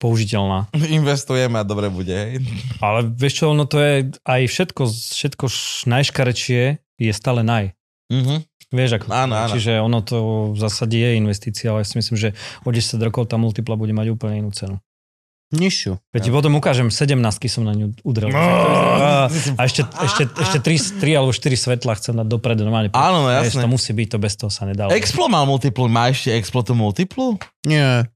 S3: použiteľná.
S2: Investujeme a dobre bude. hej.
S3: Ale vieš čo, ono to je aj všetko, všetko š- najškarečie je stále naj.
S2: Mhm.
S3: Vieš, ako,
S2: Áno, áno.
S3: čiže ono to v zásade je investícia, ale ja si myslím, že o 10 rokov tá multipla bude mať úplne inú cenu.
S1: Nižšiu.
S3: Veď ti potom ukážem, 17 som na ňu udrel. A, a ešte, ešte, ešte 3, 3 alebo 4 svetla chcem dať dopredu. Normálne,
S2: Áno, no
S3: Vieš,
S2: jasné.
S3: to musí byť, to bez toho sa nedá.
S2: Explo mal multiplu, má ešte Explo tú multiplu?
S1: Nie.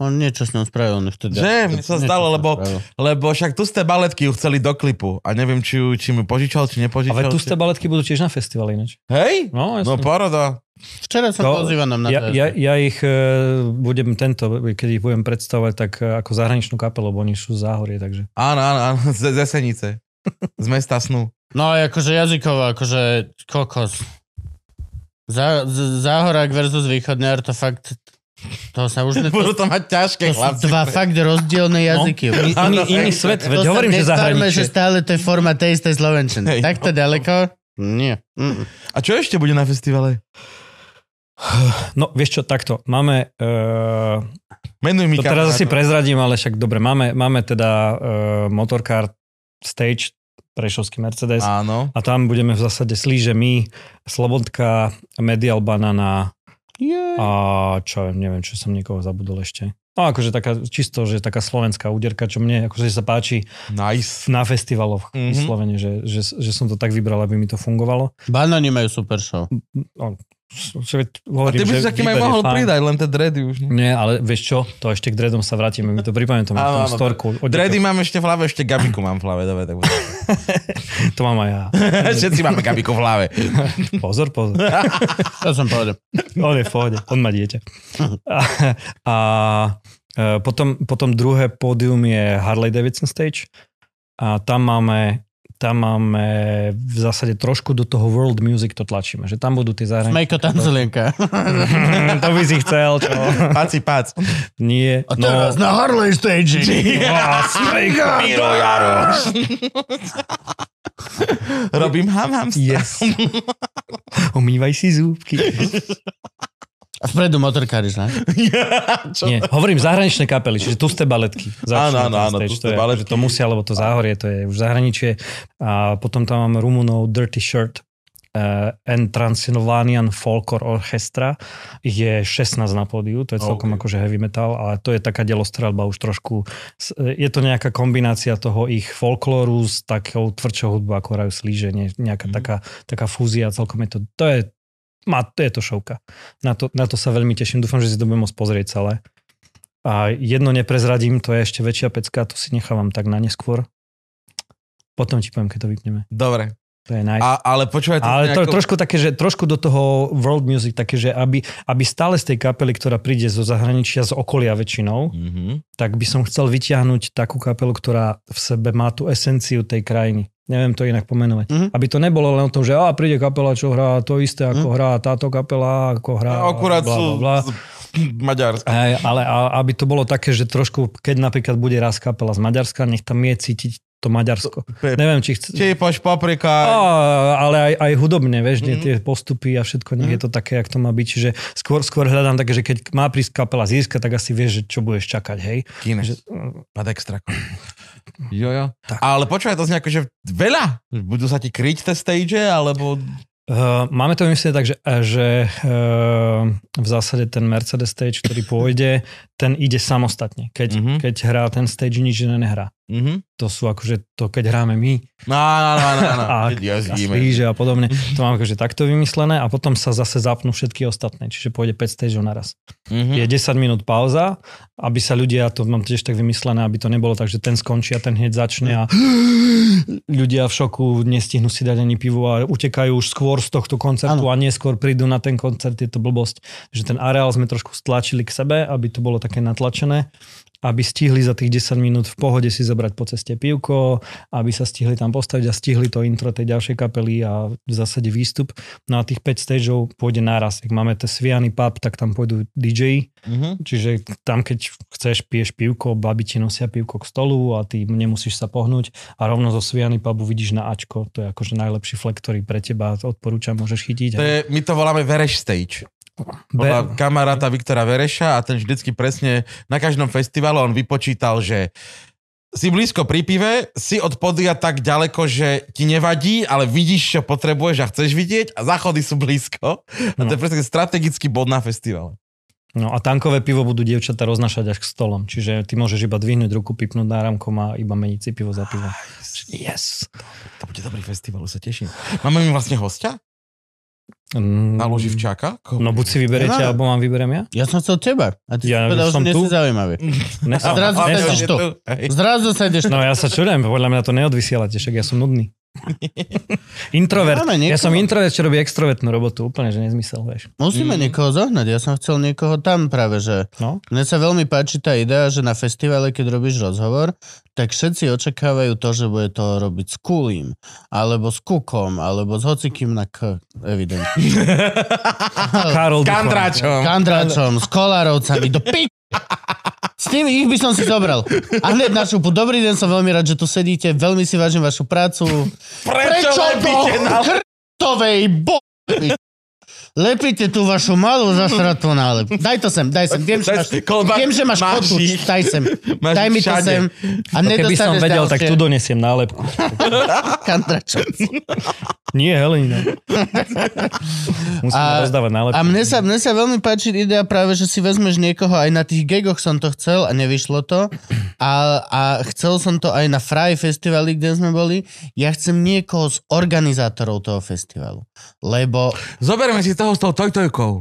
S1: On niečo s ňou spravil. No vtedy.
S2: Že? Mne sa
S1: Niečo s
S2: zdalo,
S1: ňou
S2: lebo-
S1: spravil.
S2: Lebo však tu ste baletky ju chceli do klipu a neviem, či, ju- či mi požičal, či nepožičal.
S3: Ale tu
S2: či...
S3: ste baletky budú tiež na festivale ináč.
S2: Hej?
S3: No,
S2: No
S3: jasne.
S2: poroda.
S1: Včera som
S3: To-
S1: bol zývanom na
S3: ja,
S1: TSE.
S3: ja, ja ich e, budem tento, keď ich budem predstavovať, tak e, ako zahraničnú kapelu, lebo oni sú z záhorie, takže.
S2: Áno, áno, áno, z, z Esenice. Z mesta snu.
S1: No akože jazykovo, akože kokos. Zá, z- záhorák versus východňar, to fakt... To sa už... Ne,
S2: Budú
S1: to,
S2: to mať
S1: to
S2: ťažké,
S1: sú
S2: chlapci.
S1: dva fakt rozdielne jazyky.
S3: I,
S2: Áno,
S3: iný,
S2: hej.
S3: iný svet,
S1: To sa
S3: veď hovorím, že
S1: nestarme, že
S3: zahraničie.
S1: stále to je forma tej istej Slovenčiny.
S2: Hej,
S1: Takto ďaleko? Nie. Mm.
S2: A čo ešte bude na festivale?
S3: No vieš čo, takto, máme, e,
S2: Menuj mi
S3: to teraz asi
S2: kamaráta.
S3: prezradím, ale však dobre, máme, máme teda e, motorkár stage, prešovský Mercedes a.
S2: Áno.
S3: a tam budeme v zásade slíže my, Slobodka, Medial Banana a čo, ja neviem, čo som niekoho zabudol ešte. No akože taká, čisto, že taká slovenská úderka, čo mne akože sa páči
S2: Nice.
S3: na festivaloch
S2: Mhm.
S3: mm-hmm. vyslovene, že, že, že som to tak vybral, aby mi to fungovalo.
S1: Banani majú super show.
S3: No, čo, veď
S2: A No, ty
S3: hovorím,
S2: by si
S3: že
S2: sa kým aj
S3: výber je
S2: mohol
S3: fajn.
S2: pridať, len tie dredy už. nie?
S3: Nie, ale vieš čo, to ešte k dreadom sa vrátime, mi to pripomeniem,
S2: Áno,
S3: to mám
S2: áno.
S3: tam storku. O
S2: Dredy mám ešte v hlave, ešte Gabiku mám v hlave, dobre, tak bude.
S3: deťoch. To mám aj ja.
S2: Všetci máme Gabiku v hlave.
S3: Pozor, pozor.
S1: To som povedal.
S3: On je v pohode, on má dieťa. A, a e, potom, potom druhé pódium je Harley Davidson Stage a tam máme tam máme v zásade trošku do toho world music to tlačíme, že tam budú tie zahraničné. Mm,
S1: Smejko Tanzelienka.
S3: to by si chcel, čo?
S2: Páci, pác.
S3: Nie. no.
S1: A teraz na Harley stage.
S3: Á, Smejko.
S2: Miro Jaro. Robím ham ham
S3: Yes. Umývaj si zúbky.
S1: A vpredu motorkári, ne?
S2: Čo?
S3: Nie, hovorím zahraničné kapely, čiže tu ste baletky. Začnú
S2: Áno, áno,
S3: tam
S2: áno,
S3: stage,
S2: tu
S3: to
S2: ste
S3: je,
S2: baletky.
S3: akože To musia, lebo to záhorie, to je už zahraničie. A potom tam máme Rumunov Dirty Shirt uh, and Transylvanian Folklore Orchestra. Ich Je 16 na pódiu, to je celkom
S2: Ok.
S3: akože heavy metal, ale to je taká delostrelba už trošku. s- eh, Je to nejaká kombinácia toho ich folklóru s takou tvrdšou hudbou, ako hrajú slíže, nie- nejaká
S2: Mhm.
S3: taká, taká fúzia, celkom je to, to je má, to je to šovka. Na to, na to sa veľmi teším. Dúfam, že si to budem môcť pozrieť celé. A jedno neprezradím, to je ešte väčšia pecka, to si nechávam tak na neskôr. Potom ti poviem, keď to vypneme.
S2: Dobre.
S3: To je nice.
S2: A, ale počúvaj,
S3: Ale to je
S2: nejako-
S3: trošku také, že trošku do toho world music, také, že aby, aby stále z tej kapely, ktorá príde zo zahraničia, z okolia väčšinou,
S2: Mhm.
S3: tak by som chcel vytiahnuť takú kapelu, ktorá v sebe má tú esenciu tej krajiny. Neviem to inak pomenovať.
S1: Mhm.
S3: Aby to nebolo len o tom, že a, príde kapela, čo hrá to isté, ako hrá táto kapela, ako hrá...
S2: No, Akurát
S3: bla,
S2: sú
S3: bla, bla.
S2: z Maďarska.
S3: Hej, ale a, aby to bolo také, že trošku, keď napríklad bude raz kapela z Maďarska, nech tam je cítiť to Maďarsko.
S2: Pe-
S3: Neviem, či chce...
S2: Čipoš, paprika.
S3: Á, ale aj, aj hudobne, vieš, mm-hmm.
S2: Mhm.
S3: tie postupy a všetko, nech je to také, jak to má byť. Čiže skôr, skôr hľadám také, že keď má prísť kapela z Írska, tak asi vieš, že čo budeš čakať, hej.
S2: Kine.
S3: Že,
S2: Pad extra. Jo, jo.
S3: Tak.
S2: Ale počúvaj, to znie ako, že veľa. Budú sa ti kryť tie stage, alebo...
S3: Uh, máme to vymyslené tak, že, eh, že uh, v zásade ten Mercedes stage, ktorý pôjde, ten ide samostatne. Keď,
S2: Mhm.
S3: mm-hmm. keď hrá ten stage, nič iné nehrá.
S2: Mhm.
S3: To sú akože to, keď hráme my
S2: No, no, no, no, no.
S3: a,
S2: Keď
S3: a
S2: jazdíme.
S3: slíže a podobne. To máme akože takto vymyslené a potom sa zase zapnú všetky ostatné. Čiže pôjde 5 stageov naraz.
S2: Mhm.
S3: Je 10 minút pauza, aby sa ľudia, to mám tiež tak vymyslené, aby to nebolo tak, že ten skončí a ten hneď začne a ľudia v šoku nestihnú si dať ani pivo a utekajú už skôr z tohto koncertu a neskôr prídu na ten koncert, je to blbosť. Že ten areál sme trošku stlačili k sebe, aby to bolo také natlačené aby stihli za tých 10 minút v pohode si zobrať po ceste pivko, aby sa stihli tam postaviť a stihli to intro tej ďalšej kapely a v zásade výstup. No a tých 5 stageov pôjde naraz. Ak máme ten Sviany pub, tak tam pôjdu DJ,
S2: Mhm.
S3: Čiže tam, keď chceš, piješ pivko, babi ti nosia pivko k stolu a ty nemusíš sa pohnúť a rovno zo Sviany pubu vidíš na Ačko. To je akože najlepší flek, ktorý pre teba odporúčam, môžeš chytiť.
S2: To je, my to voláme Vereš Stage. Podľa
S3: Be-
S2: kamaráta Viktora Vereša a ten vždycky presne na každom festivalu on vypočítal, že si blízko pri pive, si od podia tak ďaleko, že ti nevadí, ale vidíš, čo potrebuješ a chceš vidieť a záchody sú blízko. A to je presne strategický bod na festival.
S3: No a tankové pivo budú dievčatá roznašať až k stolom. Čiže ty môžeš iba dvihnúť ruku, pipnúť náramkom a iba meniť si pivo za pivo. Yes.
S2: To bude dobrý festival, už sa teším. Máme mi vlastne hostia?
S3: Mm,
S2: Na Loživčáka? Koho-
S3: No buď si vyberiete,
S1: No.
S3: alebo mám vyberiem ja.
S1: Ja som chcel teba. A ty ja,
S3: Ja
S1: si povedal, že
S3: som
S1: nie
S3: tu.
S1: si zaujímavý.
S3: Ne,
S1: A zrazu
S2: Ale
S1: sa ideš
S2: je
S1: tu.
S2: Hej.
S1: Zrazu sa ideš...
S3: No ja sa čudujem, podľa mňa to neodvysielate, však ja som nudný. Introvert.
S1: Máme niekoho.
S3: Ja som introvert, čo robí extrovertnú robotu, úplne, že nezmysel, vieš.
S1: Musíme
S2: Mm.
S1: niekoho zohnať. Ja som chcel niekoho tam práve, že...
S3: No.
S1: Mne sa veľmi páči tá idea, že na festivale, keď robíš rozhovor, tak všetci očakávajú to, že bude to robiť s Kulim, alebo s Kukom, alebo s hocikým na K, evidentne.
S3: Karol Duchoň. No,
S2: Kandráčom.
S1: Kandračom, s Kolárovcami, do pi... S tými ich by som si zobral. A hneď na šupu. Dobrý deň, som veľmi rád, že tu sedíte. Veľmi si vážim vašu prácu.
S2: Prečo lepíte na...
S1: hrtovej bo... Lepíte tú vašu malú zasratú nálepku. Daj to sem, daj sem. Viem, že
S2: Daj-
S1: máš,
S2: kolba-
S1: viem, že máš
S2: máš
S1: potuč.
S2: ich.
S1: Daj sem.
S2: Máš
S1: Daj mi to
S2: všade.
S1: sem. A
S3: No keby som
S1: nedostaneš
S3: vedel, tak
S1: ďalšie.
S3: tu donesiem nálepku.
S1: Kandračom.
S3: Nie, Helena. Musíme
S1: A-
S3: rozdávať nálepku.
S1: A mne sa, mne sa veľmi páči idea práve, že si vezmeš niekoho, aj na tých gegoch som to chcel a nevyšlo to. A, a chcel som to aj na Fry festivali, kde sme boli. Ja chcem niekoho z organizátorov toho festivalu. Lebo,
S2: Zoberme si toho s tou tojtojkou.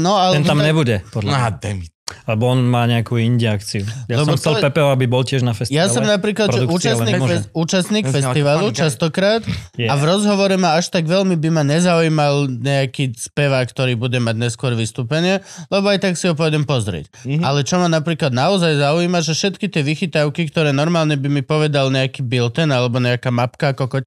S1: no ale...
S3: Ten tam nebude, podľa mňa.
S2: Na demit.
S3: Lebo on má nejakú indie akciu. Ja
S1: Lebo
S3: som chcel
S1: to je-
S3: Pepeho, aby bol tiež na
S1: Ja
S3: festivale.
S1: som napríklad že
S3: produkcie, ale
S1: účastník,
S3: nemôže.
S1: fe- účastník
S2: Ja som
S1: festivalu
S2: ako fun guy.
S1: častokrát
S3: Yeah.
S1: a v rozhovore ma až tak veľmi by ma nezaujímal nejaký spevák, ktorý bude mať neskôr vystúpenie, lebo aj tak si ho pôjdem pozrieť.
S2: Mhm.
S1: Ale čo ma napríklad naozaj zaujíma, že všetky tie vychytávky, ktoré normálne by mi povedal nejaký bilten alebo nejaká mapka kokot,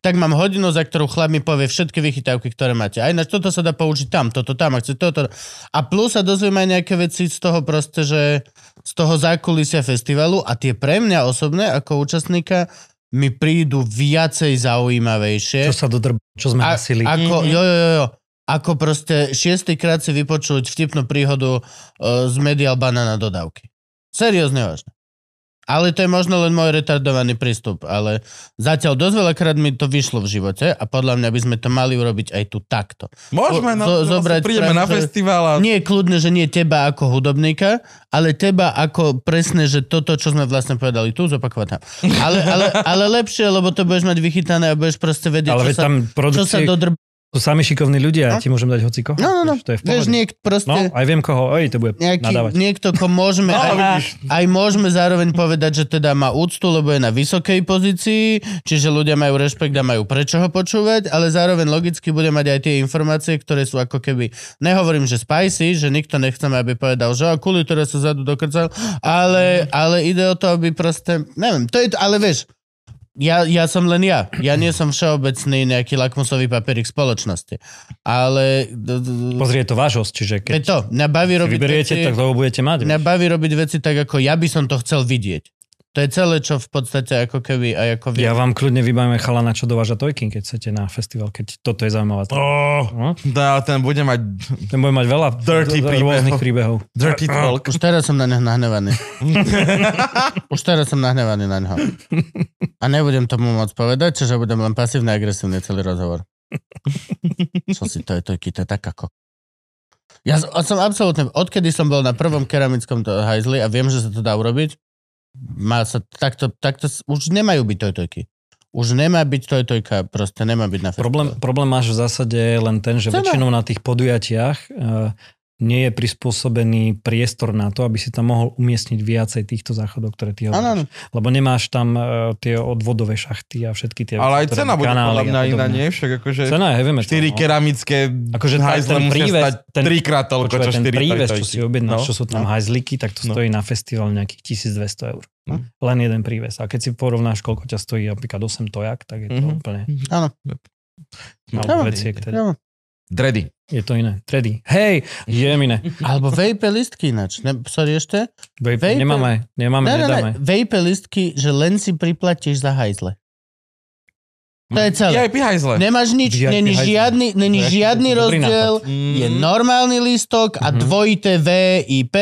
S1: tak mám hodinu, za ktorú chlap mi povie všetky vychytávky, ktoré máte. Aj na toto sa dá použiť tam, toto tam, ak chce toto. A plus sa dozviem aj nejaké veci z toho proste, že z toho zákulisia festivalu a tie pre mňa osobné ako účastníka mi prídu viacej zaujímavejšie.
S3: Čo sa dodrb... Čo sme
S1: A-
S3: hasili.
S1: Ako, jo, jo, jo, jo. Ako proste šiestýkrát si vypočuť vtipnú príhodu e, z Medial Banana dodávky. Seriózne vážne. Ale to je možno len môj retardovaný prístup, ale zatiaľ dosť veľakrát mi to vyšlo v živote a podľa mňa by sme to mali urobiť aj tu takto. Zo-
S2: Môžeme, na,
S1: zo- zobrať
S2: prídeme na
S1: práve, že-
S2: festival a...
S1: Nie je kľudne, že nie teba ako hudobníka, ale teba ako presne, že toto, čo sme vlastne povedali tu, zopakovať tam. Ale, ale, ale lepšie, lebo to budeš mať vychytané a budeš proste vedieť, čo,
S3: Ale veď
S1: sa,
S3: tam
S1: čo sa
S3: produkcie
S1: dodrb...
S3: sú sami šikovní ľudia, ja ti môžem dať hociko.
S1: No, no, no.
S3: To je v
S1: Vieš,
S3: pohode.
S1: niek proste...
S3: No, aj viem koho, ej, to bude
S1: nejaký,
S3: nadávať.
S1: niekto, ko môžeme...
S2: No,
S1: aj,
S2: vidíš.
S1: aj môžeme zároveň povedať, že teda má úctu, lebo je na vysokej pozícii, čiže ľudia majú rešpekt a majú prečo ho počúvať, ale zároveň logicky bude mať aj tie informácie, ktoré sú ako keby... Nehovorím, že spicy, že nikto nechceme, aby povedal, že a kuli, ktoré sa zadu dokrcal, ale, ale ide o to, aby proste... Neviem, to je to, ale vieš, ja, ja som len ja. Ja nie som všeobecný nejaký lakmusový papierik spoločnosti. Ale...
S3: Pozrie je to váš host, čiže
S1: Keď
S3: keď
S1: to, mňa baví
S3: si
S1: robiť...
S3: vyberiete,
S1: veci-
S3: tak toho budete mať.
S1: Mňa baví robiť veci tak, ako ja by som to chcel vidieť. To je celé, čo v podstate ako keby aj ako
S3: Ja
S1: viem.
S3: vám kľudne vybavíme chalana, čo dováža Tojkin, keď chcete na festival, keď toto je zaujímavé.
S2: Oh,
S3: No,
S2: dá, ten bude mať
S3: ten bude mať veľa
S2: Dirty
S3: r- r- rôznych príbehov.
S2: dirty talk.
S1: Už teraz som na neho nahnevaný. Už teraz som nahnevaný na neho. A nebudem tomu môcť povedať, čiže budem len pasívne agresívny celý rozhovor. Som si, to je to, to je tak ako... Ja z- som absolútne, odkedy som bol na prvom keramickom to- hajzli a viem, že sa to dá urobiť, má sa takto, takto, s- už nemajú byť tojtojky. Už nemá byť tojtojka, proste nemá byť na festivale.
S3: Problém, problém máš v zásade len ten, že
S1: Cena.
S3: väčšinou na tých podujatiach eh, nie je prispôsobený priestor na to, aby si tam mohol umiestniť viacej týchto záchodov, ktoré ty
S1: Áno, áno.
S3: hovoríš. Lebo nemáš tam eh, tie odvodové šachty a všetky tie...
S2: Ale aj
S3: ktoré-
S2: cena bude
S3: kanály
S2: podľa
S3: a
S2: mňa iná,
S3: podobne.
S2: nie? Však akože
S3: Cena je heavy
S2: 4
S3: metal. no.
S2: keramické
S3: Akože
S2: akože
S3: tá-
S2: hajzle
S3: ten
S2: musia
S3: príves-
S2: stať
S3: ten-
S2: 3 krát toľko,
S3: Počúvaj,
S2: čo
S3: ten
S2: 4
S3: príves, čo si objednáš,
S2: No.
S3: čo sú tam
S2: No.
S3: hajzliky, tak to
S2: No.
S3: stojí na festival nejakých 1200 eur.
S2: No.
S3: Len jeden príves. A keď si porovnáš, koľko ťa stojí napríklad 8 tojak, tak je to
S2: Mhm.
S3: úplne...
S1: Áno.
S3: Alebo
S1: No.
S3: veciek
S1: Ja,
S3: teda.
S2: Dredy.
S3: Je to iné. Tredy. Hej, jemine.
S1: alebo vape listky ináč. Ne, sorry, ešte?
S3: Vape,
S1: Vape-
S3: nemáme, nemáme,
S1: Ne, ne, ne,
S3: nedáme.
S1: vape listky, že len si priplatíš za hajzle. To je celé.
S2: Je aj pihajzle.
S1: Nemáš nič,
S3: Žiadny
S1: není
S3: hajzel.
S1: žiadny, není
S3: To je
S1: žiadny
S3: dobrý Mm.
S1: rozdiel.
S2: Mm,
S1: Je normálny listok a
S3: Mhm.
S1: dvojité VIP.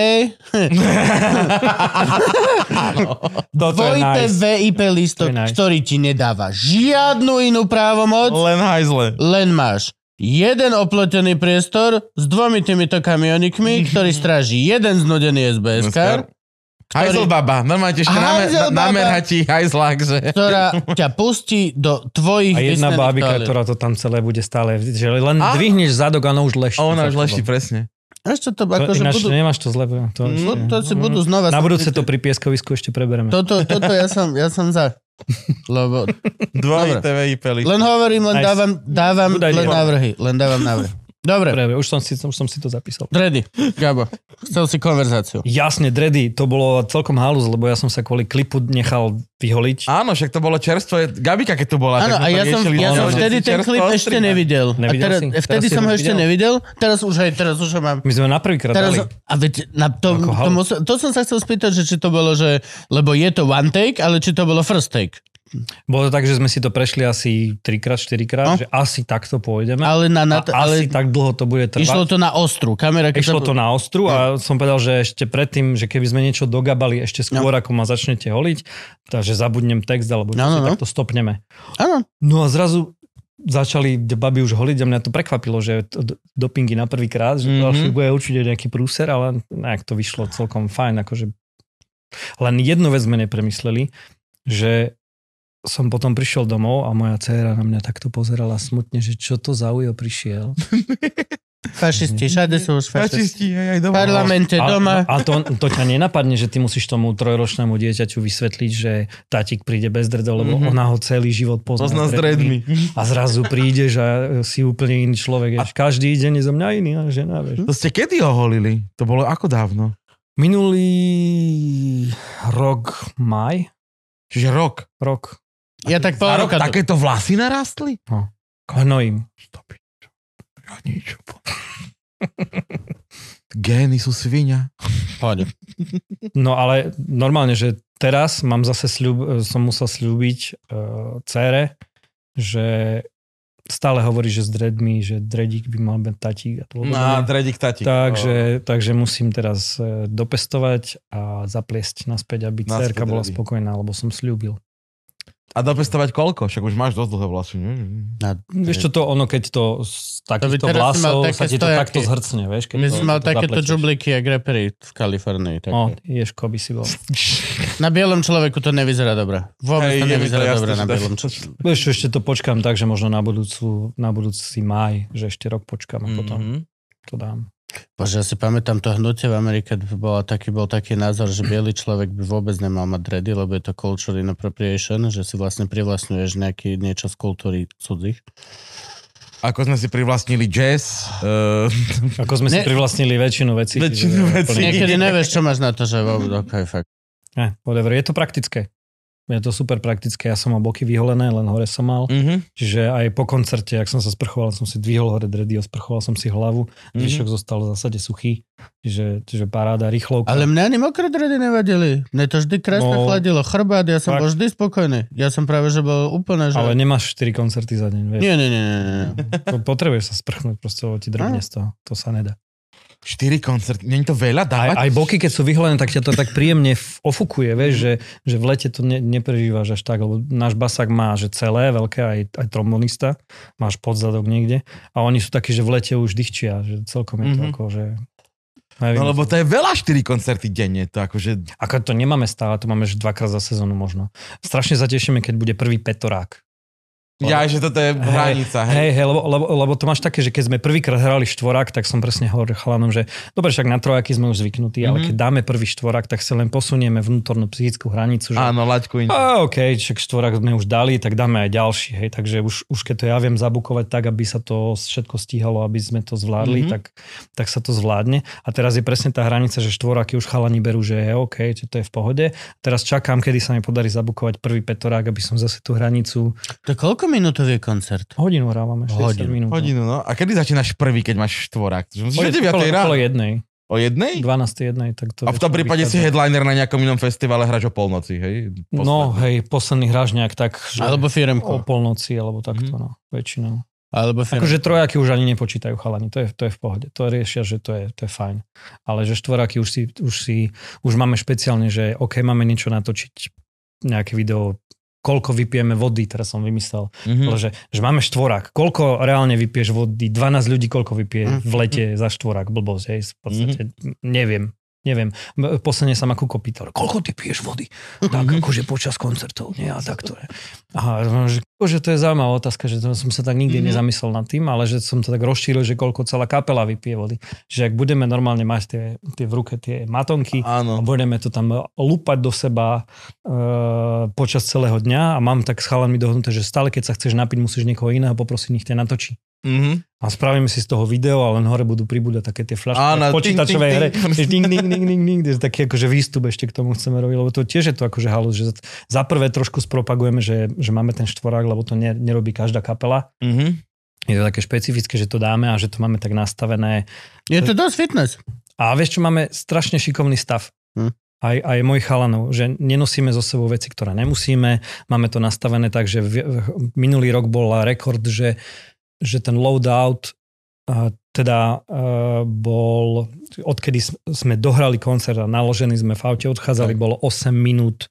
S3: No, to je
S1: Dvojité
S3: nice.
S1: VIP listok,
S3: To je nice.
S1: ktorý ti nedáva žiadnu inú právomoc,
S2: Len hajzle.
S1: len máš jeden oplotený priestor s dvomi týmito kamionikmi, ktorý stráži jeden znudený SBS-kar,
S2: Hajzel baba. Normálne ti ešte namer-
S1: Hajzel
S2: na-
S1: baba.
S2: namerhatí hajzlák, že...
S1: ktorá ťa pustí do tvojich
S3: A jedna
S1: vysnených
S3: bábika,
S1: toalet.
S3: ktorá to tam celé bude stále, že len
S2: A-
S3: dvihneš zadok a ona už leští.
S2: A ona už
S3: za tebou.
S2: leští, presne.
S1: Ešte to
S3: To,
S1: akože
S3: ináč
S1: budú...
S3: nemáš to zle. To,
S1: No,
S3: ešte-
S1: to si budú znova...
S3: Na budúce to pri pieskovisku ešte prebereme.
S1: Toto, toto ja som, ja som za. Lebo Dobre.
S2: Dvoj TV peli.
S1: Len hovorím, len
S3: Nice.
S1: dávam, dávam
S3: Good idea.
S1: len návrhy. Len dávam návrhy. Dobre,
S3: Dobre, už som si, som, som si to zapísal.
S1: Dredy, Gabo, chcel si konverzáciu.
S3: Jasne, Dredy, to bolo celkom halus, lebo ja som sa kvôli klipu nechal vyholiť.
S2: Áno, však to bolo čerstvé. Gabika, keď tu bola,
S1: Áno, a
S2: tak sme to
S1: ja som,
S2: riešili,
S1: ja
S2: že
S1: som
S2: si
S1: vtedy ten
S2: čerstvo
S1: klip
S2: ostrihne.
S1: ešte nevidel. A
S3: Nevidel
S1: teraz,
S3: si?
S1: vtedy
S3: Teraz si
S1: som
S3: ho
S1: ho ešte
S3: videl?
S1: nevidel, teraz už aj, teraz už ho mám.
S3: My sme na prvýkrát
S1: Teraz,
S3: dali.
S1: a veď, na to, to,
S3: Ako halus.
S1: musel, to som sa chcel spýtať, že či to bolo, že, lebo je to one take, ale či to bolo first take.
S3: Bolo to tak, že sme si to prešli asi 3-krát, 4-krát,
S1: No.
S3: že asi takto pôjdeme.
S1: Ale, na, na,
S3: No. a
S1: ale
S3: asi tak dlho to bude trvať.
S1: išlo No. to na ostru. Kamera, keď
S3: Išlo
S1: sa-
S3: to na ostru a som povedal, že ešte predtým, že keby sme niečo dogabali ešte skôr, ako ma začnete holiť, takže zabudnem text alebo čo
S1: No, no,
S3: si,
S1: no.
S3: tak to stopneme.
S1: Áno,
S3: No a zrazu začali tie baby už holiť a mňa to prekvapilo, že to d- dopingy na prvý krát, že
S2: Mhm.
S3: mm-hmm. bude určite nejaký prúser, ale nejak to vyšlo celkom fajn. Akože... Len jednu vec sme nepremysleli, že som potom prišiel domov a moja dcéra na mňa takto pozerala smutne, že čo to za ujo prišiel.
S1: fašisti, všade sú už fašisti.
S2: Fašisti, aj, aj
S1: V
S2: doma.
S1: parlamente,
S3: A,
S1: doma.
S3: a to, to ťa nenapadne, že ty musíš tomu trojročnému dieťaťu vysvetliť, že tátik príde bez dredov, lebo
S2: Mhm.
S3: mm-hmm. ona ho celý život pozná.
S2: Pozná s
S3: s
S2: dreadmi.
S3: A zrazu prídeš a si úplne iný človek. A každý deň je zo mňa iný a žena, vieš.
S2: To ste kedy ho holili? To bolo ako dávno?
S3: Minulý rok, maj,
S2: Čiže rok.
S3: rok,
S1: Ja tak pol
S2: Za rok
S1: roka... to-
S2: takéto vlasy narastli?
S3: hnojím.
S2: To by- Ja nič. Gény sú svinia.
S1: Poď.
S3: No ale normálne, že teraz mám zase sľub, som musel sľúbiť uh, cére, že stále hovorí, že s dreadmi, že dredík by mal byť tatík. A to
S2: Na dredik tatík.
S3: takže, takže musím teraz eh, dopestovať a zapliesť naspäť, aby
S2: Naspäť
S3: cerka bola
S2: dready.
S3: spokojná, lebo som sľúbil.
S2: A dopestovať koľko? Však už máš dosť dlhé vlasy. nie?
S3: Vieš čo to, ono keď to z
S1: by
S3: takýchto
S1: teraz si mal
S3: vlasov
S1: také
S3: sa ti to
S1: stojaky.
S3: takto zhrcne, vieš? Keď
S1: My
S3: to,
S1: sme mal
S3: keď to
S1: takéto
S3: zaplečieš.
S1: džubliky a grepery v Kalifornii. Také.
S3: No, ješko by si bol.
S1: Na bielom človeku to nevyzerá dobre. Vôbec
S2: Hej,
S1: to
S2: je mi to
S1: nevyzerá
S2: jasné,
S1: dobre
S2: že
S1: na
S2: to-
S1: bielom človeku.
S3: Vieš, čo, ešte to počkám tak, že možno na, budúcu, na budúci maj, že ešte rok počkám a potom
S2: Mhm.
S3: to dám.
S1: Bože, ja si pamätám to hnutie v Amerike, bol taký, bol taký názor, že biely človek by vôbec nemal mať dredy, lebo je to cultural appropriation, že si vlastne privlastňuješ nejaký, niečo z kultúry cudzích.
S2: Ako sme si privlastnili jazz. eh,
S3: Ako sme si
S1: Ne-
S3: privlastnili väčšinu vecí.
S2: Väčšinu
S3: čiže-
S2: vecí.
S1: Niekedy nevieš, čo máš na to, že vôbec, ok, fakt.
S3: Ne, whatever. Je to praktické. Je to super praktické. Ja som mal boky vyholené, len hore som mal.
S2: mhm,
S3: Čiže aj po koncerte, ak som sa sprchoval, som si dvihol hore dready, osprchoval som si hlavu.
S2: mhm.
S3: Zvyšok zostal v zásade suchý. Čiže, čiže paráda, rýchlovka.
S1: Ale mne ani mokré dredy nevadili. Mne to vždy krásne
S3: No.
S1: chladilo. Chrbát, ja som
S3: Fakt.
S1: bol vždy spokojný. Ja som práve, že bol úplne, že...
S3: Ale nemáš 4 koncerty za deň, vieš.
S1: Nie, nie, nie, nie, nie.
S3: Po- Potrebuješ sa sprchnúť, proste lebo ti drbne z toho. To sa nedá.
S2: 4 koncerty, není to veľa dávať?
S3: Aj, aj boky, keď sú vyholené, tak ťa to tak príjemne f- ofukuje, vieš,
S2: Mhm.
S3: že, že v lete to ne, neprežívaš až tak, lebo náš basák má, že celé, veľké, aj, aj trombonista, máš podzadok niekde a oni sú takí, že v lete už dychčia, že celkom je to
S2: Mhm.
S3: ako, že...
S2: No lebo to je veľa 4 koncerty denne, to akože...
S3: Ako to nemáme stále, to máme že dvakrát za sezónu možno. Strašne zatešíme, keď bude prvý petorák.
S2: Ja, že toto je hranica, hej.
S3: Hej, hej, lebo, lebo, lebo to máš také, že keď sme prvýkrát hrali štvorák, tak som presne hovoril chalanom, že dobre, však na trojaky sme už zvyknutí, mm-hmm. ale
S2: Mhm.
S3: keď dáme prvý štvorák, tak sa len posunieme vnútornú psychickú hranicu, že
S2: Áno, laťku in.
S3: A OK, však štvorák sme už dali, tak dáme aj ďalší, hej, takže už, už keď to ja viem zabukovať tak, aby sa to všetko stíhalo, aby sme to
S2: Mhm.
S3: zvládli, mm-hmm. tak, tak sa to zvládne. A teraz je presne tá hranica, že štvoráky už chalani berú, že je OK, že to je v pohode. Teraz čakám, kedy sa mi podarí zabukovať prvý petorák, aby som zase tú hranicu...
S1: To koľko minútový je koncert?
S3: Hodinu hrávame, 60
S1: Hodinu.
S3: minút. no.
S2: Hodinu, no. A kedy začínaš prvý, keď máš štvorák? Že Musíš o 9
S3: Okolo-
S2: ráno.
S3: Okolo jednej,
S2: O jednej?
S3: 12. jednej, tak to...
S2: A v tom
S3: väčšinou
S2: prípade si
S3: vychádza.
S2: headliner na nejakom inom festivale hráš o polnoci, hej?
S3: No, hej, posledný hráš nejak tak, že
S1: Alebo
S3: o
S1: firemku.
S3: polnoci, alebo
S2: Mhm.
S3: takto, no, väčšinou.
S1: Alebo firemku.
S3: Akože trojaky už ani nepočítajú chalani, to je, to je v pohode. To riešia, že to je, to je fajn. Ale že štvoraky už si, už si, už máme špeciálne, že OK, máme niečo natočiť, nejaké video, koľko vypijeme vody, teraz som vymyslel,
S2: Mhm.
S3: mm. že, že máme štvorák, koľko reálne vypiješ vody, 12 ľudí koľko vypije
S1: Mm.
S3: v lete za štvorák, blbosť, hej, v podstate,
S2: Mhm.
S3: mm. neviem. Neviem, M- posledne sa ma Kuko pýtal, koľko ty piješ vody?
S2: Mhm.
S3: Tak akože počas koncertov, nie? A takto je. Aha, no, že, že to je zaujímavá otázka, že to som sa tak nikdy
S2: Mhm.
S3: mm-hmm. nezamyslel nad tým, ale že som to tak rozšíril, že koľko celá kapela vypije vody. Že ak budeme normálne mať tie, tie v ruke tie matonky, a
S2: Áno.
S3: budeme to tam lúpať do seba e, počas celého dňa a mám tak s chalanmi dohodnuté, že stále keď sa chceš napiť, musíš niekoho iného poprosiť, nech ťa natočí.
S2: Mhm.
S3: A spravíme si z toho video a len hore budú pribúdať také tie flašky
S2: Áno,
S3: v počítačovej
S2: ting,
S3: hre.
S2: ting, ting.
S3: Ding, ding, ding, ding, ding, ding, taký akože výstup ešte k tomu chceme robiť, lebo to tiež je to akože halus, že za- za prvé trošku spropagujeme, že, že máme ten štvorák, lebo to ne, nerobí každá kapela.
S2: Mhm.
S3: Je to také špecifické, že to dáme a že to máme tak nastavené,
S1: Je to dosť fitness.
S3: a vieš čo, máme strašne šikovný stav.
S1: Hm.
S3: Aj, aj mojich chalanov, že nenosíme zo sebou veci, ktoré nemusíme. Máme to nastavené tak, že v, v, minulý rok bol rekord, že, že ten loadout a teda uh, bol, odkedy sm- sme dohrali koncert a naložení sme v aute, odchádzali,
S2: Tak.
S3: bolo 8 minút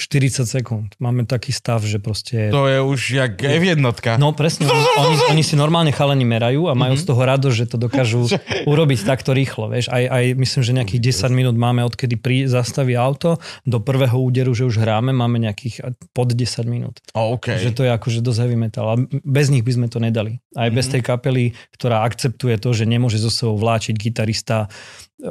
S3: 40 sekúnd. Máme taký stav, že proste...
S2: To je už jak F jednotka.
S3: No presne, oni, oni, oni si normálne chalani merajú a majú
S2: Mhm.
S3: z toho rado, že to dokážu urobiť takto rýchlo. Vieš. Aj, aj myslím, že nejakých 10 minút máme, odkedy pri, zastaví auto, do prvého úderu, že už hráme, máme nejakých pod 10 minút.
S2: OK.
S3: Že to je akože dosť heavy metal. A bez nich by sme to nedali. Aj bez
S2: Mhm.
S3: tej kapely, ktorá akceptuje to, že nemôže zo sebou vláčiť gitarista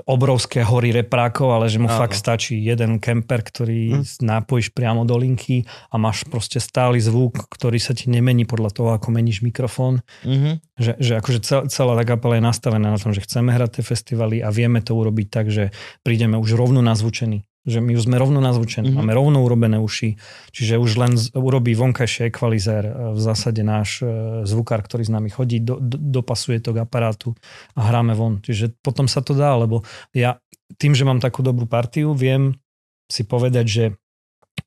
S3: obrovské hory reprákov, ale že mu
S2: Áno. Mhm.
S3: fakt stačí jeden kemper, ktorý nápojíš priamo do linky a máš proste stály zvuk, ktorý sa ti nemení podľa toho, ako meníš mikrofón.
S2: Mhm.
S3: Že, že akože cel, celá tá kapela je nastavená na tom, že chceme hrať tie festivaly a vieme to urobiť tak, že prídeme už rovno nazvučení. Že my už sme rovno nazvučení,
S2: Mhm.
S3: mm-hmm. máme rovno urobené uši, čiže už len z, urobí vonkajší equalizer, e, v zásade náš e, zvukár, ktorý s nami chodí, do, do, dopasuje to k aparátu a hráme von. Čiže potom sa to dá, lebo ja tým, že mám takú dobrú partiu, viem si povedať, že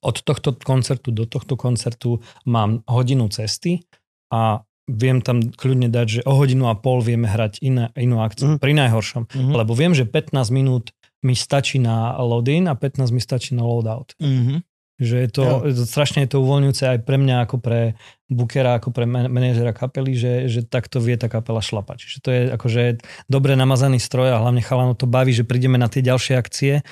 S3: od tohto koncertu do tohto koncertu mám hodinu cesty a viem tam kľudne dať, že o hodinu a pol vieme hrať iné, inú
S1: Mhm.
S3: akciu. Pri najhoršom.
S2: Mhm.
S3: Lebo viem, že 15 minút mi stačí na load-in a 15 mi stačí na load-out.
S2: Mhm.
S3: Že je to, je to, strašne je to uvoľňujúce aj pre mňa, ako pre bookera, ako pre man- manažera kapely, že, že takto vie tá kapela šlapať. Čiže to je akože dobre namazaný stroj a hlavne chalano to baví, že prídeme na tie ďalšie akcie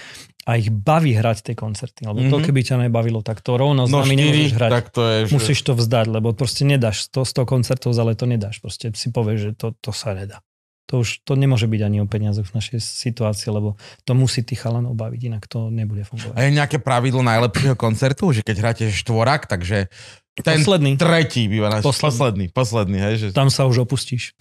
S3: a ich baví hrať tie koncerty. Lebo to,
S2: Mhm.
S3: keby ťa nebavilo, tak to rovno s
S2: No
S3: nami nemôžeš
S2: 4,
S3: hrať
S2: tak to je... že-
S3: musíš to vzdať, lebo proste nedáš 100, 100 koncertov za leto, nedáš. Proste si povieš, že to, to sa nedá. To už to nemôže byť ani o peniazoch v našej situácii, lebo to musí tých chalanov baviť, inak to nebude fungovať.
S2: A je nejaké pravidlo najlepšieho koncertu, že keď hráte štvorak, takže ten
S3: Posledný,
S2: tretí býva náš
S3: Posledný.
S2: posledný, posledný, hej, že...
S3: tam sa už opustíš.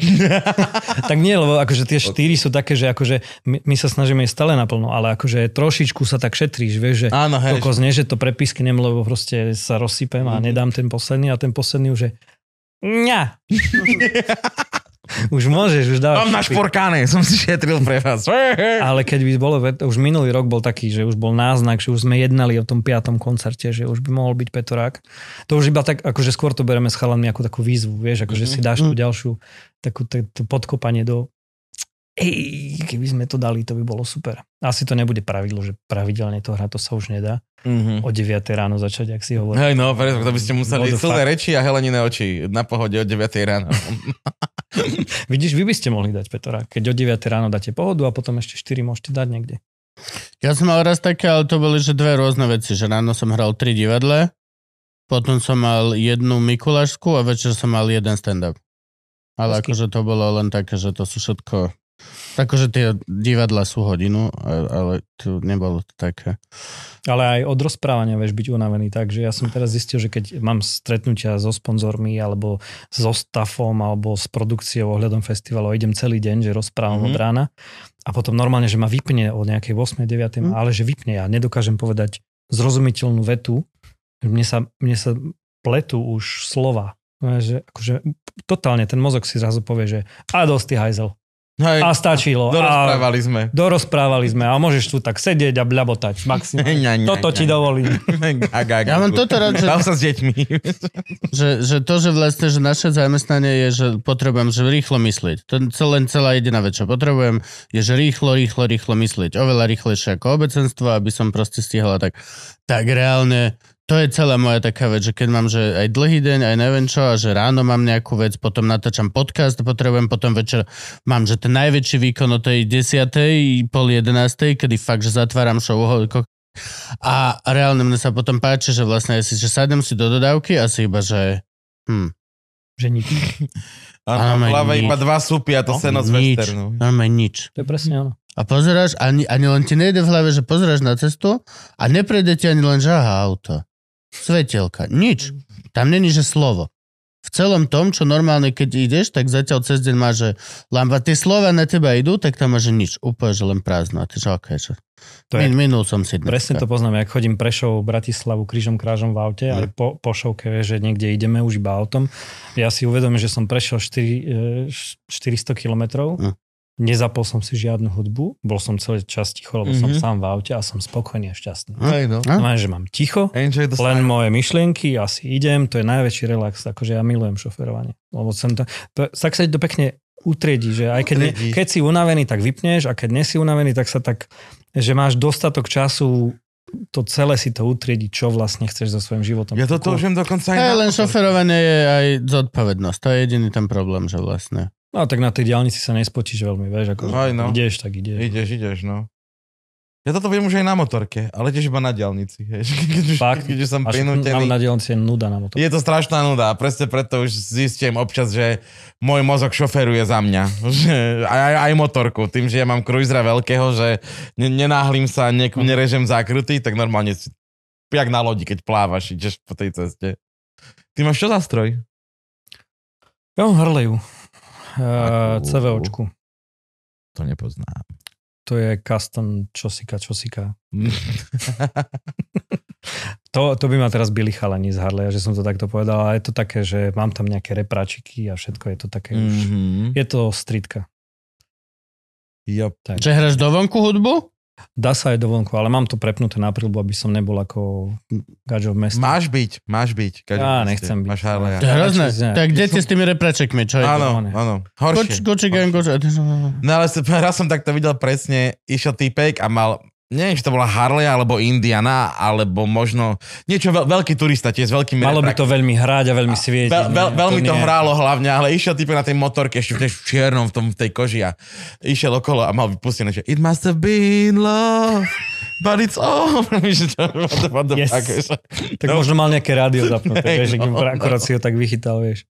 S3: tak nie, lebo akože tie štyri sú také, že akože my, my sa snažíme ísť stále naplno, ale akože trošičku sa tak šetríš, vieš, že
S2: Áno, hej,
S3: kokos nie, že to prepisknem, lebo proste sa rozsypem
S2: Mhm.
S3: a nedám ten posledný a ten posledný už je Ňa. už môžeš, už dávaš.
S2: Mám na
S3: špik.
S2: šporkáne, som si šetril pre vás.
S3: Ale keď by bolo, už minulý rok bol taký, že už bol náznak, že už sme jednali o tom piatom koncerte, že už by mohol byť Petorák. To už iba tak, akože skôr to bereme s chalanmi ako takú výzvu, vieš, akože
S2: Mhm.
S3: si dáš tú ďalšiu, takú t- t- podkopanie do ej, keby sme to dali, to by bolo super. Asi to nebude pravidlo, že pravidelne to hrá, to sa už nedá.
S2: Mm-hmm.
S3: O 9 ráno začať, ak si hovorí.
S2: Hej, no, preto to by ste museli
S3: What the
S2: silné reči a helenine oči na pohode o 9 ráno.
S3: Vidíš, vy by ste mohli dať Petora, keď o 9 ráno dáte pohodu a potom ešte 4 môžete dať niekde.
S1: Ja som mal raz také, ale to boli že dve rôzne veci, že ráno som hral tri divadle, potom som mal jednu Mikulášskú a večer som mal jeden stand-up. Ale
S3: Hezky.
S1: akože to bolo len také, že to sú všetko... Akože tie divadla sú hodinu, a- ale tu nebolo to také.
S3: Ale aj od rozprávania vieš byť unavený tak, že ja som teraz zistil, že keď mám stretnutia so sponzormi alebo so staffom alebo s produkciou ohľadom festivalov, idem celý deň, že rozprávam
S2: Mhm.
S3: mm-hmm. od rána a potom normálne, že ma vypne o nejakej 8. 9.
S1: Mhm.
S3: Mm. ale že vypne ja nedokážem povedať zrozumiteľnú vetu, mne sa, mne sa pletú už slova. No, Že, akože, totálne ten mozog si zrazu povie, že a dosť ty hajzel.
S2: Hej,
S3: A stačilo. A
S2: dorozprávali sme.
S3: dorozprávali sme. A môžeš tu tak sedieť a blabotať maximálne.
S2: Ňa, ňa, ňa.
S3: Toto ti dovolím.
S2: Ak, ak,
S1: Ja mám
S2: ak.
S1: toto rád, že-
S2: Bav sa s deťmi.
S1: Že, že to, že vlastne, že naše zamestnanie je, že potrebujem, že rýchlo myslieť. To je len celá jediná vec, čo potrebujem, je, že rýchlo, rýchlo, rýchlo myslieť. Oveľa rýchlejšie ako obecenstvo, aby som proste stihala tak. Tak reálne, to je celá moja taká vec, že keď mám že aj dlhý deň, aj neviem čo, a že ráno mám nejakú vec, potom natáčam podcast, potrebujem, potom večer mám, že ten najväčší výkon o tej desiatej, pol jedenástej, kedy fakt, že zatváram show ko- a reálne mne sa potom páči, že vlastne ja si, že sadnem si do dodávky a si iba, že hm,
S3: Že nič.
S2: A
S1: Áno,
S2: v hlave
S1: nič.
S2: iba dva súpy a to
S3: No,
S2: seno z
S1: nič.
S2: westernu.
S1: normálne nič.
S3: To je presne ono.
S1: A pozeráš, ani, ani len ti nejde v hlave, že pozeráš na cestu a neprejde ti ani len, že aha, auto. Svetelka, nič. Tam není, že slovo. V celom tom, čo normálne, keď ideš, tak zatiaľ cez deň máš, že lamba, tie slova na teba idú, tak tam máš že nič. Úplne, že len prázdno. A ty, že okay, že...
S3: To je,
S1: Min, minul som si dneska.
S3: presne to poznám, jak chodím Prešov, Bratislavu, krížom, krážom v aute, ale po, po šovke, vieš, že niekde ideme už iba autom. Ja si uvedomím, že som prešiel 4, 400 kilometrov,
S1: Mm.
S3: nezapol som si žiadnu hudbu, bol som celý čas ticho, lebo som
S2: Mhm.
S3: sám v aute a som spokojný a šťastný.
S2: Hej, no.
S1: Hm?
S3: Znamená, že mám ticho,
S2: Enjoy the
S3: len moje myšlienky, asi idem, to je najväčší relax, akože ja milujem šoferovanie. Lebo som to, to, tak sa ti to pekne utriedí, že aj keď, ne,
S2: Utriedí.
S3: keď si unavený, tak vypneš a keď nie si unavený, tak sa tak, že máš dostatok času to celé si to utriediť, čo vlastne chceš so svojím životom.
S2: Ja toto už viem dokonca
S1: Hm?
S2: aj
S1: Hej, len
S2: na-
S1: šoferovanie je aj zodpovednosť. To je jediný ten problém, že vlastne.
S3: No tak na tej diálnici sa nespočíš veľmi, vieš, ako
S2: Aj no.
S3: ideš, tak ideš.
S2: Ideš, ideš, no. Ja toto viem už aj na motorke, ale tiež iba na diálnici. Hej. Keď už,
S3: Fakt?
S2: keď už som
S3: Až
S2: prinútený.
S3: tam na diálnici je nuda na motor.
S2: Je to strašná nuda a presne preto už zistím občas, že môj mozog šoferuje za mňa. Že aj, aj- aj motorku. Tým, že ja mám cruisera veľkého, že ne- nenáhlim sa, ne- nerežem zákruty, tak normálne si jak na lodi, keď plávaš, ideš po tej ceste. Ty máš čo za stroj?
S3: Ja mám Harleyu. Uh,
S2: Akú?
S3: CVOčku.
S2: To nepoznám.
S3: To je custom čosika, čosika.
S2: Mm.
S3: To, to by ma teraz byli chalani z Harleja, že som to takto povedal, ale je to také, že mám tam nejaké repráčiky a všetko je to také mm. už...
S2: Mhm.
S3: Je to streetka.
S2: Jo.
S3: Tak.
S1: Že hráš do vonku hudbu?
S3: Dá sa aj dovonku, ale mám to prepnuté na prilbu, aby som nebol ako gaďo v meste.
S2: Máš byť, máš byť. každý
S3: Á,
S2: proste.
S3: nechcem byť.
S2: Máš Harleja.
S1: To je hrozné.
S3: radšej z-
S1: Tak kde ste s tými repračekmi, čo je? to?
S2: Áno,
S3: One.
S2: áno.
S1: Koč,
S2: Horšie.
S1: koči, gang, koči.
S2: No ale som- raz som takto videl presne, išiel týpek a mal, neviem, či to bola Harley alebo Indiana, alebo možno niečo veľ, veľký turista, tiež s veľkým
S3: Malo by to veľmi hráť a veľmi svietiť.
S2: Veľ, veľ,
S3: nie?
S2: veľmi to
S3: nie.
S2: hrálo hlavne, ale išiel typ na tej motorke, ešte v tej- v čiernom, v, tom, v tej koži a išiel okolo a mal vypustené, že it must have been love, but it's over. Že to- what the- what the
S3: Yes.
S2: fuck, že-
S3: Tak možno mal nejaké rádio zapnuté,
S2: Hej,
S3: vieš,
S2: no,
S3: no, akorát si ho tak vychytal, vieš.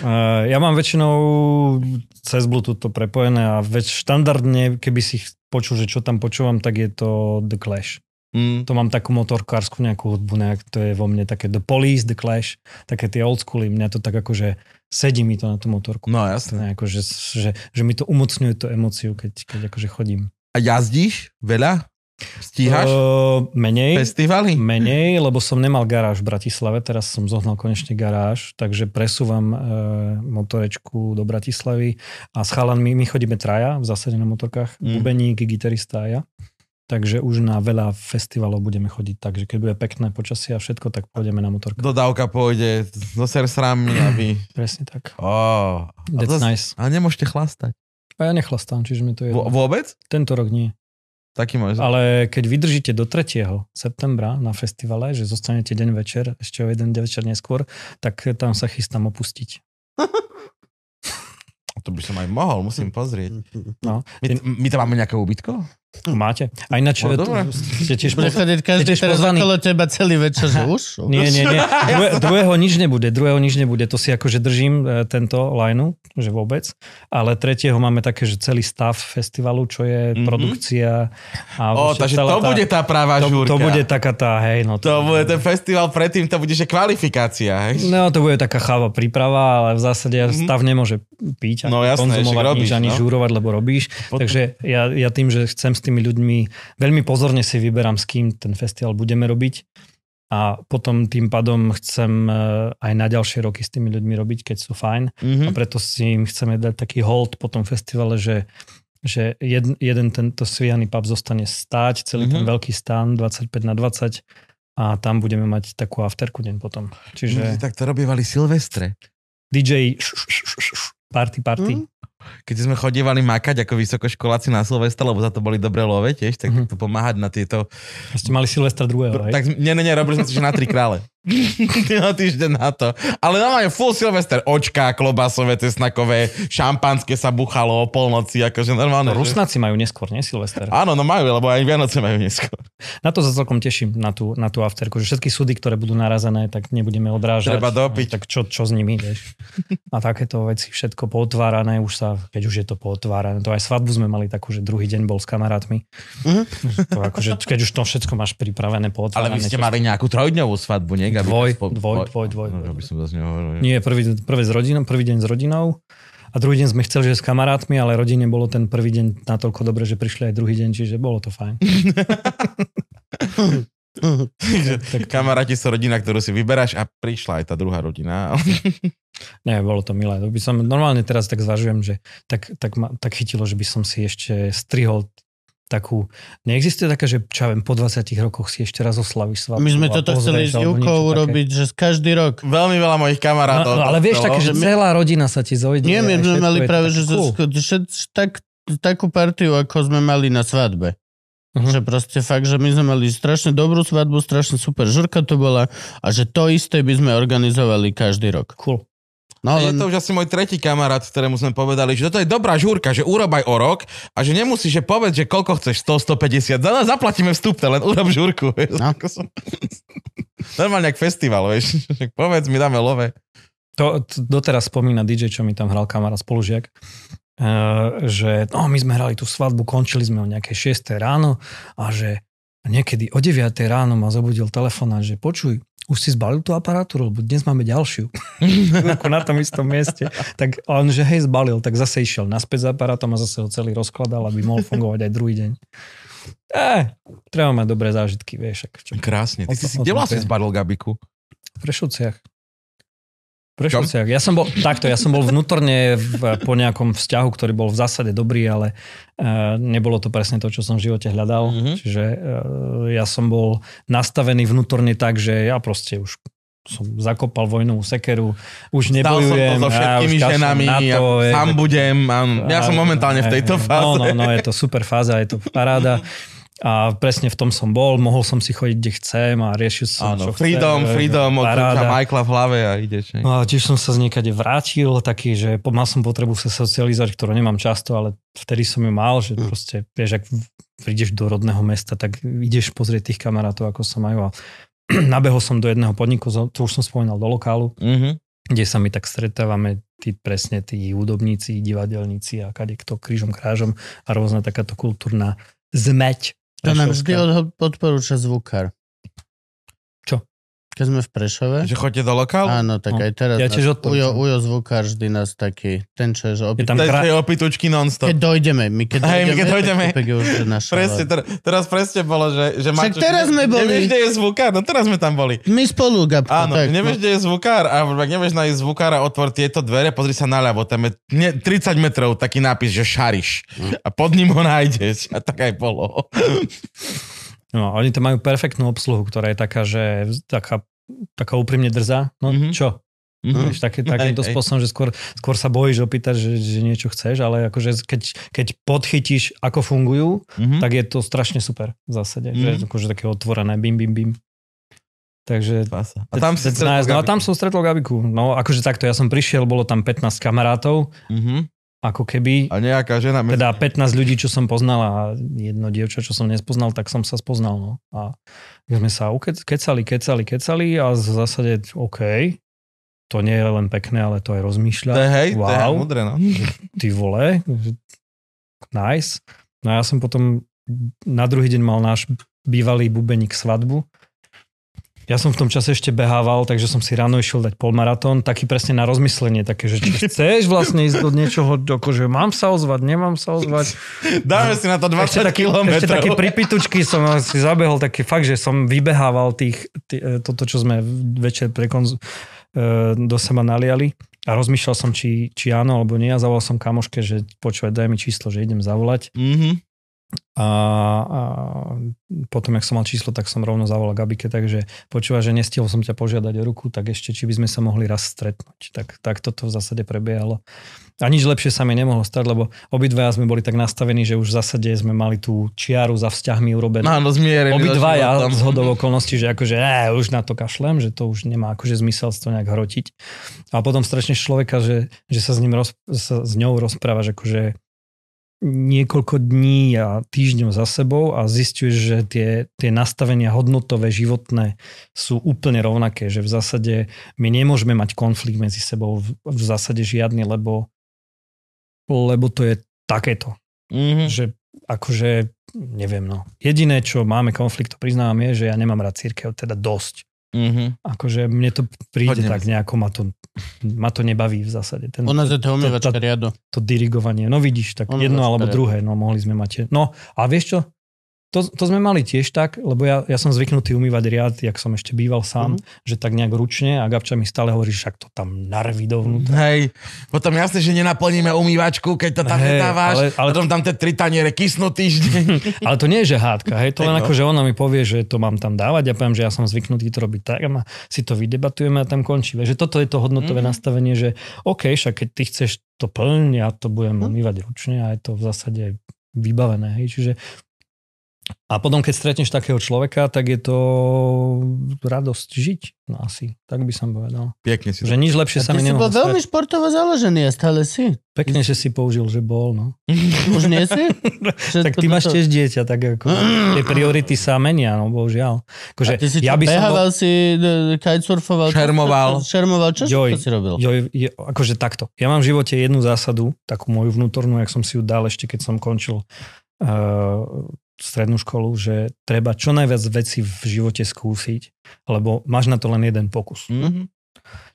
S3: Uh, ja mám väčšinou cez Bluetooth to prepojené a väč, štandardne, keby si ch- počul, že čo tam počúvam, tak je to The Clash.
S2: Mm,
S3: To mám takú motorkársku nejakú hudbu, nejak, to je vo mne také The Police, The Clash, také tie old schooly, mňa to tak akože sedí mi to na tú motorku.
S2: no jasné.
S3: Nejako, že, že, že, mi to umocňuje tú emóciu, keď, keď akože chodím.
S2: A jazdíš veľa? Stíhaš?
S3: Eh, menej.
S2: Festivaly?
S3: Menej, lebo som nemal garáž v Bratislave, teraz som zohnal konečne garáž, takže presúvam e, motorečku do Bratislavy a s chalanmi, my chodíme traja v zásade na
S2: Mm.
S3: motorkách, mm. bubeník, gitarista a ja. Takže už na veľa festivalov budeme chodiť tak, že keď bude pekné počasie a všetko, tak pôjdeme na motorku.
S2: Dodávka pôjde so sersrami, aby...
S3: Presne tak.
S2: Oh,
S3: That's
S2: zas-
S3: nice.
S2: Ale nemôžete chlastať.
S3: A ja nechlastám, čiže mi to je...
S2: Vo- Vôbec?
S3: Tento rok nie.
S2: Taký môj záujem.
S3: Ale keď vydržíte do 3. septembra na festivale, že zostanete deň večer, ešte o jeden deň večer neskôr, tak tam sa chystám opustiť.
S2: To by som aj mohol, musím pozrieť.
S3: No.
S2: My, my tam máme nejaké ubytko?
S3: Máte? A ináč...
S2: No,
S3: to-
S2: dobre.
S3: Ste tiež
S1: Bude
S3: poz...
S1: chodiť každý
S3: Ideš
S1: teraz
S3: pozvaný.
S1: okolo teba celý večer, že už?
S3: Nie, nie, nie. Dru- druhého nič nebude, druhého nič nebude. To si akože držím e, tento lineu, že vôbec. Ale tretieho máme také, že celý stav festivalu, čo je
S2: Mhm.
S3: produkcia. A
S2: O,
S3: všetko-
S2: takže
S3: celá
S2: to
S3: tá-
S2: bude tá pravá
S3: to,
S2: žúrka.
S3: to bude taká tá, hej, no
S2: To bude ten festival predtým, to bude že kvalifikácia, hej?
S3: No, to bude taká cháva príprava, ale v zásade mm-hmm. stav nemôže piť ani
S2: Mhm. No,
S3: no,
S2: jasné,
S3: konzumovať
S2: však robíš,
S3: nič, ani
S2: no.
S3: žúrovať, lebo robíš.
S2: Potom-
S3: Takže ja, ja tým, že chcem s tými ľuďmi, veľmi pozorne si vyberám, s kým ten festival budeme robiť a potom tým pádom chcem e, aj na ďalšie roky s tými ľuďmi robiť, keď sú fajn a
S2: Mhm.
S3: preto si im chceme dať taký hold po tom festivale, že že jeden, jeden tento svíhaný pub zostane stáť, celý mm-hmm. ten
S2: Mhm.
S3: veľký stan 25 na 20 a tam budeme mať takú afterku deň potom. Čiže...
S2: My Tak to robievali Silvestre.
S3: DJ š, š, š, š, š, party party. Mm?
S2: Keď sme chodievali makať ako vysokoškoláci na Silvestre, lebo za to boli dobré love tiež, tak
S3: Mhm.
S2: to pomáhať na tieto...
S3: Ste mali Silvestra druhého, hej?
S2: Tak, nie, nie, nie, robili sme to, že na tri krále. no, týždeň na to. Ale normálne full Silvester, očka, klobasové, cesnakové, šampanské sa buchalo o polnoci, akože normálne. že-
S3: Rusnáci majú neskôr, nie Silvester.
S2: Áno, no majú, lebo aj Vianoce majú neskôr.
S3: Na to sa celkom teším, na tú, na tú afterku, že všetky súdy, ktoré budú narazené, tak nebudeme odrážať.
S2: Treba dopiť.
S3: Tak čo, čo s nimi, vieš? A takéto veci, všetko pootvárané, už sa, keď už je to pootvárané, to aj svadbu sme mali takú, že druhý deň bol s kamarátmi. To akože, keď už to všetko máš pripravené,
S2: Ale
S3: pootvárané.
S2: vy ste mali nejakú trojdňovú svadbu, nie? Gabi?
S3: Dvoj,
S2: Po-
S3: dvoj,
S2: po-
S3: dvoj, dvoj,
S2: No,
S3: dvoj.
S2: Aby som zase nehovoril. že-
S3: Nie, prvý, prvé s rodinou, prvý deň s rodinou a druhý deň sme chceli, že s kamarátmi, ale rodine bolo ten prvý deň natoľko dobre, že prišli aj druhý deň, čiže bolo to fajn.
S2: Že kamaráti sú rodina, ktorú si vyberáš a prišla aj tá druhá rodina.
S3: Ne, bolo to milé. To by som, normálne teraz tak zvažujem, že tak, tak, ma, tak chytilo, že by som si ešte strihol takú... Neexistuje taká, že čo ja viem, po 20 rokoch si ešte raz oslavíš svadbu.
S1: My sme
S3: a
S1: toto
S3: pozrieš,
S1: chceli s
S3: alebo niečo
S1: Jukou
S3: také.
S1: urobiť, že z každý rok.
S2: Veľmi veľa mojich
S3: No,
S2: kamarátov.
S3: no, ale vieš také, že
S1: my-
S3: celá rodina sa ti zojde.
S1: Nie, my
S3: a
S1: sme
S3: všetko
S1: mali
S3: je to
S1: práve,
S3: tak
S1: že
S3: cool.
S1: z- všet- tak, takú partiu, ako sme mali na svadbe.
S3: Mhm.
S1: Že proste fakt, že my sme mali strašne dobrú svadbu, strašne super žurka to bola a že to isté by sme organizovali každý rok.
S3: Cool.
S1: No,
S2: Je
S1: len-
S2: to už asi môj tretí kamarát, ktorému sme povedali, že toto je dobrá žúrka, že urobaj o rok a že nemusíš, že povedz, že koľko chceš, 100, 150, za nás zaplatíme vstupte, len urob žúrku. vieš.
S1: No.
S2: Ako som- Normálne jak festival, vieš. Že Povedz mi, dáme love.
S3: To, to doteraz spomína DJ, čo mi tam hral kamarát spolužiak, e, že no, my sme hrali tú svadbu, končili sme o nejakej 6. ráno a že niekedy o 9. ráno ma zobudil telefonát, že počuj, už si zbalil tú aparatúru, lebo dnes máme ďalšiu. Ako na tom istom mieste. Tak on, že hej, zbalil, tak zase išiel naspäť s aparátom a zase ho celý rozkladal, aby mohol fungovať aj druhý deň. Eh, treba mať dobré zážitky, vieš. Ak čo.
S2: Krásne. Ty si si
S3: O to-
S2: kde
S3: o to
S2: vlastne
S3: je.
S2: zbadol Gabiku?
S3: V Prešovciach. V Prešovciach. Ja som bol, takto, ja som bol vnútorne v, po nejakom vzťahu, ktorý bol v zásade dobrý, ale uh, nebolo to presne to, čo som v živote hľadal.
S2: Mhm.
S3: Mm-hmm. Čiže uh, ja som bol nastavený vnútorne tak, že ja proste už som zakopal vojnovú sekeru, už
S2: Stal som to
S3: nebojujem.
S2: so
S3: á,
S2: všetkými
S3: už kašlem
S2: ženami,
S3: na
S2: ja
S3: to, je-
S2: sám budem. áno. Ja som
S3: a-
S2: momentálne v tejto
S3: hej, hej.
S2: fáze.
S3: No, no, no, je to super fáza, je to paráda. A presne v tom som bol, mohol som si chodiť, kde chcem a riešil som,
S2: Áno,
S3: čo
S2: freedom,
S3: chcem. eh,
S2: freedom, od
S3: paráda.
S2: Michaela v hlave a ideš. hej.
S3: No a tiež som sa z niekade vrátil, taký, že po- mal som potrebu sa socializovať, ktorú nemám často, ale vtedy som ju
S2: Hm.
S3: mal, že proste, vieš, ak v- prídeš do rodného mesta, tak ideš pozrieť tých kamarátov, ako sa majú. A nabehol som do jedného podniku, zo- to už som spomínal, do lokálu,
S2: Mhm.
S3: kde sa my tak stretávame, tí, presne tí hudobníci, divadelníci a kadekto krížom krážom a rôzna takáto kultúrna zmeť.
S1: To nám vždy
S3: prešovská.
S1: od- odporúča zvukár.
S3: Čo?
S1: Keď sme v Prešove.
S2: Že chodíte do lokálu?
S1: Áno, tak
S3: No.
S1: aj teraz. nás-
S3: Ja tiež
S1: Ujo,
S3: odporúčam.
S1: Ujo zvukár vždy nás taký, ten čo je, že
S3: Je
S1: opi-
S3: tam
S2: To je
S3: krá...
S2: to je opitučky non-stop.
S1: Keď dojdeme, my keď
S2: Hej, my keď dojdeme.
S1: tak Kupek je už naša
S2: Presne, ter, teraz presne bolo, že, že
S1: Však teraz sme
S2: ne-
S1: boli.
S2: Nevieš, kde je zvukár, no teraz sme tam boli.
S1: My spolu, Gabko.
S2: Áno,
S1: tak, no.
S2: nevieš, kde je zvukár a ak nevieš nájsť zvukára, otvor tieto dvere, pozri sa naľavo, tam je ne, 30 metrov taký nápis, že šariš
S3: Mhm.
S2: a pod ním ho nájdeš a tak aj bolo.
S3: No, oni to majú perfektnú obsluhu, ktorá je taká, že vz- taká, taká úprimne drzá. No
S2: Mhm.
S3: mm-hmm. čo?
S2: Mhm.
S3: Vieš, také, takýmto
S2: hej.
S3: spôsobom, že skôr, skôr sa bojíš opýtať, že, že niečo chceš, ale akože keď, keď podchytíš, ako fungujú,
S2: Mhm.
S3: tak je to strašne super v zásade. Že je
S2: Hm.
S3: to akože také otvorené, bim, bim, bim. Takže
S2: Pása. A tam si
S3: that's nice. no, a tam som stretol Gabiku. No akože takto, ja som prišiel, bolo tam 15 kamarátov,
S2: Mhm.
S3: ako keby,
S2: A nejaká žena...
S3: teda 15 ľudí, čo som poznal a jedno dievča, čo som nespoznal, tak som sa spoznal. No. A my sme sa uke- kecali, kecali, kecali a v zásade, OK, to nie je len pekné, ale to aj rozmýšľa.
S2: To je hej, to je
S3: Wow.
S2: mudré, no.
S3: Ty vole, že- nice. No a ja som potom na druhý deň mal náš bývalý bubeník svadbu. Ja som v tom čase ešte behával, takže som si ráno išiel dať polmaratón, taký presne na rozmyslenie, také, že či chceš vlastne ísť do niečoho, akože mám sa ozvať, nemám sa ozvať.
S2: Dáme si na to 20
S3: Ešte taký,
S2: kilometrov.
S3: ešte také pripitučky som si zabehol, taký fakt, že som vybehával tých, tý, e, toto, čo sme večer pre konz, e, do seba naliali a rozmýšľal som, či, či áno alebo nie a zavolal som kamoške, že počúvaj, daj mi číslo, že idem zavolať
S2: Mhm.
S3: a, a potom, jak som mal číslo, tak som rovno zavolal Gabike, takže počúva, že nestihol som ťa požiadať o ruku, tak ešte, či by sme sa mohli raz stretnúť. Tak, tak toto v zásade prebiehalo. A nič lepšie sa mi nemohlo stať, lebo obidvaja sme boli tak nastavení, že už v zásade sme mali tú čiaru za vzťahmi urobenú.
S2: Áno, zmierený.
S3: Obidvaja
S2: so
S3: z
S2: životom.
S3: hodov okolností, že akože e, už na to kašlem, že to už nemá akože zmysel si to nejak hrotiť. A potom strašne človeka, že, že sa, s ním roz, sa s ňou rozprávaš akože niekoľko dní a týždňov za sebou a zistuješ, že tie, tie nastavenia hodnotové, životné sú úplne rovnaké, že v zásade my nemôžeme mať konflikt medzi sebou v, v zásade žiadny, lebo, lebo to je takéto
S1: Hm.
S2: Mhm.
S3: že akože neviem no. Jediné, čo máme konflikt, to priznávam, je, že ja nemám rád církev, teda dosť.
S2: Mhm.
S3: Akože mne to príde
S2: Hodne
S3: tak nejako, ma to, ma to nebaví v zásade. Ten,
S1: U nás je to umývačka
S3: to-
S1: riadu.
S3: to dirigovanie. No vidíš, tak
S1: Ono
S3: jedno
S1: zase
S3: alebo
S1: teda.
S3: druhé, no mohli sme mať. No a vieš čo, to, to sme mali tiež tak, lebo ja, ja som zvyknutý umývať riad, jak som ešte býval
S1: Mhm.
S3: sám, že tak nejak ručne a Gabča mi stále hovorí, však to tam narvi dovnútra.
S2: Hej, potom jasne, že nenaplníme umývačku, keď to tam
S3: Hej,
S2: nedávaš.
S3: ale- ale-
S2: Potom tam tie tri taniere kysnú týždeň.
S3: Ale to nie je, že hádka, hej, to
S2: Tak
S3: len
S2: no.
S3: ako, že ona mi povie, že to mám tam dávať, ja poviem, že ja som zvyknutý to robiť tak a ma, si to vydebatujeme a tam končí. Vieš, že toto je to hodnotové
S2: Mhm.
S3: mm-hmm. nastavenie, že OK, však keď ty chceš to plň, ja
S1: Mhm.
S3: to budem umývať ručne a je to v zásade vybavené, hej, čiže a potom, keď stretneš takého človeka, tak je to radosť žiť, no asi, tak by som povedal.
S2: Pekne si.
S3: Že nič lepšie
S1: A
S3: sa
S1: ty
S3: mi
S1: si bol
S3: nemohlo
S1: veľmi
S3: veľmi...
S1: športovo založený a stále si.
S3: Pekne, že si použil, že bol, no.
S1: Už nie si? Že
S3: Tak
S1: to-
S3: ty máš
S1: to-
S3: tiež dieťa, tak ako tie priority sa menia, no bohužiaľ.
S1: A
S3: Akože,
S1: ty si
S3: ja by som bol,
S1: behával si, e, kitesurfoval. čo-
S2: Šermoval.
S1: Šermoval, čo
S3: Joj.
S1: všetko si robil?
S3: jo, je, akože takto. Ja mám v živote jednu zásadu, takú moju vnútornú, jak som si ju dal ešte, keď som končil uh, strednú školu, že treba čo najviac veci v živote skúsiť, lebo máš na to len jeden pokus.
S2: Mhm.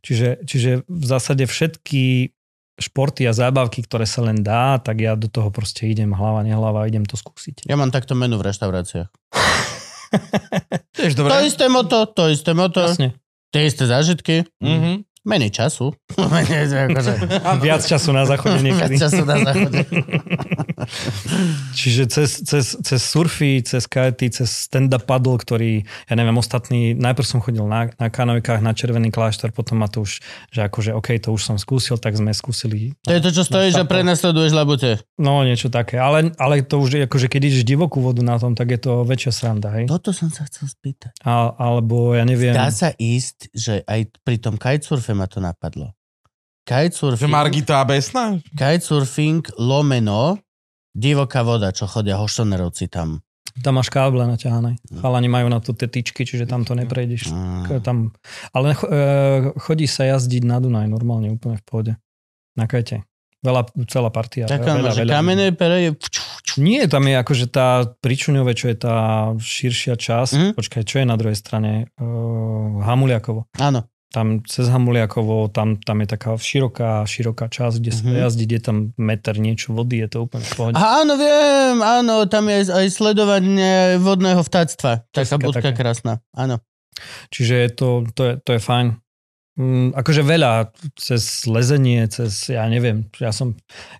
S3: Čiže, čiže v zásade všetky športy a zábavky, ktoré sa len dá, tak ja do toho proste idem hlava, nehlava, idem to skúsiť.
S1: Ja mám takto menu v reštauráciách.
S2: Tiež
S1: To
S2: dobre.
S1: isté moto, to isté moto,
S3: Jasne.
S1: tie isté zážitky,
S2: Mhm.
S1: menej času. Menej, akože,
S3: Viac času na záchode
S1: viac
S3: niekedy.
S1: času na záchode.
S3: Čiže cez, cez, cez surfy, cez kajety, cez stand-up paddle, ktorý, ja neviem, ostatný, najprv som chodil na, na kanojkách, na Červený kláštor, potom ma to už, že akože OK, to už som skúsil, tak sme skúsili,
S1: To je to, čo stojí, že prenasleduješ labute.
S3: no niečo také, ale, ale to už je akože keď ideš divokú vodu na tom, tak je to väčšia sranda, hej?
S1: Toto som sa chcel spýtať.
S3: A, alebo ja neviem,
S1: Dá sa ísť, že aj pri tom kitesurfe ma to napadlo.
S2: Že
S1: Kitesurfing,
S2: Margita a Besna?
S1: kitesurfing lomeno, divoká voda, čo chodia hoštonerovci tam.
S3: tam máš káble naťahané,
S1: No.
S3: chalani majú na to tie tyčky, čiže tam to neprejdeš.
S1: Mm.
S3: K- tam, ale cho- e, chodí sa jazdiť na Dunaj normálne, úplne v pohode. Na kajte. Veľa, celá partia.
S1: Tak
S3: veľa,
S1: áno, že
S3: veľa ľudí.
S1: kamenej pere je...
S3: Nie, tam je akože tá pričuňové, čo je tá širšia časť.
S1: Mhm.
S3: Mm. Počkaj, čo je na druhej strane? E, Hamuliakovo.
S1: Áno.
S3: Tam cez Hamuliakovo, tam, tam je taká široká, široká časť, kde sa
S1: Mhm.
S3: mm-hmm. jazdí, je tam meter niečo vody, je to úplne v pohode.
S1: Aha, áno, viem, áno, tam je aj sledovanie vodného vtáctva. Taká
S3: Česká
S1: budka
S3: taká.
S1: krásna, áno.
S3: Čiže je to, to, je, to je fajn. Mm, akože veľa, cez lezenie, cez, ja neviem, ja som,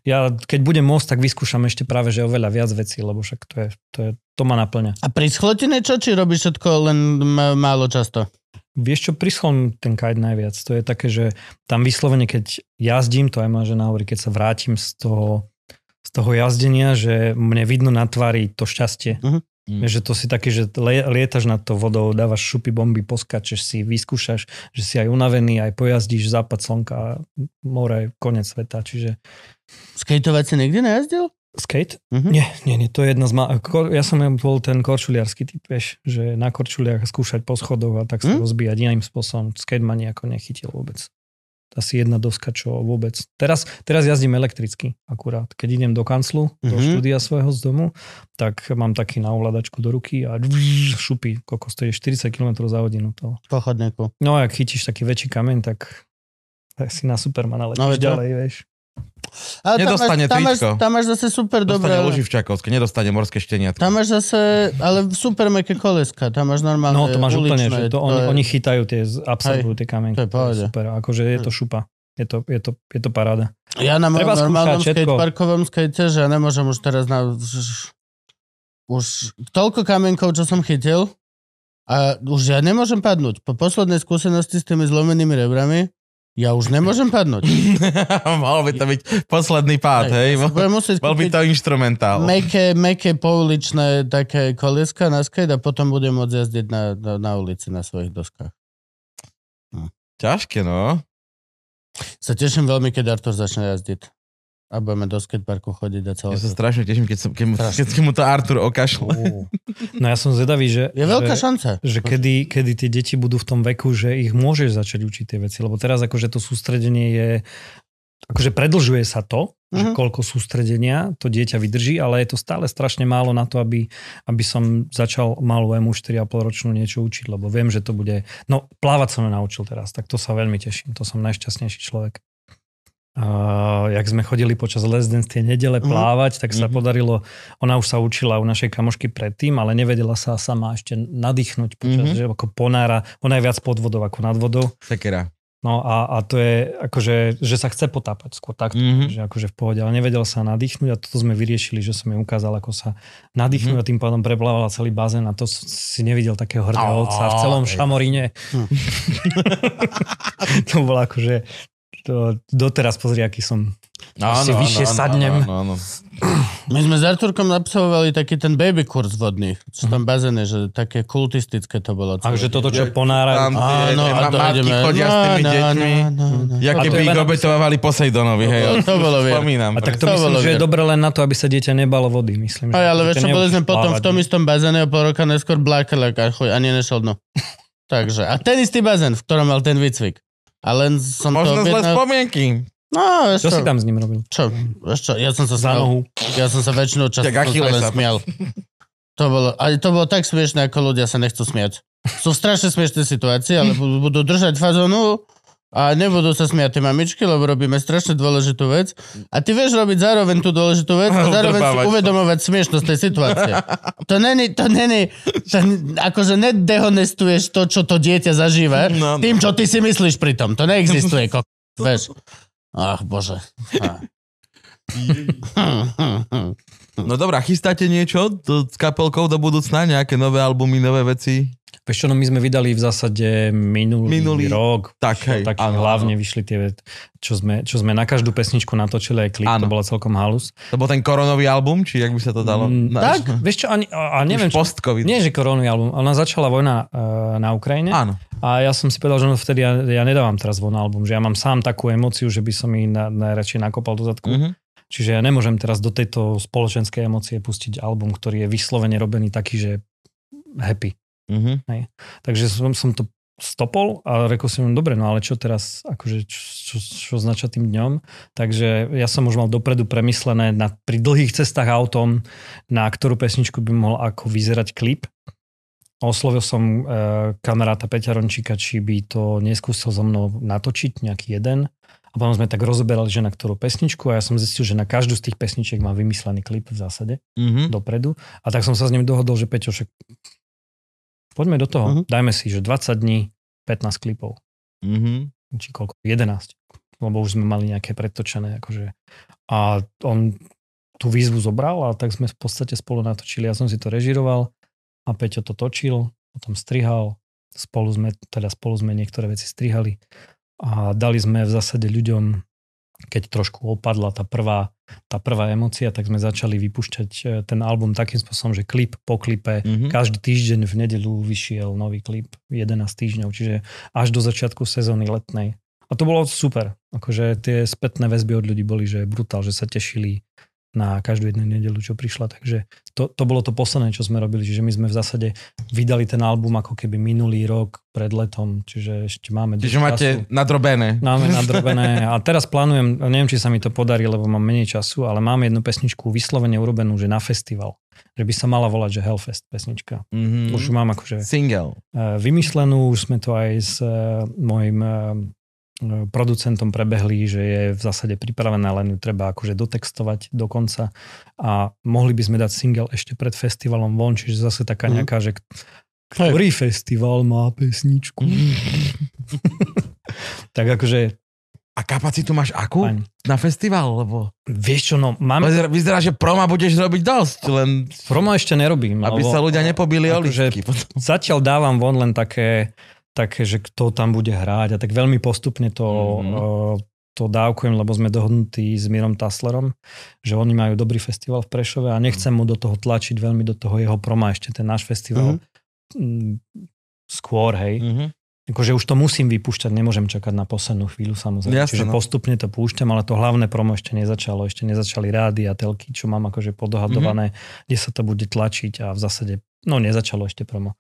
S3: ja keď budem môcť, tak vyskúšam ešte práve, že oveľa viac vecí, lebo však to je, to, je, to ma naplňa.
S1: A pri schlotine čo, či robíš všetko len m- málo často?
S3: Vieš čo, prischol mi ten kite najviac. To je také, že tam vyslovene, keď jazdím, to aj moja žena hovorí, keď sa vrátim z toho, z toho jazdenia, že mne vidno na tvári to šťastie.
S1: Mhm.
S3: Mm. Že to si taký, že le- lietaš nad to vodou, dávaš šupy bomby, poskačeš si, vyskúšaš, že si aj unavený, aj pojazdíš západ slnka, more, koniec sveta. Čiže
S1: Skateovať si nikdy nejazdil?
S3: skate?
S1: Mhm.
S3: Nie, nie, nie, to je jedna z ma- ko- Ja som bol ten korčuliarský typ, vieš, že na korčuliach skúšať po schodoch a tak sa
S1: Hm?
S3: rozbíjať iným spôsobom. Skate ma nejako nechytil vôbec. Asi jedna doska, čo vôbec. Teraz, teraz jazdím elektricky akurát. Keď idem do kanclu, do
S1: Mhm.
S3: štúdia svojho z domu, tak mám taký na ovládačku do ruky a dvíž, šupí, kokos, to je 40 km za hodinu. To.
S1: Po chodníku.
S3: No a ak chytíš taký väčší kameň, tak, tak si na Supermana letíš
S1: No,
S3: no,
S1: veď,
S3: ďalej, vieš.
S1: Ale tam máš-
S2: Nedostane
S1: tam máš,
S2: tričko.
S1: tam máš zase super
S2: Dostane
S1: dobré...
S2: Luživčakovské, nedostane morské šteniatko.
S1: Tam máš zase, ale super meké koleska, tam máš normálne
S3: No to máš úplne,
S1: uličné,
S3: že to, oni,
S1: je-
S3: oni chytajú tie, z- absorbujú tie kamienky.
S1: to je pohode. Hm.
S3: super, akože je to šupa. Je to, je to, je to paráda.
S1: Ja na mojom
S3: Treba skúšať
S1: normálnom
S3: všetko.
S1: skateparkovom skate, že ja nemôžem už teraz na... Už toľko kamienkov, čo som chytil, a už ja nemôžem padnúť. Po poslednej skúsenosti s tými zlomenými rebrami, ja už nemôžem padnúť.
S2: Malo by to byť posledný pád,
S1: Hej,
S2: hej?
S1: Budem musieť
S2: Bol by
S1: kúpiť
S2: to instrumentál.
S1: meké, meké pouličné také kolieska na skate a potom budem môcť jazdiť na, na, na ulici na svojich doskách.
S2: Ťažké, no.
S1: Sa teším veľmi, keď Artur začne jazdiť. A budeme do skateparku chodiť a celé.
S2: Ja sa
S1: to.
S2: strašne teším, keď, som, keď, mu,
S1: Strašne.
S2: keď mu to Artur okašl.
S3: No ja som zvedavý, že,
S1: Je veľká
S3: že,
S1: šanca.
S3: že kedy, kedy tie deti budú v tom veku, že ich môžeš začať učiť tie veci. Lebo teraz akože to sústredenie je, akože predlžuje sa to,
S1: Mhm.
S3: že koľko sústredenia to dieťa vydrží, ale je to stále strašne málo na to, aby, aby som začal malému 4,5 ročnú niečo učiť, lebo viem, že to bude... No, plávať som ju naučil teraz, tak to sa veľmi teším. To som najšťastnejší človek. Uh, jak sme chodili počas Les Dance tie nedele
S1: Mhm.
S3: plávať, tak sa
S2: Mhm.
S3: podarilo, ona už sa učila u našej kamošky predtým, ale nevedela sa sama ešte nadýchnuť počas,
S2: Mhm.
S3: že ako ponára, ona je viac pod vodou ako nad vodou,
S2: Sekera.
S3: no a, a to je akože, že sa chce potápať skôr tak,
S2: Mhm.
S3: že akože v pohode, ale nevedel sa nadýchnuť a toto sme vyriešili, že som jej ukázal, ako sa nadýchnuť a tým pádom preplávala celý bazén a to s- si nevidel takého
S2: Á,
S3: hrdého ovca v celom
S2: ej.
S3: šamoríne.
S1: Hm.
S3: to bolo akože, to doteraz pozri, aký som. Asi vyššie sadnem.
S2: áno, áno.
S1: My sme s Arturkom absolvovali taký ten baby kurz vodný, čo tam bazéne, že také kultistické to bolo. celé.
S3: Takže toto, čo
S2: Je- Tam tie
S3: ponárajú.
S1: Áno, a
S2: ma-
S1: to
S2: matky
S1: ideme.
S2: chodia s tými deťmi.
S1: No, no, no.
S2: Ja
S3: A to
S2: keby
S3: je No,
S2: ich
S3: len-
S2: obetovávali Posejdonovi, hej.
S1: To- to bolo vier.
S2: Spomínam.
S3: A tak to
S1: To
S3: myslím,
S1: bolo
S3: že je
S1: vier.
S3: dobre len na to, aby sa dieťa nebalo vody, myslím.
S2: Hm.
S3: že-
S1: Aj, ale
S3: že
S1: vieš
S3: to
S1: čo, boli sme
S3: neučíš
S1: potom v
S3: plávať.
S2: no.
S1: tom istom bazéne a pol roka neskôr blákali, a chuj, ani nešiel dno. Takže, a ten istý bazén, v ktorom mal ten výcvik. A len som
S2: Možno
S1: to
S2: zlé
S1: objednal...
S2: spomienky.
S1: No, vieš
S3: Čo
S1: čo,
S3: si tam s ním robil?
S1: čo, vieš čo, ja som sa
S3: Za
S1: smial.
S3: nohu.
S1: Ja som sa väčšinou času som
S2: Tak
S1: sa len
S2: Achillesa.
S1: smial. To bolo, ale to bolo tak smiešne, ako ľudia sa nechcú smiať. Sú v strašne smiešné situácie, ale budú budú držať fazonu a nebudú sa smiať tie mamičky, lebo robíme strašne dôležitú vec. A ty vieš robiť zároveň tú dôležitú vec a
S2: A
S1: zároveň si
S2: udrbávať to.
S1: uvedomovať smiešnosť tej situácie. To není, to není, to, n- akože nedehonestuješ to, čo to dieťa zažíva,
S2: No, no.
S1: tým, čo ty si myslíš pri tom. To neexistuje, ko... Vieš. Ach, bože. Ah.
S2: No dobrá, chystáte niečo do, s kapelkou do budúcna? Nejaké nové albumy, nové veci?
S3: Vieš čo, no my sme vydali v zásade minulý,
S2: Minulý.
S3: minulý rok.
S2: Tak,
S3: Čo,
S2: hej,
S3: tak
S2: áno,
S3: hlavne vyšli tie, ve- čo sme, čo sme na každú pesničku natočili aj klip,
S2: Áno.
S3: to bola celkom halus.
S2: To bol ten koronový album, či jak by sa to dalo?
S3: Mm,
S2: Na-
S3: tak, vieš čo, ani, a, a neviem,
S2: Už
S3: čo,
S2: post-covid.
S3: nie že koronový album, ale ona začala vojna e, na Ukrajine
S2: Áno.
S3: a ja som si povedal, že no vtedy ja, ja nedávam teraz von album, že ja mám sám takú emociu, že by som jej na, najradšej nakopal do zadku.
S2: Mhm.
S3: Čiže ja nemôžem teraz do tejto spoločenskej emócie pustiť album, ktorý je vyslovene robený taký, že happy.
S2: Mhm.
S3: Takže som, som to stopol a rekol som im, dobre, no ale čo teraz, akože čo, čo, čo značia tým dňom. Takže ja som už mal dopredu premyslené na, pri dlhých cestách autom, na ktorú pesničku by mohol ako vyzerať klip. Oslovil som e, kamaráta Peťa Rončíka, či by to neskúsil so mnou natočiť nejaký jeden. A potom sme tak rozoberali, že na ktorú pesničku a ja som zistil, že na každú z tých pesničiek mám vymyslený klip v zásade
S2: Mhm.
S3: dopredu. A tak som sa s ním dohodol, že Peťo, však poďme do toho.
S1: Mhm.
S3: Uh-huh. Dajme si, že 20 dní, 15 klipov.
S2: Mhm.
S3: Či koľko? 11. Lebo už sme mali nejaké predtočené. Akože. A on tú výzvu zobral a tak sme v podstate spolu natočili. Ja som si to režiroval a Peťo to točil, potom strihal Spolu sme, teda spolu sme niektoré veci strihali a dali sme v zásade ľuďom, keď trošku opadla tá prvá, tá prvá emocia, tak sme začali vypúšťať e, ten album takým spôsobom, že klip po klipe
S2: Mhm.
S3: každý týždeň v nedeľu vyšiel nový klip, 11 týždňov, čiže až do začiatku sezóny letnej. A to bolo super. Akože tie spätné väzby od ľudí boli, že brutál, že sa tešili na každú jednu nedelu, čo prišla. Takže to, to bolo to posledné, čo sme robili. Čiže my sme v zásade vydali ten album ako keby minulý rok pred letom. Čiže ešte máme dosť
S2: Čiže máte
S3: času.
S2: nadrobené.
S3: Máme nadrobené a teraz plánujem, neviem, či sa mi to podarí, lebo mám menej času, ale mám jednu pesničku vyslovene urobenú, že na festival. Že by sa mala volať, že Hellfest pesnička.
S2: Mhm.
S3: Už ju mám akože
S2: Single.
S3: e, vymyslenú, už sme to aj s e, mojim e, e, producentom prebehli, že je v zásade pripravená, len ju treba akože dotextovať do konca a mohli by sme dať single ešte pred festivalom von, čiže zase taká
S1: Mhm.
S3: nejaká, že ktorý festival má pesničku?
S2: Mhm.
S3: tak akože,
S2: A kapacitu máš akú
S3: fajn.
S2: na festival? Lebo
S3: Vieš čo, no máme,
S2: vyzerá, vyzerá, že proma budeš robiť dosť, len
S3: promo ešte nerobím.
S2: aby
S3: lebo-
S2: sa ľudia nepobili o
S3: akože-
S2: lístky potom.
S3: Zatiaľ dávam von len také, také, že kto tam bude hrať a tak veľmi postupne to,
S2: Mhm.
S3: mm-hmm. to dávkujem, lebo sme dohodnutí s Mírom Taslerom, že oni majú dobrý festival v Prešove a nechcem mu do toho tlačiť veľmi do toho jeho proma ešte ten náš festival mm skôr, hej.
S2: Mhm.
S3: Akože už to musím vypúšťať, nemôžem čakať na poslednú chvíľu samozrejme.
S2: Jasné,
S3: Čiže
S2: no.
S3: postupne to púšťam, ale to hlavné promo ešte nezačalo, ešte nezačali rády a telky, čo mám akože podohadované,
S2: Mhm.
S3: kde sa to bude tlačiť a v zásade, no nezačalo ešte promo.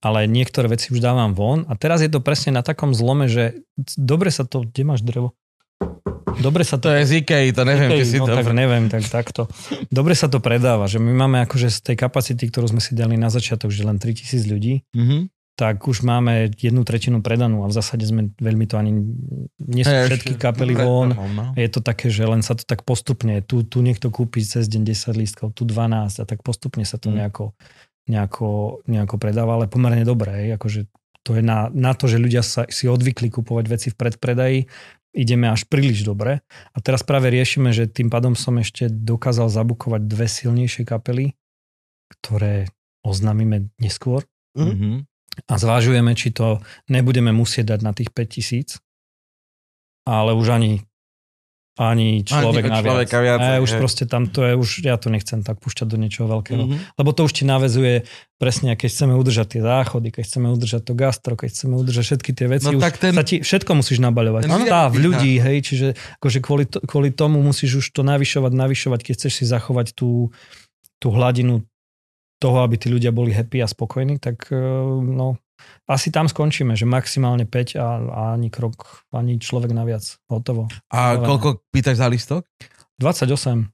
S3: Ale niektoré veci už dávam von a teraz je to presne na takom zlome, že dobre sa to, kde máš drevo? Dobre sa
S2: To
S3: to
S2: je z Ikei, to neviem, či si
S3: no,
S2: to...
S3: tak neviem, tak takto. Dobre sa to predáva, že my máme akože z tej kapacity, ktorú sme si dali na začiatok, že len 3000 ľudí,
S2: Mhm.
S3: tak už máme jednu tretinu predanú a v zásade sme veľmi to ani... Nie sú
S2: Hej,
S3: všetky
S2: ešte-
S3: kapely
S2: Pred-
S3: von.
S2: no.
S3: Je to také, že len sa to tak postupne, tu, tu niekto kúpi cez deň 10 lístkov, tu 12 a tak postupne sa to
S2: Mm.
S3: nejako, nejako, nejako predáva, ale pomerne dobré. Akože to je na, na to, že ľudia sa, si odvykli kupovať veci v predpredaji, ideme až príliš dobre. A teraz práve riešime, že tým pádom som ešte dokázal zabukovať dve silnejšie kapely, ktoré oznamíme neskôr
S2: Mhm.
S3: a zvážujeme, či to nebudeme musieť dať na tých 5000, ale už ani ani
S2: Ani
S3: človek na viac.
S2: človeka viac,
S3: E, už
S2: hej.
S3: proste tam to je, už ja to nechcem tak púšťať do niečoho veľkého. Mm.
S2: Mhm.
S3: Lebo to už ti navezuje presne, keď chceme udržať tie záchody, keď chceme udržať to gastro, keď chceme udržať všetky tie veci,
S2: No
S3: už
S2: tak ten-
S3: sa ti všetko musíš nabaľovať.
S2: Ten
S3: Ten Stav,
S2: VIP,
S3: ľudí, hej, čiže akože kvôli, to, kvôli tomu musíš už to navyšovať, navyšovať, keď chceš si zachovať tú, tú hladinu toho, aby tí ľudia boli happy a spokojní, tak eh, no, asi tam skončíme, že maximálne 5 a, a ani krok, ani človek naviac. Hotovo.
S2: A koľko pýtaš za listok?
S3: 28.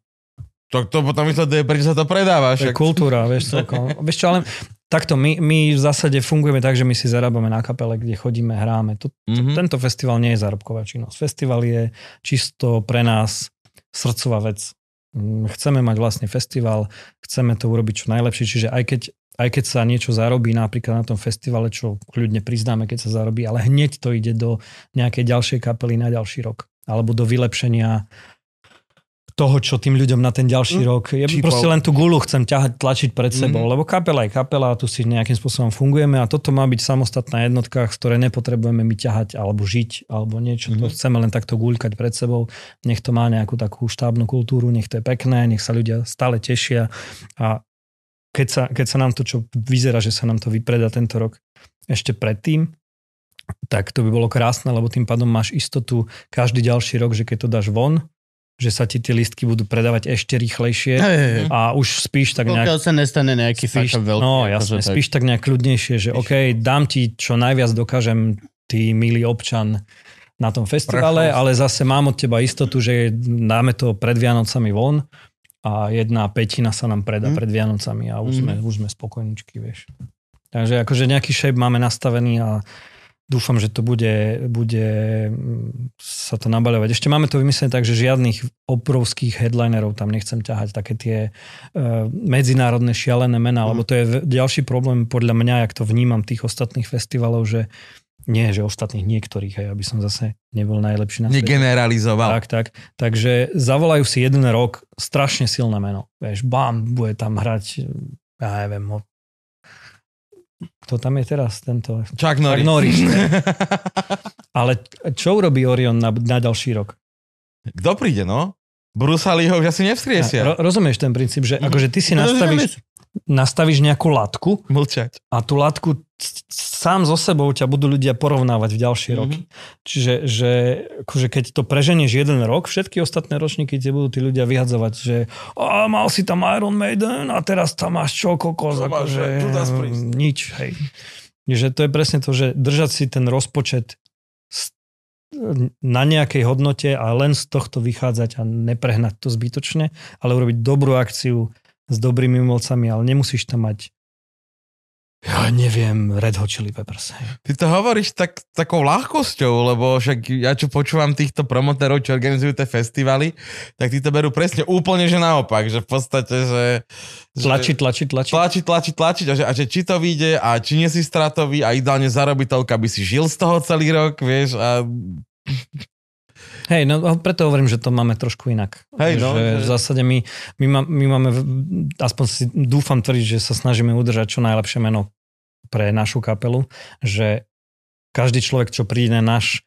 S2: Tak to potom mi to je, prečo sa to predáva.
S3: To je
S2: Však.
S3: kultúra, vieš, celkom. vieš čo, ale takto, my, my v zásade fungujeme tak, že my si zarábame na kapele, kde chodíme, hráme. To,
S2: Mhm.
S3: Tento festival nie je zárobková činnosť. Festival je čisto pre nás srdcová vec. Mm, Chceme mať vlastný festival, chceme to urobiť čo najlepšie, čiže aj keď, aj keď sa niečo zarobí napríklad na tom festivale, čo kľudne priznáme, keď sa zarobí, ale hneď to ide do nejakej ďalšej kapely na ďalší rok. Alebo do vylepšenia toho, čo tým ľuďom na ten ďalší rok. Ja
S2: čipov.
S3: proste len tú gulu chcem ťahať, tlačiť pred sebou,
S2: Mhm.
S3: lebo kapela je kapela a tu si nejakým spôsobom fungujeme a toto má byť samostatná jednotka, z ktorej nepotrebujeme my ťahať alebo žiť alebo niečo. To
S2: Mhm.
S3: chceme len takto guľkať pred sebou. Nech to má nejakú takú štábnu kultúru, nech to je pekné, nech sa ľudia stále tešia a keď sa, keď sa nám to, čo vyzerá, že sa nám to vypredá tento rok ešte predtým, tak to by bolo krásne, lebo tým pádom máš istotu každý ďalší rok, že keď to dáš von, že sa ti tie listky budú predávať ešte rýchlejšie
S1: Hej, hej, hej.
S3: Mm-hmm. a už spíš tak nejak...
S1: Pokiaľ sa nestane nejaký
S3: Spíš,
S1: fakt veľký.
S3: no
S1: akože
S3: jasne,
S1: tak.
S3: spíš tak nejak kľudnejšie, že OK, dám ti čo najviac dokážem, ty milý občan na tom festivale,
S2: Prchol.
S3: ale zase mám od teba istotu, že dáme to pred Vianocami von a jedna petina sa nám predá
S1: Mm.
S3: pred Vianocami a už,
S1: Mm.
S3: sme, už sme spokojničky, vieš. Takže akože nejaký shape máme nastavený a dúfam, že to bude, bude mm, sa to nabaľovať. Ešte máme to vymyslené tak, že žiadnych obrovských headlinerov tam nechcem ťahať, také tie e, medzinárodné šialené mená,
S1: Mhm.
S3: lebo to je v- ďalší problém podľa mňa, jak to vnímam tých ostatných festivalov, že nie, že ostatných niektorých, hej, aby som zase nebol najlepší na svete.
S2: Negeneralizoval.
S3: Tak, tak. Takže zavolajú si jeden rok strašne silné meno. Vieš, bam, bude tam hrať, ja neviem, ho- Kto tam je teraz, tento...
S2: Chuck
S3: Chuck
S2: Norris.
S3: Norris. Ale čo urobí Orion na, na ďalší rok?
S2: Kto príde, no? Brusali ho už asi nevstriesia.
S3: Ro, rozumieš ten princíp, že akože ty si
S1: No,
S3: nastavíš, nastavíš nejakú latku
S2: Mlčať.
S3: a tú látku c- c- sám so sebou ťa budú ľudia porovnávať v ďalšie mm-hmm. roky. Čiže že, akože keď to preženieš jeden rok, všetky ostatné ročníky ti budú tí ľudia vyhadzovať, že a mal si tam Iron Maiden a teraz tam máš čo, kokos,
S2: Tu máš,
S3: akože
S2: tu nás prísť.
S3: nič, hej. Že to je presne to, že držať si ten rozpočet s- na nejakej hodnote a len z tohto vychádzať a neprehnať to zbytočne, ale urobiť dobrú akciu s dobrými umelcami, ale nemusíš tam mať ja neviem, Red Hot Chili Peppers. hej.
S2: Ty to hovoríš tak, takou ľahkosťou, lebo však ja čo počúvam týchto promotérov, čo organizujú tie festivaly, tak tí to berú presne úplne, že naopak, že v podstate, že... že-
S3: Tlačiť, tlačiť, tlačiť.
S2: Tlačiť, tlačiť, tlačiť a že, a že či to vyjde a či nie si stratový a ideálne zarobiť toľko, aby si žil z toho celý rok, vieš, a
S3: Hej, no preto hovorím, že to máme trošku inak.
S2: Hej, no,
S3: že
S2: že-
S3: v zásade my, my, má, my máme, v- aspoň si dúfam tvrdiť, že sa snažíme udržať čo najlepšie meno pre našu kapelu, že každý človek, čo príde na náš,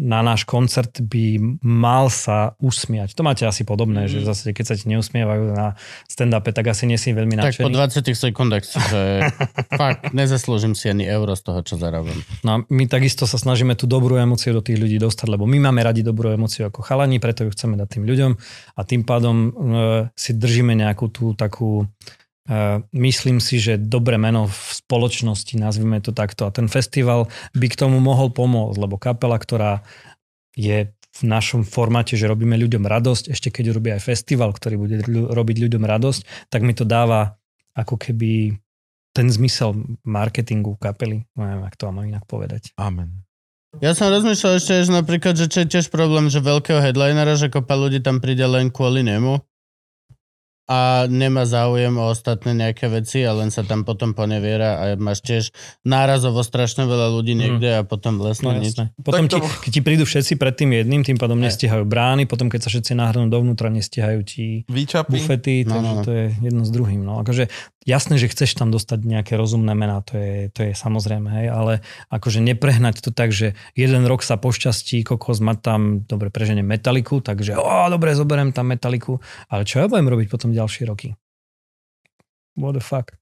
S3: na náš koncert, by mal sa usmiať. To máte asi podobné, že v
S2: Mhm.
S3: zásade, keď sa ti neusmievajú na stand-upe, tak asi nie si veľmi
S1: Tak po
S3: nadšený.
S1: 20 sekundách si, že fakt, nezaslúžim si ani euro z toho, čo zarobím.
S3: No a my takisto sa snažíme tú dobrú emóciu do tých ľudí dostať, lebo my máme radi dobrú emóciu ako chalani, preto ju chceme dať tým ľuďom a tým pádom e, si držíme nejakú tú takú, e, myslím si, že dobré meno v spoločnosti, nazvime to takto. A ten festival by k tomu mohol pomôcť, lebo kapela, ktorá je v našom formáte, že robíme ľuďom radosť, ešte keď robí aj festival, ktorý bude ľu- robiť ľuďom radosť, tak mi to dáva ako keby ten zmysel marketingu kapely, no neviem, ak to mám inak povedať.
S2: amen.
S1: Ja som rozmýšľal ešte, že napríklad, že čo je tiež problém, že veľkého headlinera, že kopa ľudí tam príde len kvôli nemu a nemá záujem o ostatné nejaké veci a len sa tam potom poneviera a máš tiež nárazovo strašne veľa ľudí niekde a potom
S3: No
S1: lesne nič.
S3: jasné. Potom
S2: Tak
S3: ti,
S2: to-
S3: keď ti prídu všetci pred tým jedným, tým pádom nestihajú brány, potom keď sa všetci nahrnú dovnútra, nestihajú ti
S2: Výčapy.
S3: bufety,
S1: No,
S3: takže
S1: no, no.
S3: to je jedno s druhým. No. Akože jasné, že chceš tam dostať nejaké rozumné mená, to je, to je samozrejme, hej, ale akože neprehnať to tak, že jeden rok sa pošťastí, kokos má tam, dobre, preženiem metaliku, takže o, dobre, zoberiem tam metaliku, ale čo ja budem robiť potom ďalšie roky? What the fuck?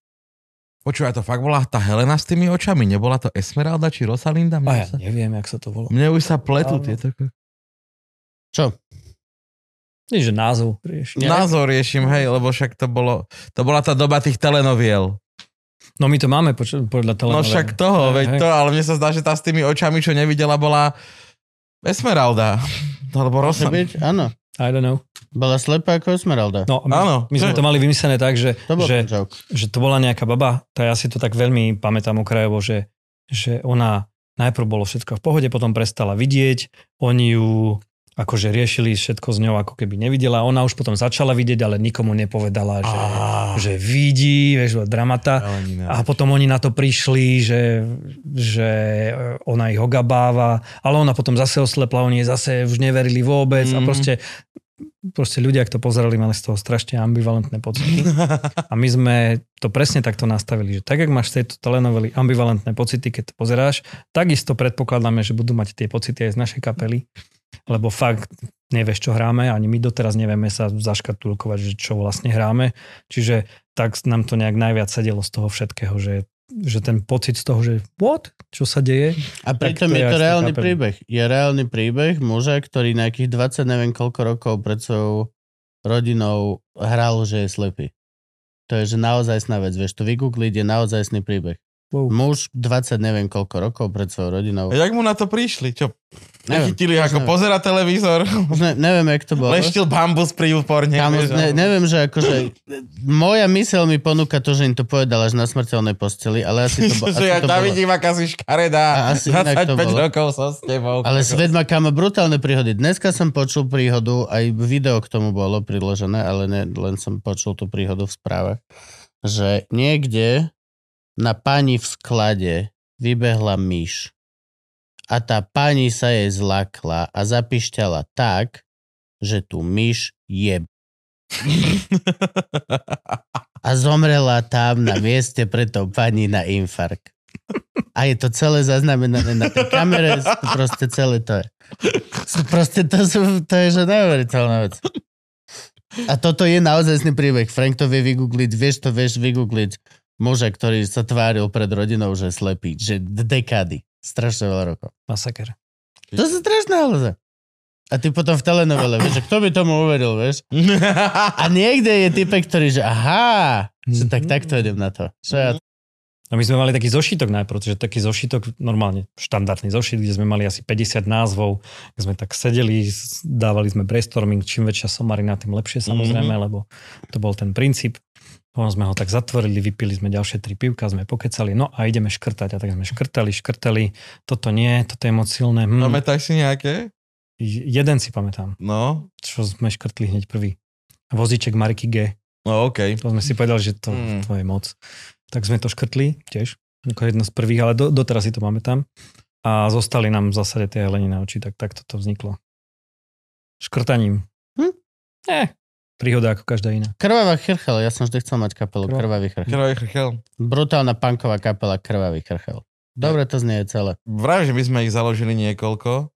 S2: Počúvaj, to fakt bola tá Helena s tými očami, nebola to Esmeralda či Rosalinda? Mne,
S3: A ja
S2: sa,
S3: neviem, jak sa to volá.
S2: mne už sa pletú
S3: Áno.
S2: tieto...
S1: Čo?
S3: Nie, že názov rieši.
S1: Ja-
S2: Názor riešim, hej, lebo však to bolo, to bola tá doba tých telenoviel.
S3: No my to máme poč- podľa
S2: No
S3: telenovel.
S2: však toho,
S3: Hej,
S2: veď
S3: hej.
S2: to, ale mne sa zdá, že tá s tými očami, čo nevidela, bola Esmeralda. Alebo
S1: Môže
S2: Rosa.
S1: byť? Áno.
S3: I don't know.
S1: Bola slepá ako Esmeralda.
S3: No, my,
S2: Áno.
S3: my sme to mali vymyslené tak, že,
S1: To bol
S3: že,
S1: ten joke.
S3: že to bola nejaká baba, tá ja si to tak veľmi pamätám okrajovo, že, že ona najprv bolo všetko v pohode, potom prestala vidieť, oni ju akože riešili všetko s ňou, ako keby nevidela. Ona už potom začala vidieť, ale nikomu nepovedala, že, že vidí, vieš, dramata. A potom oni na to prišli, že, že e, ona ich ogabáva, ale ona potom zase oslepla, oni jej zase už neverili vôbec mm. a
S2: Mhm.
S3: proste, proste ľudia, ak to pozerali, mali z toho strašne ambivalentné pocity. A my sme to presne takto nastavili, že tak, jak máš z tejto telenovely ambivalentné pocity, keď to pozeráš, takisto predpokladáme, že budú mať tie pocity aj z našej kapely, lebo fakt nevieš, čo hráme, ani my doteraz nevieme sa zaškatulkovať, že čo vlastne hráme. Čiže tak nám to nejak najviac sedelo z toho všetkého, že, že ten pocit z toho, že what? Čo sa deje?
S1: A pritom
S3: to
S1: je to
S3: ja s tým
S1: reálny
S3: chápem.
S1: príbeh. Je reálny príbeh muža, ktorý nejakých 20 neviem koľko rokov pred svojou rodinou hral, že je slepý. To je, že naozajstná vec. Vieš, to vygoogliť je naozajstný príbeh.
S3: Wow.
S1: Muž 20 neviem koľko rokov pred svojou rodinou.
S2: Jak mu na to prišli? Čo?
S1: Neviem.
S2: Nechytili, ako
S1: neviem.
S2: pozera televízor,
S1: Už Ne, neviem, jak to bolo.
S2: leštil bambus pri úporne.
S1: Kámo,
S2: vieš,
S1: ne,
S2: a-
S1: neviem, že akože moja myseľ mi ponúka to, že im to povedal až na smrteľnej posteli, ale asi to, bo, asi
S2: že ja
S1: to
S2: tam
S1: bolo.
S2: vidím, aká si škaredá.
S1: A asi inak to
S2: 25
S1: bolo.
S2: rokov som s tebou.
S1: Ale svet má kámo brutálne príhody. Dneska som počul príhodu, aj video k tomu bolo priložené, ale ne, len som počul tú príhodu v správe, že niekde na pani v sklade vybehla myš a tá pani sa jej zlakla a zapišťala tak, že tú myš je. A zomrela tam na mieste pre tou pani na infarkt. A je to celé zaznamenané na tej kamere, s- proste celé to je. S- Proste to, sú, to je že neuveriteľná vec. A toto je naozaj príbeh. Frank to vie vygoogliť, vieš to, vieš vygoogliť muža, ktorý sa tváril pred rodinou, že je slepý, že d- dekády, strašne veľa rokov.
S3: Masaker.
S1: To sú strašné halúze. A ty potom v telenovele, vieš, že kto by tomu uveril, vieš? A niekde je typek, ktorý, že aha, že tak takto idem na to. Čo ja
S3: No my sme mali taký zošitok najprv, že taký zošitok, normálne štandardný zošit, kde sme mali asi 50 názvov, kde sme tak sedeli, s- dávali sme brainstorming, čím väčšia somarina, tým lepšie samozrejme, mm-hmm. lebo to bol ten princíp. Potom sme ho tak zatvorili, vypili sme ďalšie tri pivka, sme pokecali, no a ideme škrtať. A tak sme škrtali, škrtali, toto nie, toto je moc silné. Hm.
S2: Pamätáš No, si nejaké?
S3: Jeden si pamätám,
S2: No,
S3: čo sme škrtli hneď prvý. Vozíček Mariky G.
S2: no okej.
S3: To sme si povedali, že to,
S2: Mm.
S3: mm. to je moc. Tak sme to škrtli tiež, ako jedno z prvých, ale do, doteraz si to máme tam. A zostali nám v zásade tie helenie na oči, tak takto to vzniklo. Škrtaním.
S1: Hm?
S3: Eh, príhoda ako každá iná.
S1: Krvavá chrchel, ja som vždy chcel mať kapelu
S3: Krva-
S1: Krvavý chrchel.
S2: Krvavý chrchel.
S1: Brutálna punková kapela Krvavý chrchel. Dobre to znie celé.
S2: Vravím, že my sme ich založili niekoľko.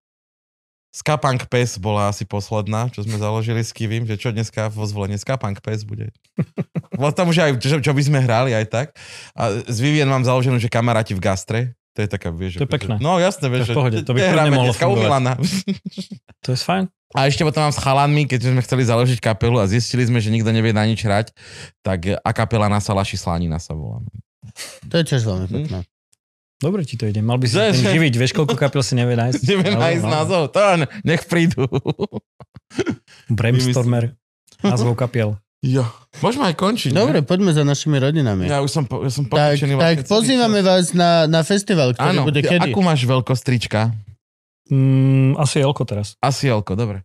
S2: Skapang Pes bola asi posledná, čo sme založili s Kivim, že čo dneska vo zvolenie Skapang Pes bude. Bolo tam už aj, čo, čo by sme hrali aj tak. A s Vivien mám založenú, že kamaráti v gastre. To je taká, vieš,
S3: To je
S2: akože-
S3: pekné.
S2: No jasné, vieš,
S3: To je v pohode, to by kľudne mohlo
S2: dneska u
S3: fungovať.
S2: Milana.
S3: To je fajn.
S2: A ešte potom mám s chalanmi, keď sme chceli založiť kapelu a zistili sme, že nikto nevie na nič hrať, tak a kapela na salaši slanina sa volá.
S1: To je tiež
S3: Mhm.
S1: veľmi pekné.
S3: Dobre ti to ide. Mal by si
S2: To je-
S3: sa tým živiť. Vieš, koľko kapiel si nevie nájsť?
S2: Ideme
S3: No,
S2: nájsť
S3: no.
S2: názov, to len nech prídu.
S3: Brainstormer. Názvov kapiel.
S2: Jo. Môžeme aj končiť. ne?
S1: Dobre, poďme za našimi rodinami.
S2: Ja už som, po, ja som vlastne,
S1: tak,
S2: potečený
S1: tak
S3: vlastne
S1: pozývame vás na, na festival, ktorý
S2: Áno,
S1: bude
S2: ja-
S1: kedy.
S2: akú máš veľkosť trička?
S3: Mm, asi Elko teraz.
S2: Asi Jelko, dobre.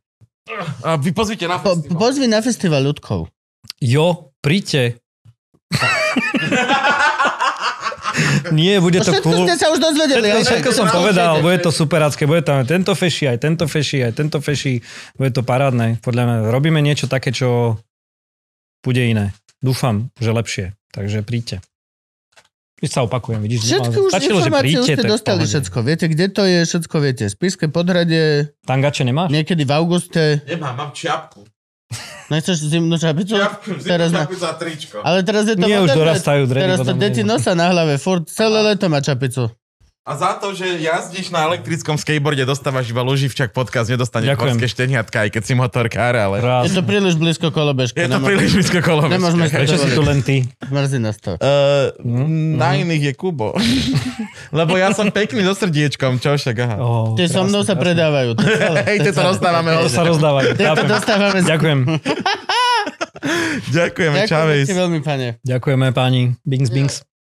S2: A vy pozvite na
S1: Po,
S2: festival.
S1: pozvi na festival ľudkov.
S3: Jo, príďte. Nie, bude to
S1: No Všetko
S3: cool.
S1: ste sa už dozvedeli.
S3: Všetko,
S1: ale-
S3: všetko som povedal, bude to superácké, bude tam aj tento feši, aj tento feši, aj tento feši, bude to parádne. Podľa mňa robíme niečo také, čo bude iné. Dúfam, že lepšie. Takže príďte. Už sa opakujem, vidíš?
S1: Všetky
S3: nemám-
S1: už informácie už ste
S3: to je v
S1: dostali
S3: pohode.
S1: všetko. Viete, kde to je, všetko viete. Spiske podhradie,
S3: Tangače nemáš?
S1: niekedy v auguste.
S2: Nemám, mám čiapku.
S1: Nechceš zimnú žabicu? Teraz ma-
S2: za tričko.
S1: Ale teraz je to...
S3: Nie, už
S1: moderné.
S3: dorastajú dredy.
S1: Teraz to
S3: podľa mňa.
S1: deti nosa na hlave, furt celé leto má čapicu.
S2: A za to, že jazdíš na elektrickom skateboarde, dostávaš iba loživčak podcast, nedostane
S3: Ďakujem.
S2: korské šteniatka, aj keď si motorkár, ale
S1: Je
S3: Krásne.
S1: to príliš blízko kolobežky.
S2: je to
S1: nemôžeme-
S2: príliš blízko kolo.
S1: Nemôžeme sa
S3: Prečo si tu
S1: dovoliť.
S3: len ty?
S1: Mrzí nás to.
S2: Uh,
S3: Mhm.
S2: na iných je Kubo. Lebo ja som pekný so srdiečkom, čo však, aha.
S3: Oh,
S1: Tie so mnou sa predávajú. to je celé.
S2: Hej, to sa rozdávame.
S3: To sa rozdávajú.
S1: Tie to
S3: chápem.
S1: dostávame. za-
S3: Ďakujem.
S2: Ďakujeme,
S1: Ďakujem
S2: Čavejs.
S1: ti veľmi, pane.
S3: Ďakujeme páni. Bings, bings.